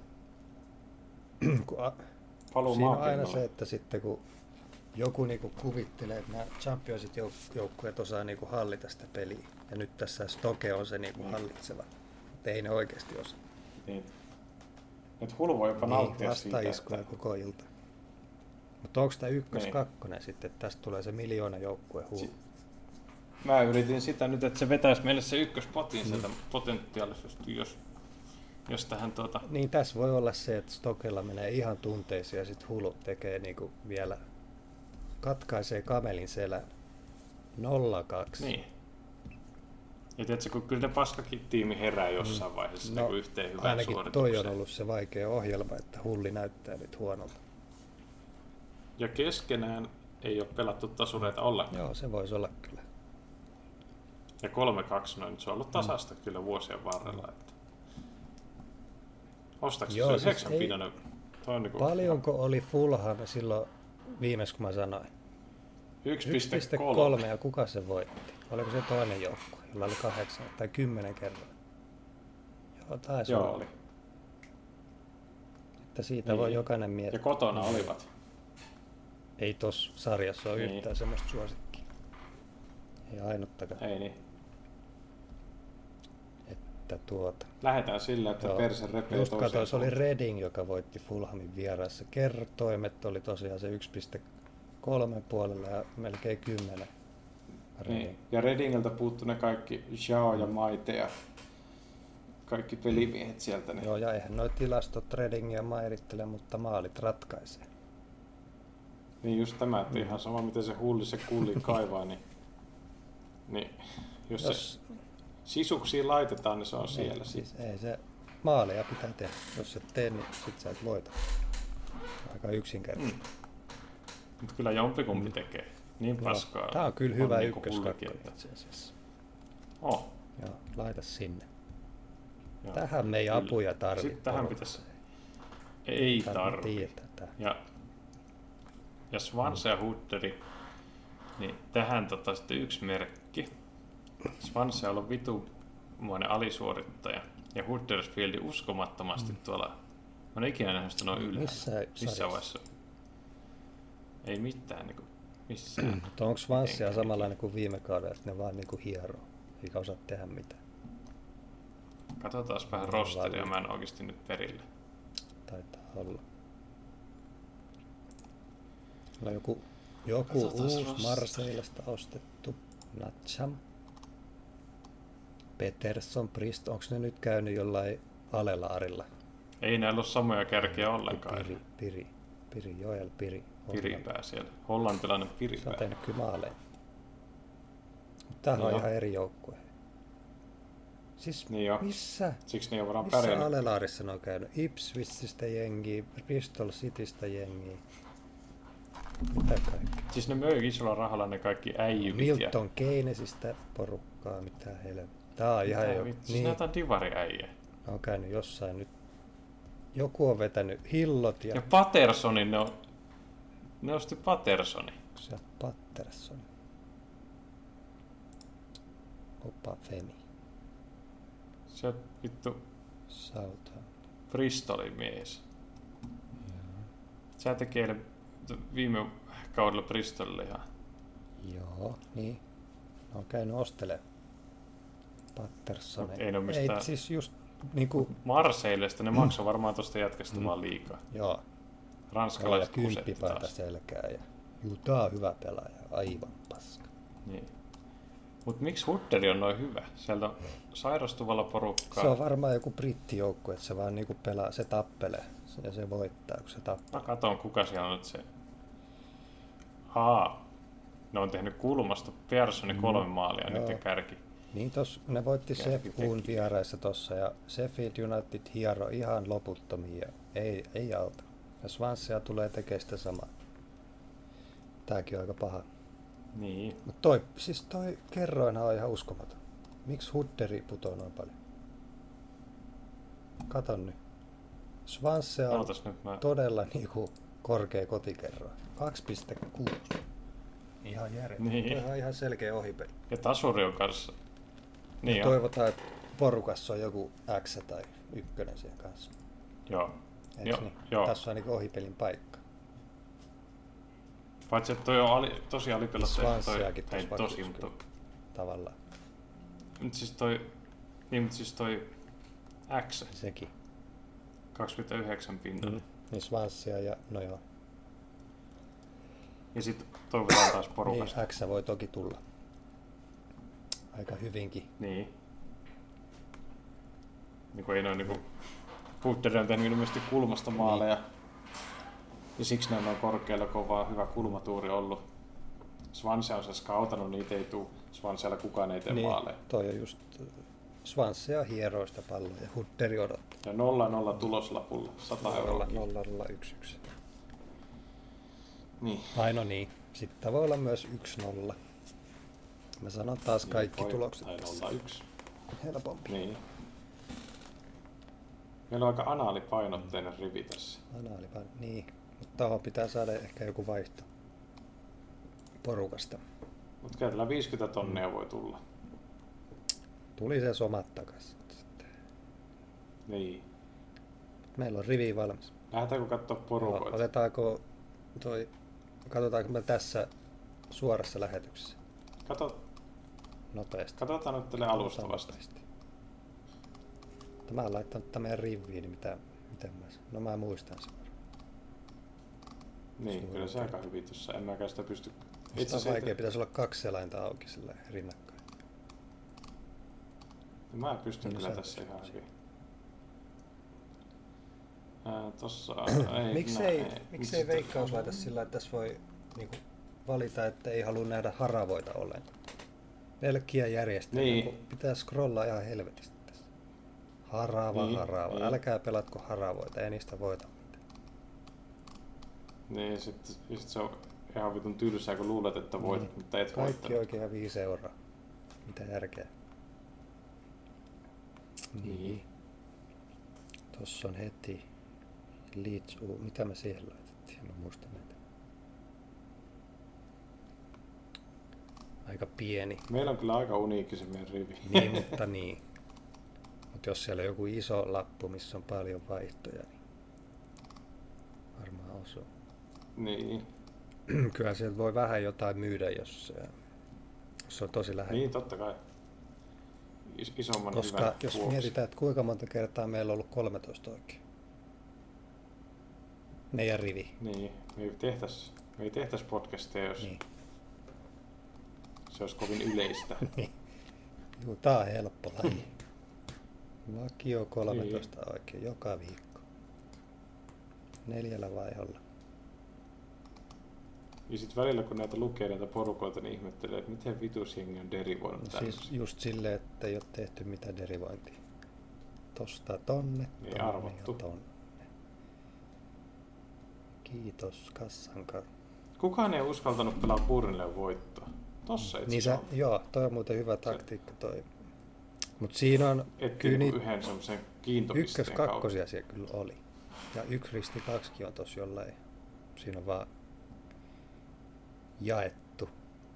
Kun a,
Paluu
Mm. Siinä on aina
maapinnalle.
se, että sitten kun joku niinku kuvittelee, että nämä championsit jouk- joukkueet osaa niinku hallita sitä peliä. Ja nyt tässä Stoke on se niinku
Niin.
hallitseva. Mutta ei ne oikeasti osaa.
Niin. Nyt hullu voi jopa
Niin,
nauttia siitä,
vastaiskuja
että
koko ilta. Mutta onko tämä ykkös
Niin.
kakkonen sitten, että tästä tulee se miljoona joukkue huu.
Si- mä yritin sitä nyt, että se vetäisi meille se ykköspotin
Mm.
sieltä potentiaalisesti, jos, jos tähän tuota...
Niin tässä voi olla se, että Stokella menee ihan tunteisiin ja sitten Hulu tekee niinku vielä, katkaisee kamelin selän 0-2.
Niin. Ja tiedätkö, kun kyllä ne paskakin tiimi herää jossain vaiheessa no, niin yhteen hyvään
Mm. ainakin toi
suoritukseen.
on ollut se vaikea ohjelma, että hulli näyttää nyt huonolta.
Ja keskenään ei ole pelattu tasureita ollenkaan.
Joo, se voisi olla kyllä.
Ja 3-2 noin, se on ollut tasasta mm. kyllä vuosien varrella. Että... Ostaks
Joo,
se
siis
yhdeksän
ei-
pinnanen? Toi on niinku
Paljonko oli Fulham silloin viimeksi, kun mä sanoin?
1,3.
1,3 ja kuka se voitti? Oliko se toinen joukkue, jolla oli kahdeksan tai kymmenen kerran? Joo, taisi
Joo,
olla.
oli.
Että siitä
Niin.
voi jokainen
Ja
miettiä.
kotona olivat.
Ei tossa sarjassa ole
Niin.
yhtään semmoista suosikkia. Ei ainuttakaan.
Ei niin.
Että tuota.
Lähetään sillä, että
Joo.
perse repee
Just
toiseen.
katsoin, se oli
suuntaan.
Reading, joka voitti Fulhamin vieraissa. Kertoimet oli tosiaan se 1,3 puolella ja melkein 10. Reading.
niin. Ja Redingiltä puuttu ne kaikki Jao ja Maite ja kaikki pelimiehet sieltä. Niin.
Joo, ja eihän noi tilastot Readingia mairittele, mutta maalit ratkaisee.
Niin just tämä, että ihan sama miten se hulli se kulli kaivaa, niin, niin jos, jos, se
Jos,
sisuksiin laitetaan, niin se on siellä.
ei, siis ei se maaleja pitää tehdä. Jos et tee, niin sit sä et voita. Aika yksinkertaista.
Mm. Mutta kyllä jompikumpi tekee. Niin
Joo.
paskaa.
Tää on kyllä hyvä
niinku
ykkös
hullukin,
kakkonen
että-
itse asiassa.
Oh,
Joo, laita sinne.
joo.
Tähän me ei
Kyllä.
apuja tarvitse.
Sitten tähän pitäisi... Ei tarvi.
Tietää.
Ja, ja Swansea Hutteri, niin tähän tota sitten yksi merkki. Swansea on vitumuinen alisuorittaja. Ja Huddersfield uskomattomasti tuolla... Mä en ole ikinä nähnyt sitä noin No ylhäällä.
Missä
Mm, Missä
Mm.
vaiheessa?
sarjassa?
Ei mitään niinku... Missään.
Mutta onko Swanssia
Mitenkään.
samanlainen kuin viime kaudella, että ne vaan niinku hieroo, eikä osaa tehdä mitään?
Katsotaan vähän rosteria, mä en oikeasti nyt perillä.
Taitaa olla. No joku, joku
Katsotaas
uusi
rosteria.
Marseillasta ostettu. Natcham. Peterson, Prist, onko ne nyt käynyt jollain alelaarilla?
Ei näillä ole samoja kärkiä ollenkaan.
Piri, Piri, Piri, Joel, Piri. Hollanti.
Piripää siellä. Hollantilainen
Se on
piripää.
tehnyt kyllä maaleja. Tämähän on
Joo.
ihan eri joukkue. Siis
Niin joo.
missä?
Siksi ne ei ole varmaan
Missä
pärjännyt.
Alelaarissa ne on käynyt? Ipswichistä jengiä, Bristol Citystä jengiä. Mitä kaikkea?
Siis ne möi isolla rahalla ne kaikki äijyvit. ja...
Milton Keynesistä porukkaa, mitä helvettiä. Tää on ihan
Tää
jo...
vittu, Siis
Niin,
näitä on divariäijä.
ne on käynyt jossain nyt. Joku on vetänyt hillot ja,
Ja Patersonin ne on... Ne osti Patersoni.
ja Patterson. Opa Femi.
Se on vittu
Southam.
Bristolin mies. Sä teki eilen viime kaudella Bristolille ihan.
Joo, niin. Ne on käynyt ostele. Patterson.
Mut ei ne oo mistään-
siis just niinku...
Marseillesta ne maksoi varmaan tosta jätkästä vaan liikaa.
Mm. Joo. Ja
Ranskalaiset kusetti
kymppipaita
taas.
selkää ja juu, tää on hyvä pelaaja, aivan paska.
Niin. Mut miksi Hutteri on noin hyvä? Sieltä on sairastuvalla porukkaa.
Niin. Se on varmaan joku brittijoukkue, että se vaan niinku pelaa, se tappelee ja se voittaa, kun se tappaa.
Mä katon, kuka siellä on nyt se Aa, ne on tehnyt kulmasta Personi kolme maalia
Mm. joo.
nyt kärki.
Niin tos, ne voitti
Kärki
Sheffieldin
teki.
vieraissa tossa ja Sheffield United hiero ihan loputtomia. Ei, ei auta. Ja Swansea tulee tekemään sitä samaa. Tääkin on aika paha.
Niin.
Mut toi, siis toi kerroinhan on ihan uskomaton. Miksi Hudderi putoo noin paljon? Kato nyt. Swansea on
Ootas nyt mä...
todella niinku korkea kotikerroin. 2,6. Ihan järjettä.
Niin.
Niin. on ihan selkeä ohipeli.
Ja Tasuri on kanssa. Niin
ja
on.
toivotaan, että porukassa on joku X tai ykkönen siellä kanssa.
Joo.
Eiks
Joo,
niin?
joo.
Tässä on niinku ohipelin paikka.
Paitsi, että toi on ali, tosi alipelattu.
Swanseakin
Ei
tossa
tosi,
vakuus
mutta...
Tavallaan
Mutta siis toi... Niin, mutta siis toi... X,
sekin.
29 pinnalla.
Mm. Niin Swansea ja no joo.
Ja sit toivotaan taas porukasta.
Niin, X voi toki tulla. Aika hyvinkin.
Niin. Niin kuin ei noin niinku... Putteri on tehnyt ilmeisesti kulmasta
Niin.
maaleja. Ja siksi nämä on korkealla, kun on vaan hyvä kulmatuuri ollut. Swansea on se skautanut, niitä ei tuu. Swansealla kukaan ei tee niin. maaleja.
toi on just äh, Swansea hieroista palloja. Hudderi odottaa.
Ja 0-0 tuloslapulla, 100
Nolla,
euroa.
nolla, nolla, yksi, yksi.
Niin.
Ai no niin. Sitten voi olla myös 1-0. Mä sanon taas kaikki
Niin, Voi-
tulokset
Tai
tässä.
0-1.
Helpompi.
Niin. Meillä on aika anaalipainotteinen rivi tässä.
Anaali vaan, niin. Mutta tuohon pitää saada ehkä joku vaihto porukasta.
Mutta kyllä tällä 50
Mm.
tonnia voi tulla.
Tuli se somat takaisin. sitten.
Niin.
Meillä on rivi valmis.
Lähdetäänkö katsoa
O-
porukoita?
Otetaanko toi, katsotaanko me tässä suorassa lähetyksessä
Kato,
nopeasti.
katsotaan nyt tälle
Katsotaan
alustavasti.
nopeasti. Mutta Mä oon laittanut tämän meidän riviin, niin mitä, miten mä sen- No mä muistan sen.
Niin,
Suoraan
kyllä se
täältä.
aika hyvin tuossa. En mäkään sitä pysty...
Itse on
asiassa
vaikea,
ei-
pitäisi olla kaksi selainta auki sillä rinnakkain.
Mä pystyn
Niin,
kyllä
sä
tässä ihan
pystyt.
hyvin. Ää, tossa... ei,
Miksei,
nää-
miksei
toi-
veikkaus laita sillä, että tässä voi niinku, valita, että ei halua nähdä haravoita ollenkaan. Pelkkiä järjestelmiä,
Niin.
niin. kun pitää scrollaa ihan helvetisti tässä. Harava,
Niin,
niin, harava.
niin.
Niin. Älkää pelatko haravoita, ei niistä voita mitään.
Niin, sitten sit se on ihan vitun tylsää, kun luulet, että voit,
Niin.
mutta et
Kaikki
voittanut.
oikein viisi euroa. Mitä järkeä.
Niin.
Tossa on heti Leeds U. Mitä me siihen laitettiin? En muista näitä. Aika pieni.
Meillä on kyllä aika uniikki se meidän rivi.
Niin, mutta niin. Mutta jos siellä on joku iso lappu, missä on paljon vaihtoja, niin varmaan osuu.
niin.
Kyllä sieltä voi vähän jotain myydä, jos, se- jos se on tosi lähellä.
niin, totta kai. Is- isomman
Koska
hyvän
jos
vuoksi.
mietitään, että kuinka monta kertaa meillä on ollut 13 oikein. Meidän rivi.
Niin, me ei tehtäis, me ei tehtäis podcasteja, jos
Niin.
niin. se olisi kovin yleistä.
niin. Juu, tää on helppo laji. Vakio 13
Niin.
oikein joka viikko. Neljällä vaiholla.
ja sitten välillä, kun näitä lukee näitä porukoita, niin ihmettelee, että miten vitus jengi on derivoinut no,
No siis just silleen, että ei ole tehty mitään derivointia. Tosta tonne,
Niin,
tonne
arvattu.
ja tonne. Kiitos kassan kanssa.
Kukaan ei uskaltanut pelaa Burnille voittoa. Tossa itse
Niin sä,
asiassa on.
joo, toi on muuten hyvä taktiikka toi. Mut siinä on,
Etti
kyllä
niinku
niitä
yhden semmoisen kiintopisteen
ykkös
kautta.
kakkosia siellä kyllä oli. Ja yksi risti kaksikin on tossa jollain. Siinä on vaan jaettu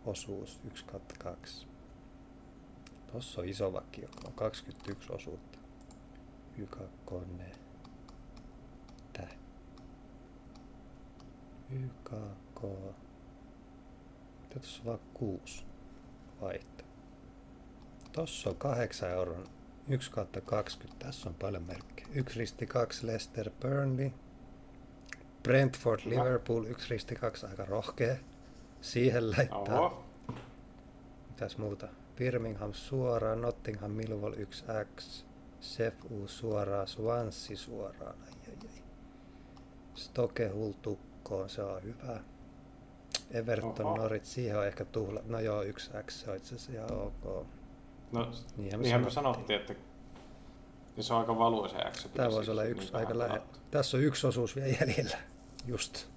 osuus 1 kautta 2. Tossa on iso vakio, on 21 osuutta. Y2. Tää. YKK. Mitä tossa on vaan 6 vaihto. Tossa on 8 euron 1 kautta 20. Tässä on paljon merkkejä. 1 risti 2 Leicester Burnley. Brentford Liverpool 1 risti 2 aika rohkea. Siihen laittaa.
Oho,
Mitäs muuta? Birmingham suoraan, Nottingham Millwall 1x, Sefu suoraan, Swansea suoraan. Ai, ai, ai. Stoke Hull tukkoon, se on hyvä. Everton,
Oho.
Norwich, siihen on ehkä tuhla. No joo, yksi X, se on itse asiassa ihan ok.
No,
Niinhän
niinhän
me
me,
sanottiin.
sanottiin, että ja se on aika valuisa X. niin
Tämä voisi olla yksi aika lähellä. Tässä on yksi osuus vielä jäljellä. Just.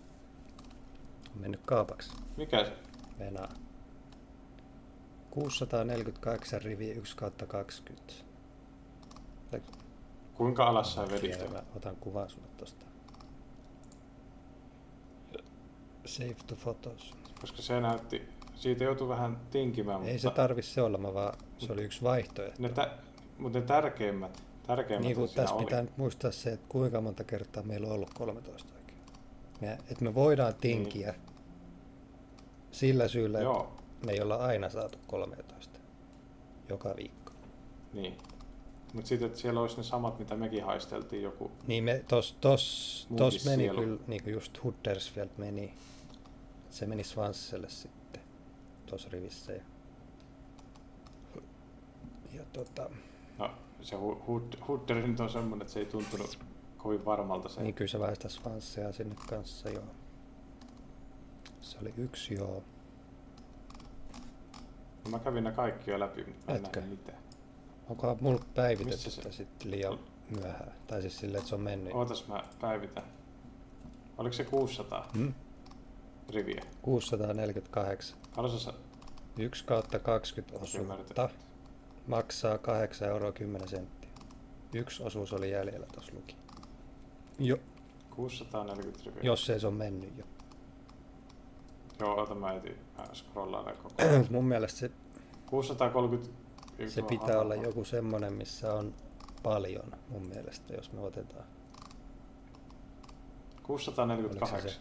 On mennyt kaupaksi.
Mikä se?
Venaa. 648 rivi 1 kautta 20. Tai-
Kuinka alas sä vedit?
Tiedä, mä otan kuvan sulle tosta. Save to photos.
Koska se näytti, siitä joutui vähän tinkimään,
Ei se
No, mutta,
tarvi se olla, mä vaan se oli yksi vaihtoehto.
ne, tä, mutta ne tärkeimmät, tärkeimmät
Niin kuin
siinä
tässä
oli.
pitää nyt muistaa se, että kuinka monta kertaa meillä on ollut 13 oikein. Me, että me voidaan tinkiä sillä syyllä, että
Niin. Joo,
me ei olla aina saatu 13 joka viikko.
niin. Mutta sitten, että siellä olisi ne samat, mitä mekin haisteltiin joku.
Niin me tos, tos, tos
Muukin
meni
sielu.
kyllä, niin kuin just Huddersfield meni, se meni Swanselle sitten tuossa rivissä. Ja, ja tota,
No, se hu- hud- Hudder nyt on semmoinen, että se ei tuntunut kovin varmalta se.
niin kyllä se vähän sitä Swansea sinne kanssa joo. Se oli yksi joo.
No, mä kävin ne kaikki jo läpi, mutta mä en
Etkö?
nähnyt mitään.
Onkohan mulla päivitetty
Missä se-
sitä sitten liian myöhään? Tai siis silleen, että se on mennyt.
Ootas mä päivitän. Oliko se 600
Hmm?
riviä?
648.
Haluaisin sä...
1 kautta 20 osuutta.
Ymmärtänyt.
Maksaa 8 euroa 10 senttiä. Yksi osuus oli jäljellä tuossa luki. Jo,
640 riviä.
jos ei se on mennyt jo.
Joo, ota mä etin. Mä scrollaan ne koko ajan.
Mun mielestä se,
630...
se pitää olla joku semmonen, missä on paljon mun mielestä, jos me otetaan.
648.
Oliko se se?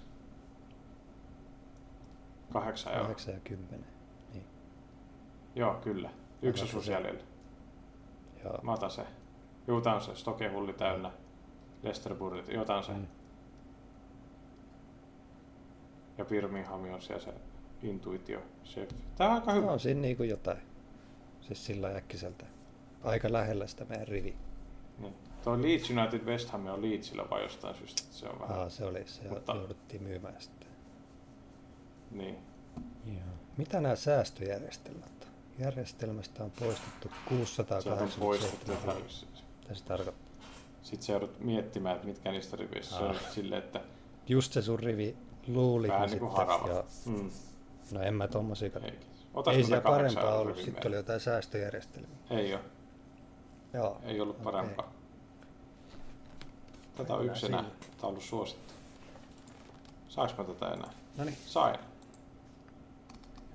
8 euroa.
8 ja 10. Niin.
Joo, kyllä. Yksi
Oliko se
osuus
se?
jäljellä.
Joo.
Mä otan se. Juu, tää on se. Stokehulli täynnä. Lesterburgit. Joo, tää on se.
Mm.
Ja Birmingham on siellä se intuitio. Chef. Tää on aika hyvä.
No, on siinä niinku jotain. Siis sillä lailla äkkiseltä. Aika lähellä sitä meidän rivi.
Niin. Tuo Leeds United West Ham on Leedsillä vai jostain syystä. että Se on vähän...
Aa, se oli, se
Mutta-
jouduttiin myymään sitten.
Niin.
Joo. Mitä nämä säästöjärjestelmät on? Järjestelmästä on poistettu
Sieltä on poistettu
687
jotain.
riviä. Mitä se tarkoittaa?
Sitten sä joudut miettimään, että mitkä niistä riveissä
Ah.
on silleen, että
Just se sun rivi luulit.
vähän
niin
niin kuin
sitten-
harava.
joo.
Mm.
No en mä tommosia kato.
Ei, Ota
Ei
sitä kahdeksan
siellä parempaa
euroa
ollut,
rivin
sitten oli jotain säästöjärjestelmiä.
meillä. Ei ole,
Joo.
ei ollut
Okei.
parempaa. Tätä on
Mennään
yksi enää.
sillä.
Tämä on ollut suosittu. Saanko mä tätä enää?
Noniin.
Sain.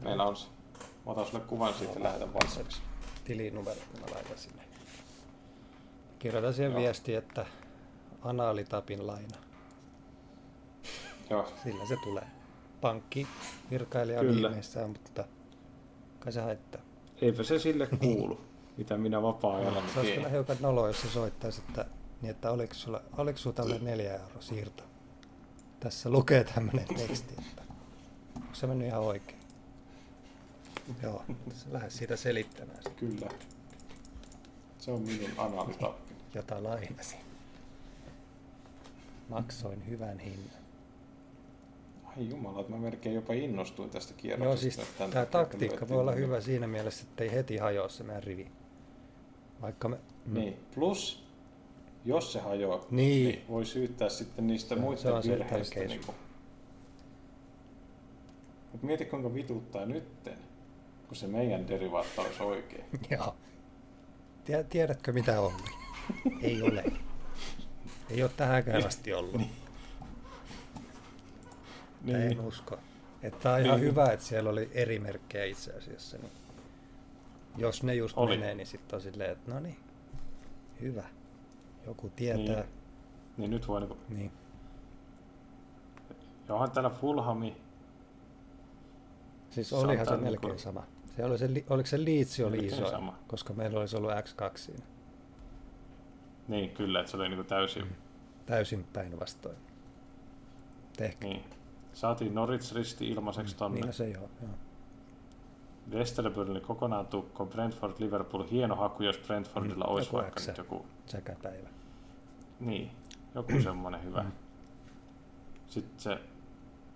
Meillä on se. Mä otan sulle kuvan siitä ja lähetän WhatsAppissa.
tilinumero, kun mä laitan sinne. Kirjoitan siihen
Joo.
viesti, että anaalitapin laina.
Joo,
Sillä se tulee. Pankki virkailija on
Kyllä.
ihmeissään, mutta kai se haittaa.
eipä se sille kuulu, mitä minä vapaa-ajalla
Se olisi kyllä
teen.
hiukan noloa, jos se soittaisi, että, niin että oliko sulla, oliko sulla tämmöinen neljä euro siirto. Tässä lukee tämmöinen teksti, että onko se mennyt ihan oikein. Joo, se lähde siitä selittämään sit.
Kyllä. Se on minun analitappi.
jota lainasi. Maksoin hyvän hinnan.
Ai jumala, että mä melkein jopa innostuin tästä kierroksesta.
Joo, siis
että tän
tämä
takia
taktiikka voi
lyötiin
olla
niin.
hyvä siinä mielessä, että ei heti hajoa se meidän rivi. Vaikka me...
Niin, plus jos se hajoaa,
Mm. Niin.
niin voi syyttää sitten niistä
Joo, se on
muista
se
virheistä.
tärkein
Niin Mutta mieti kuinka vituttaa nytten, kun se meidän derivaatto olisi oikein.
Joo. Tie- Tiedätkö mitä on? Ei ole. Ei ole tähänkään asti ollut.
Niin.
Niin. En usko. Että tämä on ihan
Niin.
hyvä, että siellä oli eri merkkejä itse asiassa. Niin jos ne just oli.
Oli.
menee, niin sitten on silleen, että no niin, hyvä. Joku tietää.
niin nyt voi niinku...
Niin. niin.
Ja onhan täällä Fulhami.
Siis
Se on
olihan se
tää
melkein
niinku-
sama. Se oli se, li- oliko se liitsi oli
Melkein
iso,
sama.
koska meillä olisi ollut X2 siinä.
Niin, kyllä, että se oli niinku täysin... Mm.
Täysin päinvastoin. Tehkö?
Niin. Saatiin Norwich risti ilmaiseksi tonne.
Niin no se joo. joo.
Westerburn oli kokonaan tukko. Brentford, Liverpool. Hieno haku, jos Brentfordilla
Mm,
olisi
joku
vaikka
X.
nyt joku
Säkäpäivä.
Niin, joku semmoinen hyvä. Sitten se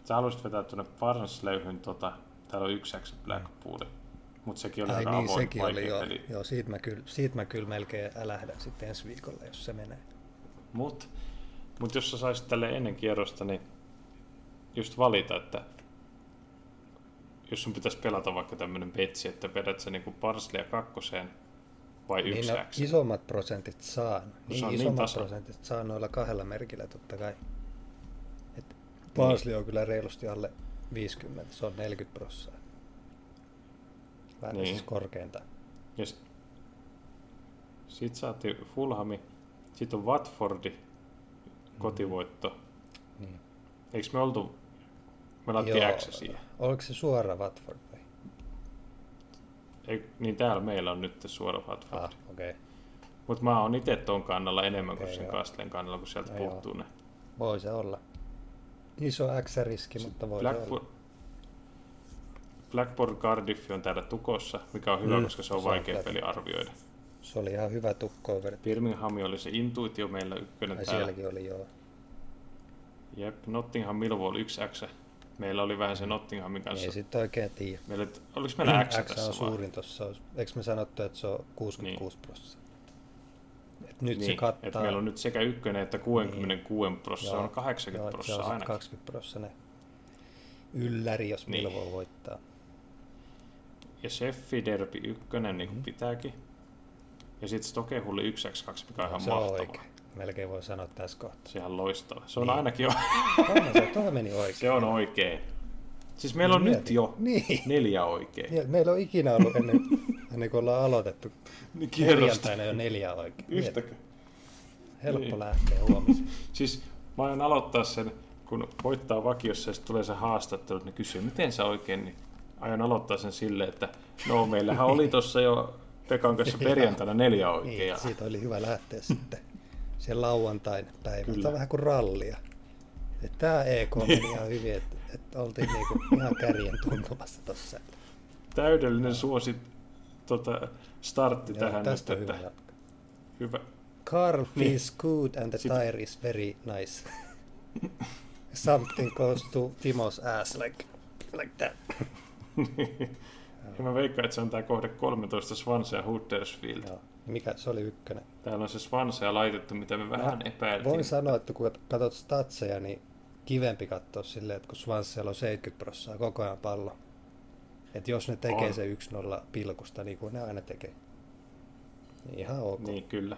Sä haluaisit vetää tuonne Barnes-löyhyn, tota, täällä on yksi X Blackpool. Mutta sekin oli
Mm. Ai
aika
niin,
avoin
sekin
vaikea
oli jo.
peli.
Joo, siitä mä, kyllä, siitä mä kyllä melkein lähden sitten ensi viikolla, jos se menee.
Mut, mut jos sä saisit tälle ennen kierrosta, niin just valita, että jos sun pitäisi pelata vaikka tämmönen betsi, että vedät sä niinku Barslia kakkoseen vai
Niin
yksi
no,
X.
isommat prosentit saan. Niin,
on niin
isommat
tasa.
prosentit saan noilla kahdella merkillä totta kai. Et
Niin.
Paasli on kyllä reilusti alle 50, se on 40 prosenttia. Vähän
Niin.
niin. siis korkeinta.
Ja s- sit saati Fulhami, sit on Watfordi, kotivoitto.
Niin.
Eiks me oltu, me laitettiin X No siihen.
no. Oliko se suora Watford vai?
Ei, niin täällä meillä on nyt suora Watfordi.
Ah, okei. Okay.
Mutta mä oon itse ton kannalla enemmän kuin
Okei,
sen
joo.
Kastlen kannalla, kun sieltä
No joo.
puuttuu ne.
Voi se olla. Iso X-riski, mutta voi se
Blackpool,
olla.
Blackburn Cardiff on täällä tukossa, mikä on hyvä,
Mm,
koska se on
se on
vaikea
kyllä.
peli arvioida.
Se oli ihan hyvä tukkoon verrattuna.
Birmingham oli se intuitio meillä ykkönen
Ai
täällä.
sielläkin oli joo.
Jep, Nottingham Millwall 1x. Meillä oli vähän se Nottinghamin kanssa.
Ei sit oikein tiedä.
Meillä, oliko meillä X,
X
tässä
on
vaan?
suurin tuossa. Eikö me sanottu, että se on 66 prosenttia? Et nyt
Niin,
se kattaa. Niin.
että meillä on nyt sekä ykkönen että 66 prosenttia, se
Joo,
on 80
joo, Se
prosenttia
on
ainakin.
sit 20 prosenttia ylläri, jos
Niin.
niin. Milvo voittaa.
Ja Sheffi Derby 1, niin
Mm-hmm.
kuin pitääkin. Ja sitten Stokehulli 1x2, mikä on ihan
se on
mahtava.
oikein. Melkein voi sanoa tässä kohtaa.
Sehän loistava. Se on
Niin.
ainakin jo
Onhan se, toi meni oikein.
Se on oikein. Siis meillä on
No Mieti.
nyt jo
Niin.
neljä oikein.
Mie- Meillä on ikinä ollut ennen, ennen kuin ollaan aloitettu.
Niin kierrosta.
Perjantaina jo neljä oikein. Mieti,
Yhtäkö.
Helppo
Niin.
lähteä huomiseen.
Siis mä aion aloittaa sen, kun voittaa vakiossa ja sitten tulee se haastattelu, että ne kysyy, miten sä oikein, niin aion aloittaa sen silleen, että no meillähän oli tossa jo Pekan kanssa perjantaina neljä oikein.
Niin,
ja-
siitä oli hyvä lähteä sitten sen lauantain päivä.
Kyllä. Niin.
Tämä on vähän kuin rallia. Et Tämä EK meni ihan hyvin, että et oltiin niinku ihan kärjen tuntumassa tuossa.
Täydellinen suosi tota, startti tähän.
Tästä on
nyt,
hyvä
että Niin.
jatkaa.
hyvä.
Carl feels good and the tire is very nice. Something goes to Timo's ass like, like that.
Ja mä veikkaan, että se on tää kohde 13 Swansea Huddersfield.
Joo. Mikä se oli ykkönen?
Täällä on se Swansea laitettu, mitä me vähän epäiltiin.
Voin sanoa, että kun katsot statseja, niin kivempi katsoa silleen, että kun Svanssella on 70 prosenttia koko ajan pallo. Että jos ne tekee
On.
on. se 1-0 pilkusta, niin kuin ne aina tekee. Niin ihan ok. Niin.
Niin kyllä.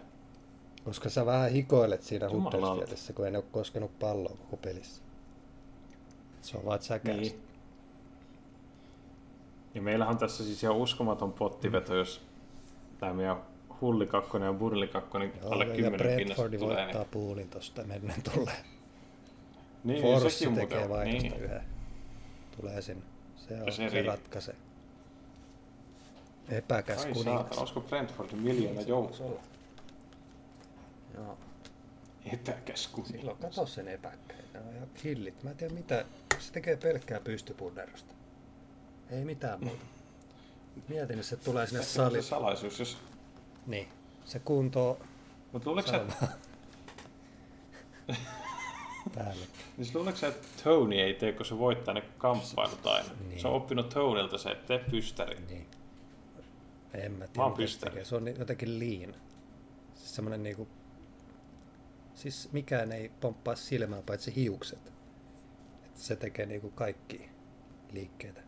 Koska sä vähän hikoilet siinä
Jumalauta.
Huddersfieldissä, kun ei ne ole koskenut palloa koko pelissä. Se on vaan säkäys.
Niin. Ja meillähän on tässä siis ihan uskomaton
Mm.
pottiveto, jos tämä meidän Hulli 2 ja Burli 2 niin
Joo,
alle
ja
10 pinnasta
Brentfordi
tulee.
voittaa
Niin,
puulin tosta menneen tulee.
niin
Forssi
sekin
tekee
muuten on.
vaihdosta
Niin.
yhden. Tulee sinne. Se, on,
Ja se
se, se
riittää.
ratkaisee. Epäkäs
Niin. Ai saatana,
kuningas.
olisiko Brentfordin miljoona
Niin, Se
joukko?
on- Joo.
Etäkäs
Silloin
kuningas.
kato sen epäkkeen. Ne on ihan hillit. Mä en tiedä mitä. Se tekee pelkkää pystypunnerusta. Ei mitään muuta. Mietin, että se tulee sinne
Se on se
salille.
salaisuus, jos...
Niin. Se kuntoo
Mutta luuleeko sä,
päälle.
siis luuleeko sä, että Tony ei tee, kun se voittaa ne kamppailut aina?
Niin.
Se on oppinut Tonylta se, että tee pystäri.
Niin. En mä
Mä
tiedä,
oon
mitä se
pystänyt.
tekee. Se on ni- jotenkin liin. Siis semmonen niinku... Siis mikään ei pomppaa silmään paitsi hiukset. Et se tekee niinku kaikki liikkeitä.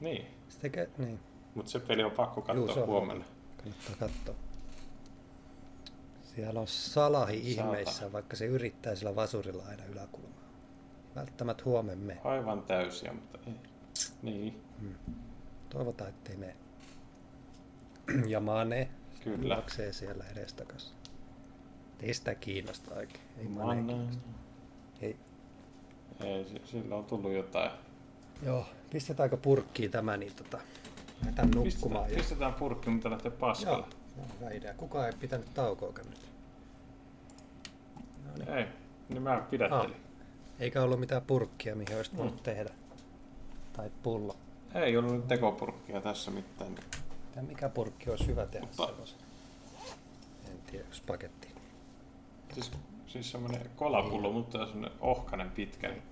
Niin.
Se tekee, niin.
Mutta se peli on pakko
Juu, se
katsoa
on
huomenna.
Kannattaa katsoa. Siellä on salahi
Saatana.
ihmeissä, vaikka se yrittää sillä vasurilla aina yläkulmaa. Välttämättä huomenna mene.
Aivan täysiä, mutta ei. Niin,
Toivotaan, ettei mene. Ja Mane
Kyllä.
juoksee siellä edestakas. Ei sitä kiinnosta oikein. Ei Mane
Manna.
kiinnosta. Ei.
Ei, si- sillä on tullut jotain.
Joo, pistetäänkö purkkiin tämä, niin tota, lähdetään
Pistetään,
nukkumaan. ja-
pistetään purkki, mutta lähtee
Joo,
paskalle.
joo, hyvä idea. Kukaan ei pitänyt taukoakaan nyt. No niin.
Ei, niin mä pidättelin.
Eikä ollut mitään purkkia, mihin olisi voinut
Mm.
tehdä. Tai pullo.
Ei ollut nyt tekopurkkia tässä mitään.
Tai mikä purkki olisi hyvä tehdä
Mutta-
semmoisen? En tiedä, jos paketti.
Siis, siis semmonen kolapullo, mutta semmonen ohkanen pitkä. niin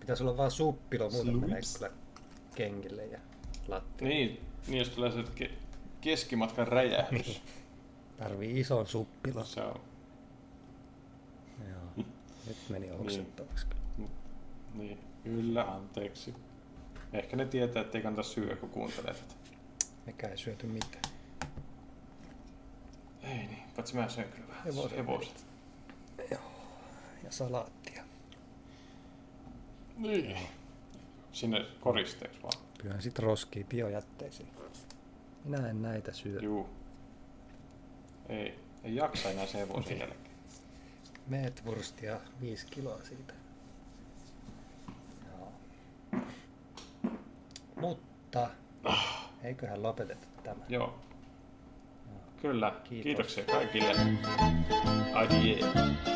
Pitäisi olla vaan suppilo, muuten
Sluips.
menee kyllä kengille ja lattialle.
Niin, niin jos tulee se ke- keskimatkan
Niin,
räjähdys. Niin.
Tarvii ison suppilon.
se on,
Joo. Nyt meni oksettavaksi. Niin.
niin, kyllä, anteeksi. Ehkä ne tietää, ettei kannata syödä, kun kuuntelee tätä.
Mikä ei syöty mitään.
Ei niin, paitsi mä söin kyllä vähän.
Hevoset.
Hevoset.
Ja salaattia.
Niin. Sinne koristeeksi vaan.
Kyllähän sit roskii biojätteisiin. Minä en näitä syö.
Juu. Ei, ei jaksa enää se hevosen jälkeen.
Meetwurstia, viisi kiloa siitä. Joo. Mutta eiköhän lopeteta tämä.
Joo. Kyllä,
Kiitos.
kiitoksia kaikille. Adieu.